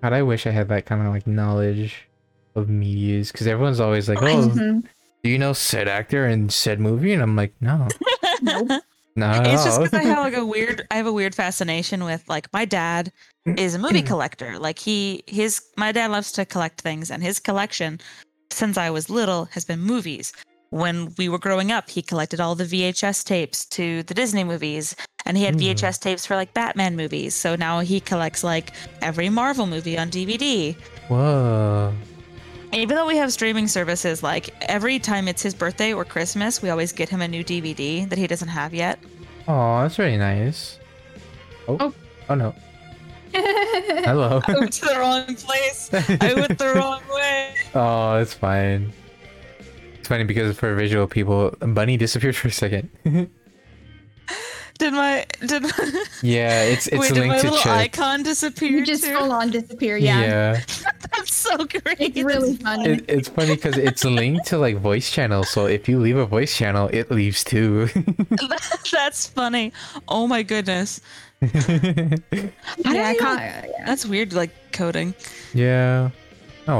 God, I wish I had that kind of like knowledge of medias because everyone's always like, "Oh, Mhm. do you know said actor and said movie?" And I'm like, "No, Nope. not at it's just all." because I have like a weird I have a weird fascination with like my dad is a movie collector. Like he his my dad loves to collect things and his collection since I was little has been movies. When we were growing up, he collected all the VHS tapes to the Disney movies and he had Hmm. VHS tapes for like Batman movies. So now he collects like every Marvel movie on DVD. Whoa. Even though we have streaming services, like every time it's his birthday or Christmas, we always get him a new DVD that he doesn't have yet. Oh, that's really nice. Oh. Oh, Oh. no. Hello. went to the wrong place. I went the wrong way. oh, it's fine. It's funny because for visual people, Bunny disappeared for a second. Did my did my, yeah, it's it's wait, did my linked to little Chip. icon disappear? you just too? full on disappear. Yeah. That's so great. It's really funny. It, it's funny because it's linked to like voice channel, so if you leave a voice channel, it leaves too. That's funny. Oh my goodness. How did yeah, I you- can't. yeah. That's weird. Like coding. yeah. Oh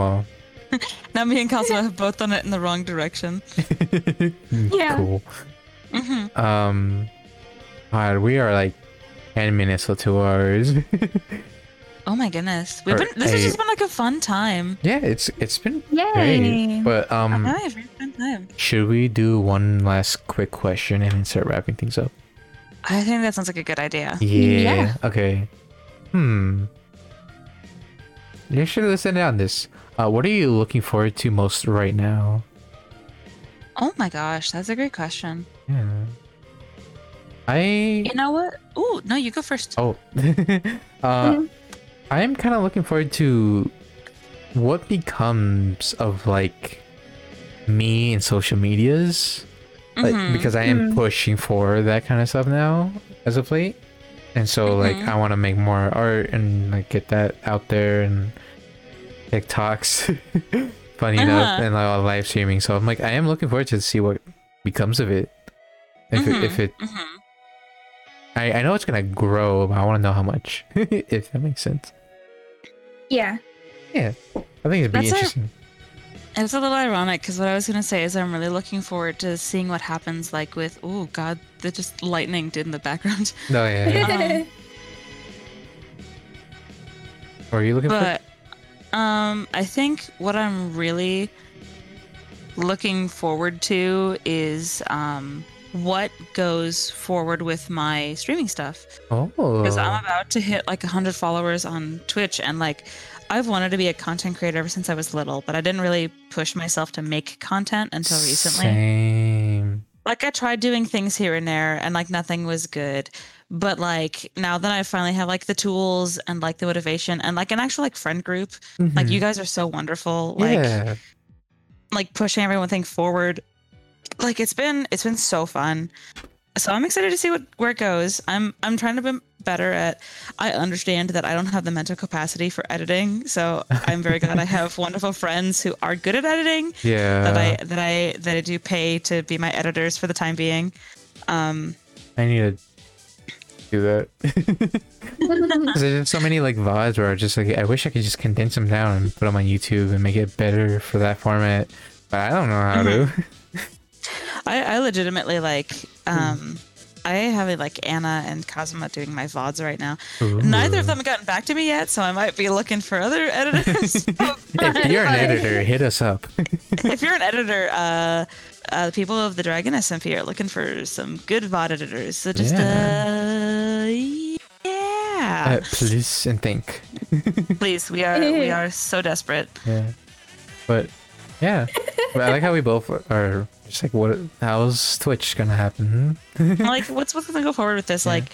well. Now me and Cosmo have both done it in the wrong direction. Yeah. Mm-hmm. Cool. hmm Um. God, we are like ten minutes till two hours. Oh my goodness. We've Or been. This has a- just been like a fun time. yeah, it's it's been Yay. great. But um, I have a fun time. should we do one last quick question and then start wrapping things up? I think that sounds like a good idea. Yeah. Uh, Yeah. Okay. Hmm. You should listen in on this. Uh, what are you looking forward to most right now? Oh my gosh, that's a great question. Yeah. I You know what? Ooh, no, you go first. oh, Mm-hmm. uh, I am kind of looking forward to what becomes of like me and social medias, like Mhm. because I am Mhm. pushing for that kind of stuff now as of late, and so like Mhm. I want to make more art and like get that out there and TikToks, funny enough, Uh-huh. and like, live streaming. So I'm like I am looking forward to see what becomes of it. If it, if Mhm. it Mhm. I, I know it's gonna grow, but I want to know how much, if that makes sense. Yeah. I think it'd be That's a- interesting. It's a little ironic because what I was gonna say is I'm really looking forward to seeing what happens. Like with oh god, the just lightning did in the background. No, Oh, yeah. yeah. Um, Or are you looking But um, I think what I'm really looking forward to is um, what goes forward with my streaming stuff. for? because Oh, I'm about to hit like 100 followers on Twitch, and like I've wanted to be a content creator ever since I was little, but I didn't really push myself to make content until recently. Same. like I tried doing things here and there and like nothing was good. But like now that I finally have like the tools and like the motivation and like an actual like friend group, like you guys are so wonderful. Like Mm-hmm. yeah. like pushing everything forward. Like it's been it's been so fun. So I'm excited to see what where it goes. I'm I'm trying to be better at I understand that I don't have the mental capacity for editing. So I'm very glad I have wonderful friends who are good at editing Yeah. that I that I that I do pay to be my editors for the time being. Um I need to do that. 'Cause there's just so many like VODs where I just like I wish I could just condense them down and put them on YouTube and make it better for that format, but I don't know how to. I, I legitimately like um I have like Anna and Kazuma doing my VODs right now. Mm-hmm. Hmm. Neither of them have gotten back to me yet, so I might be looking for other editors. If you're an editor, hit us up. if you're an editor, uh, uh, the people of the Dragon SMP are looking for some good VOD editors. So just, uh, Uh, yeah. please and think. Please, we are we are so desperate. Yeah. But yeah, but I like how we both are just like, what? How's Twitch gonna happen? Hmm? Like, what's what's gonna go forward with this? Like,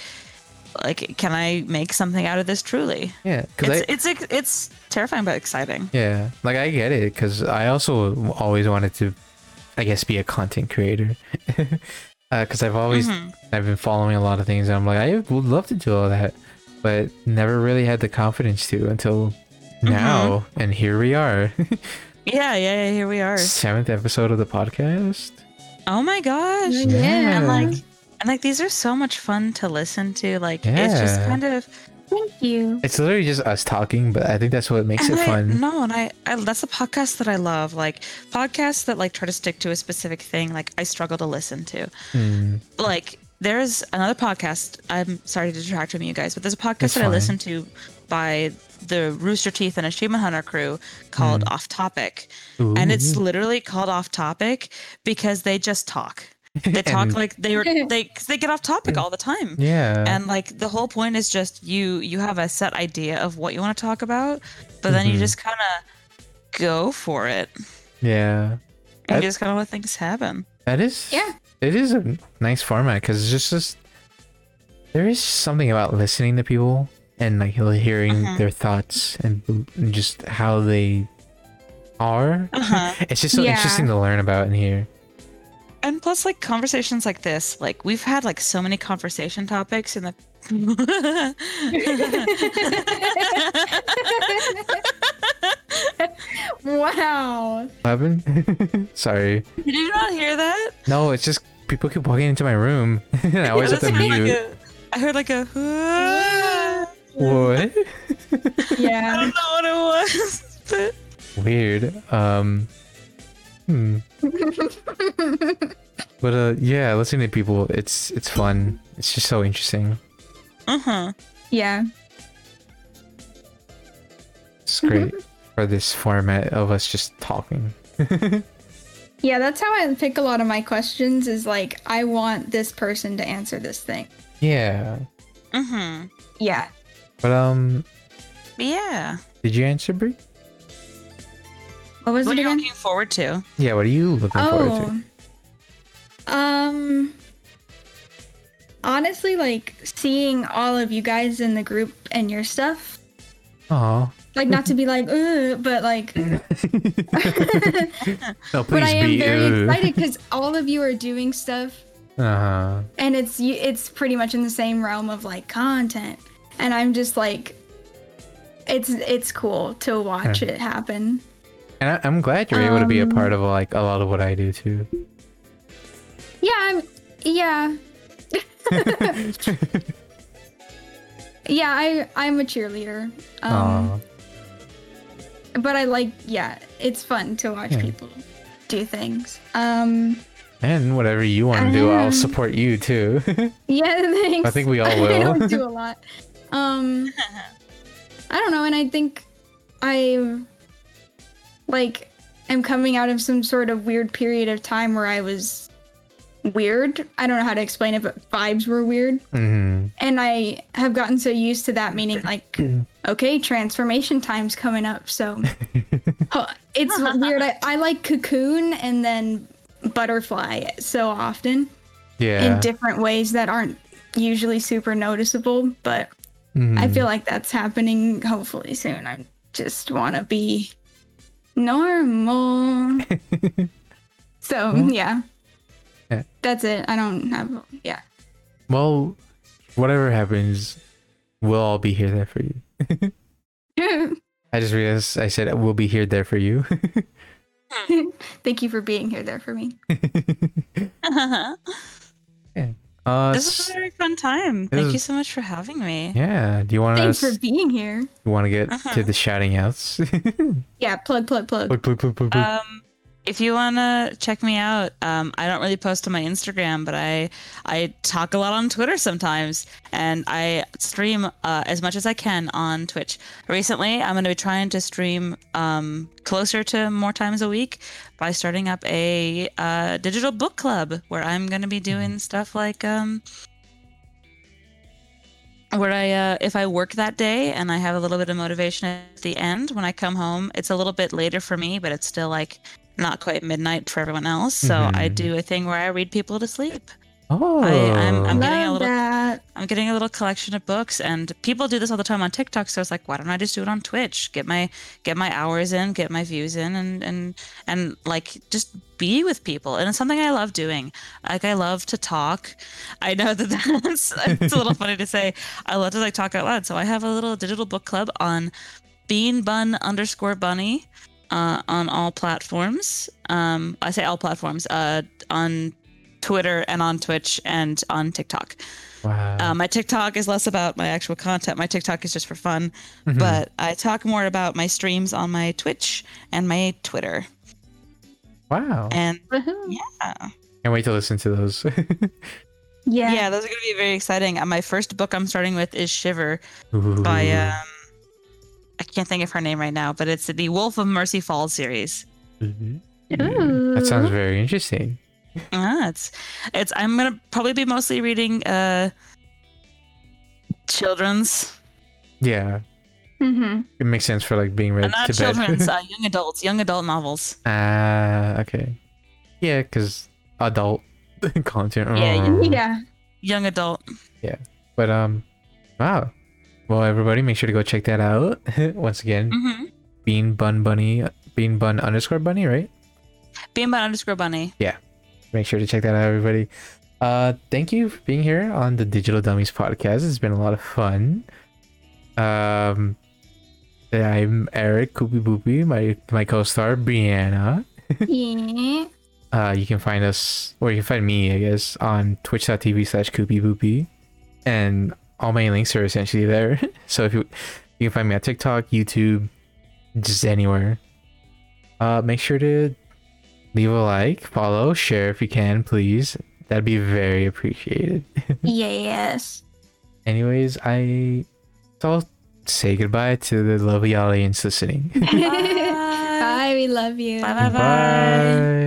like, can I make something out of this? Truly, Yeah, because I, it's, it's ex it's terrifying but exciting. Yeah, like I get it because I also always wanted to, I guess, be a content creator. Because I've always Mm-hmm. I've been following a lot of things and I'm like I would love to do all that, but never really had the confidence to until Mm-hmm. now. And here we are, Yeah, yeah, yeah. Here we are. seventh episode of the podcast. Oh my gosh. Yeah. And like, and like, these are so much fun to listen to. Like, it's just Yeah. kind of. Thank you. It's literally just us talking, but I think that's what makes it And I- fun. No, and I, I that's the podcast that I love. Like podcasts that like try to stick to a specific thing. Like I struggle to listen to. Hmm. Like there's another podcast. I'm sorry to detract from you guys, but there's a podcast That's that fine. I listen to by the Rooster Teeth and Achievement Hunter crew called Hmm. Off Topic, and it's literally called Off Topic because they just talk. They talk And- like they were they 'cause they get off topic all the time Yeah, and like the whole point is just you you have a set idea of what you want to talk about but then Mm-hmm. you just kind of go for it yeah. and That- you just kind of let things happen That is Yeah. It is a nice format because it's just just there is something about listening to people and like hearing Mm-hmm. their thoughts and, b- and just how they are. Uh-huh. it's just so Yeah. interesting to learn about in here. and plus like conversations like this like we've had like so many conversation topics in the Wow. What happened? Sorry. did you not hear that No, it's just people keep walking into my room and I always have That's to kind of like mute. a- I heard like a i What? Yeah. don't know what it was but Weird. Um. Hmm. but uh, yeah, listening to people, it's it's fun. It's just so interesting. uh-huh Yeah. It's great for this format of us just talking. Yeah, that's how I pick a lot of my questions is like I want this person to answer this thing. Yeah. mm-hmm Yeah. But um yeah did you answer Brie? What was what it are you again? looking forward to Yeah, what are you looking forward Oh. to? Um honestly like seeing all of you guys in the group and your stuff. Oh. Like not to be like, Ugh, but like No, but I please am be very ooh. excited because all of you are doing stuff Uh-huh. and it's you- it's pretty much in the same realm of like content and i'm just like it's it's cool to watch it happen And I, I'm glad you're able to Um. be a part of like a lot of what I do too. yeah i'm yeah yeah i i'm a cheerleader um Aw. but i like yeah it's fun to watch people do things um and whatever you want to do, I'll support you too. Yeah, thanks. I think we all I will. don't do a lot. Um, I don't know, and I think I like am coming out of some sort of weird period of time where I was weird. I don't know how to explain it, but vibes were weird, Mhm. and I have gotten so used to that. Meaning, like, okay, transformation time's coming up, so Huh, it's weird. I, I like cocoon and then butterfly so often Yeah. in different ways that aren't usually super noticeable, but I Mhm. feel like that's happening hopefully soon. I just want to be normal. so, yeah. Hmm? Yeah. That's it. I don't have, yeah. Well, whatever happens, we'll all be here there for you. I just realized I said we'll be here there for you. Thank you for being here there for me. uh, This was s- a very fun time. This Thank is- you so much for having me. yeah. Do you want Thanks to for being here. want to get Uh-huh. to the shouting outs? Yeah, plug, plug, plug. Boop, boop, boop, boop, boop. Um, if you wanna check me out, um, I don't really post on my Instagram, but I I talk a lot on Twitter sometimes, and I stream uh, as much as I can on Twitch. Recently, I'm gonna be trying to stream um, closer to more times a week by starting up a uh, digital book club where I'm gonna be doing stuff like um, where I uh, if I work that day and I have a little bit of motivation at the end when I come home, it's a little bit later for me, but it's still like not quite midnight for everyone else. So I Mhm. do a thing where I read people to sleep. oh, Uh, I'm- I'm getting a Love little- that. I'm getting a little collection of books, and people do this all the time on TikTok. So it's like, why don't I just do it on Twitch? Get my get my hours in, get my views in, and and and like just be with people. And it's something I love doing. Like I love to talk. I know that that's it's a little funny to say. I love to like talk out loud. So I have a little digital book club on Bean Bun underscore Bunny uh, on all platforms. Um, I say all platforms. Uh, on Twitter and on Twitch and on TikTok. wow. Uh, my TikTok is less about my actual content. My TikTok is just for fun, Mhm. but I talk more about my streams on my Twitch and my Twitter. wow. And Woohoo. Can't wait to listen to those. Yeah. yeah, those are going to be very exciting. Uh, my first book I'm starting with is Shiver Ooh. by um, I can't think of her name right now, but it's the Wolf of Mercy Falls series. Mhm. Ooh. That sounds very interesting. Yeah, Ah, it's it's I'm going to probably be mostly reading uh children's Yeah, hmm it makes sense for like being uh, read not to bed. children's uh, young adults young adult novels Ah, okay. Yeah, because adult content. Yeah, you- oh. Yeah. young adult But um, wow. Well, everybody, make sure to go check that out. Once again, mm-hmm. Bean Bun Bunny, Bean Bun underscore Bunny, right? being by underscore bunny Make sure to check that out, everybody. Uh, thank you for being here on the Digital Dummies podcast. It's been a lot of fun. Um, I'm Eric Koopy Boopy, my my co-star Brianna. yeah. Uh, you can find us, or you can find me, I guess, on twitch.tv slash koopy boopy. And all my links are essentially there. so if you, you can find me on TikTok, YouTube, just anywhere. Uh, make sure to leave a like, follow, share if you can, please. That'd be very appreciated. Yes. Anyways, I, so I'll say goodbye to the lovely audience listening. Bye. Bye. We love you. Bye-bye. Bye.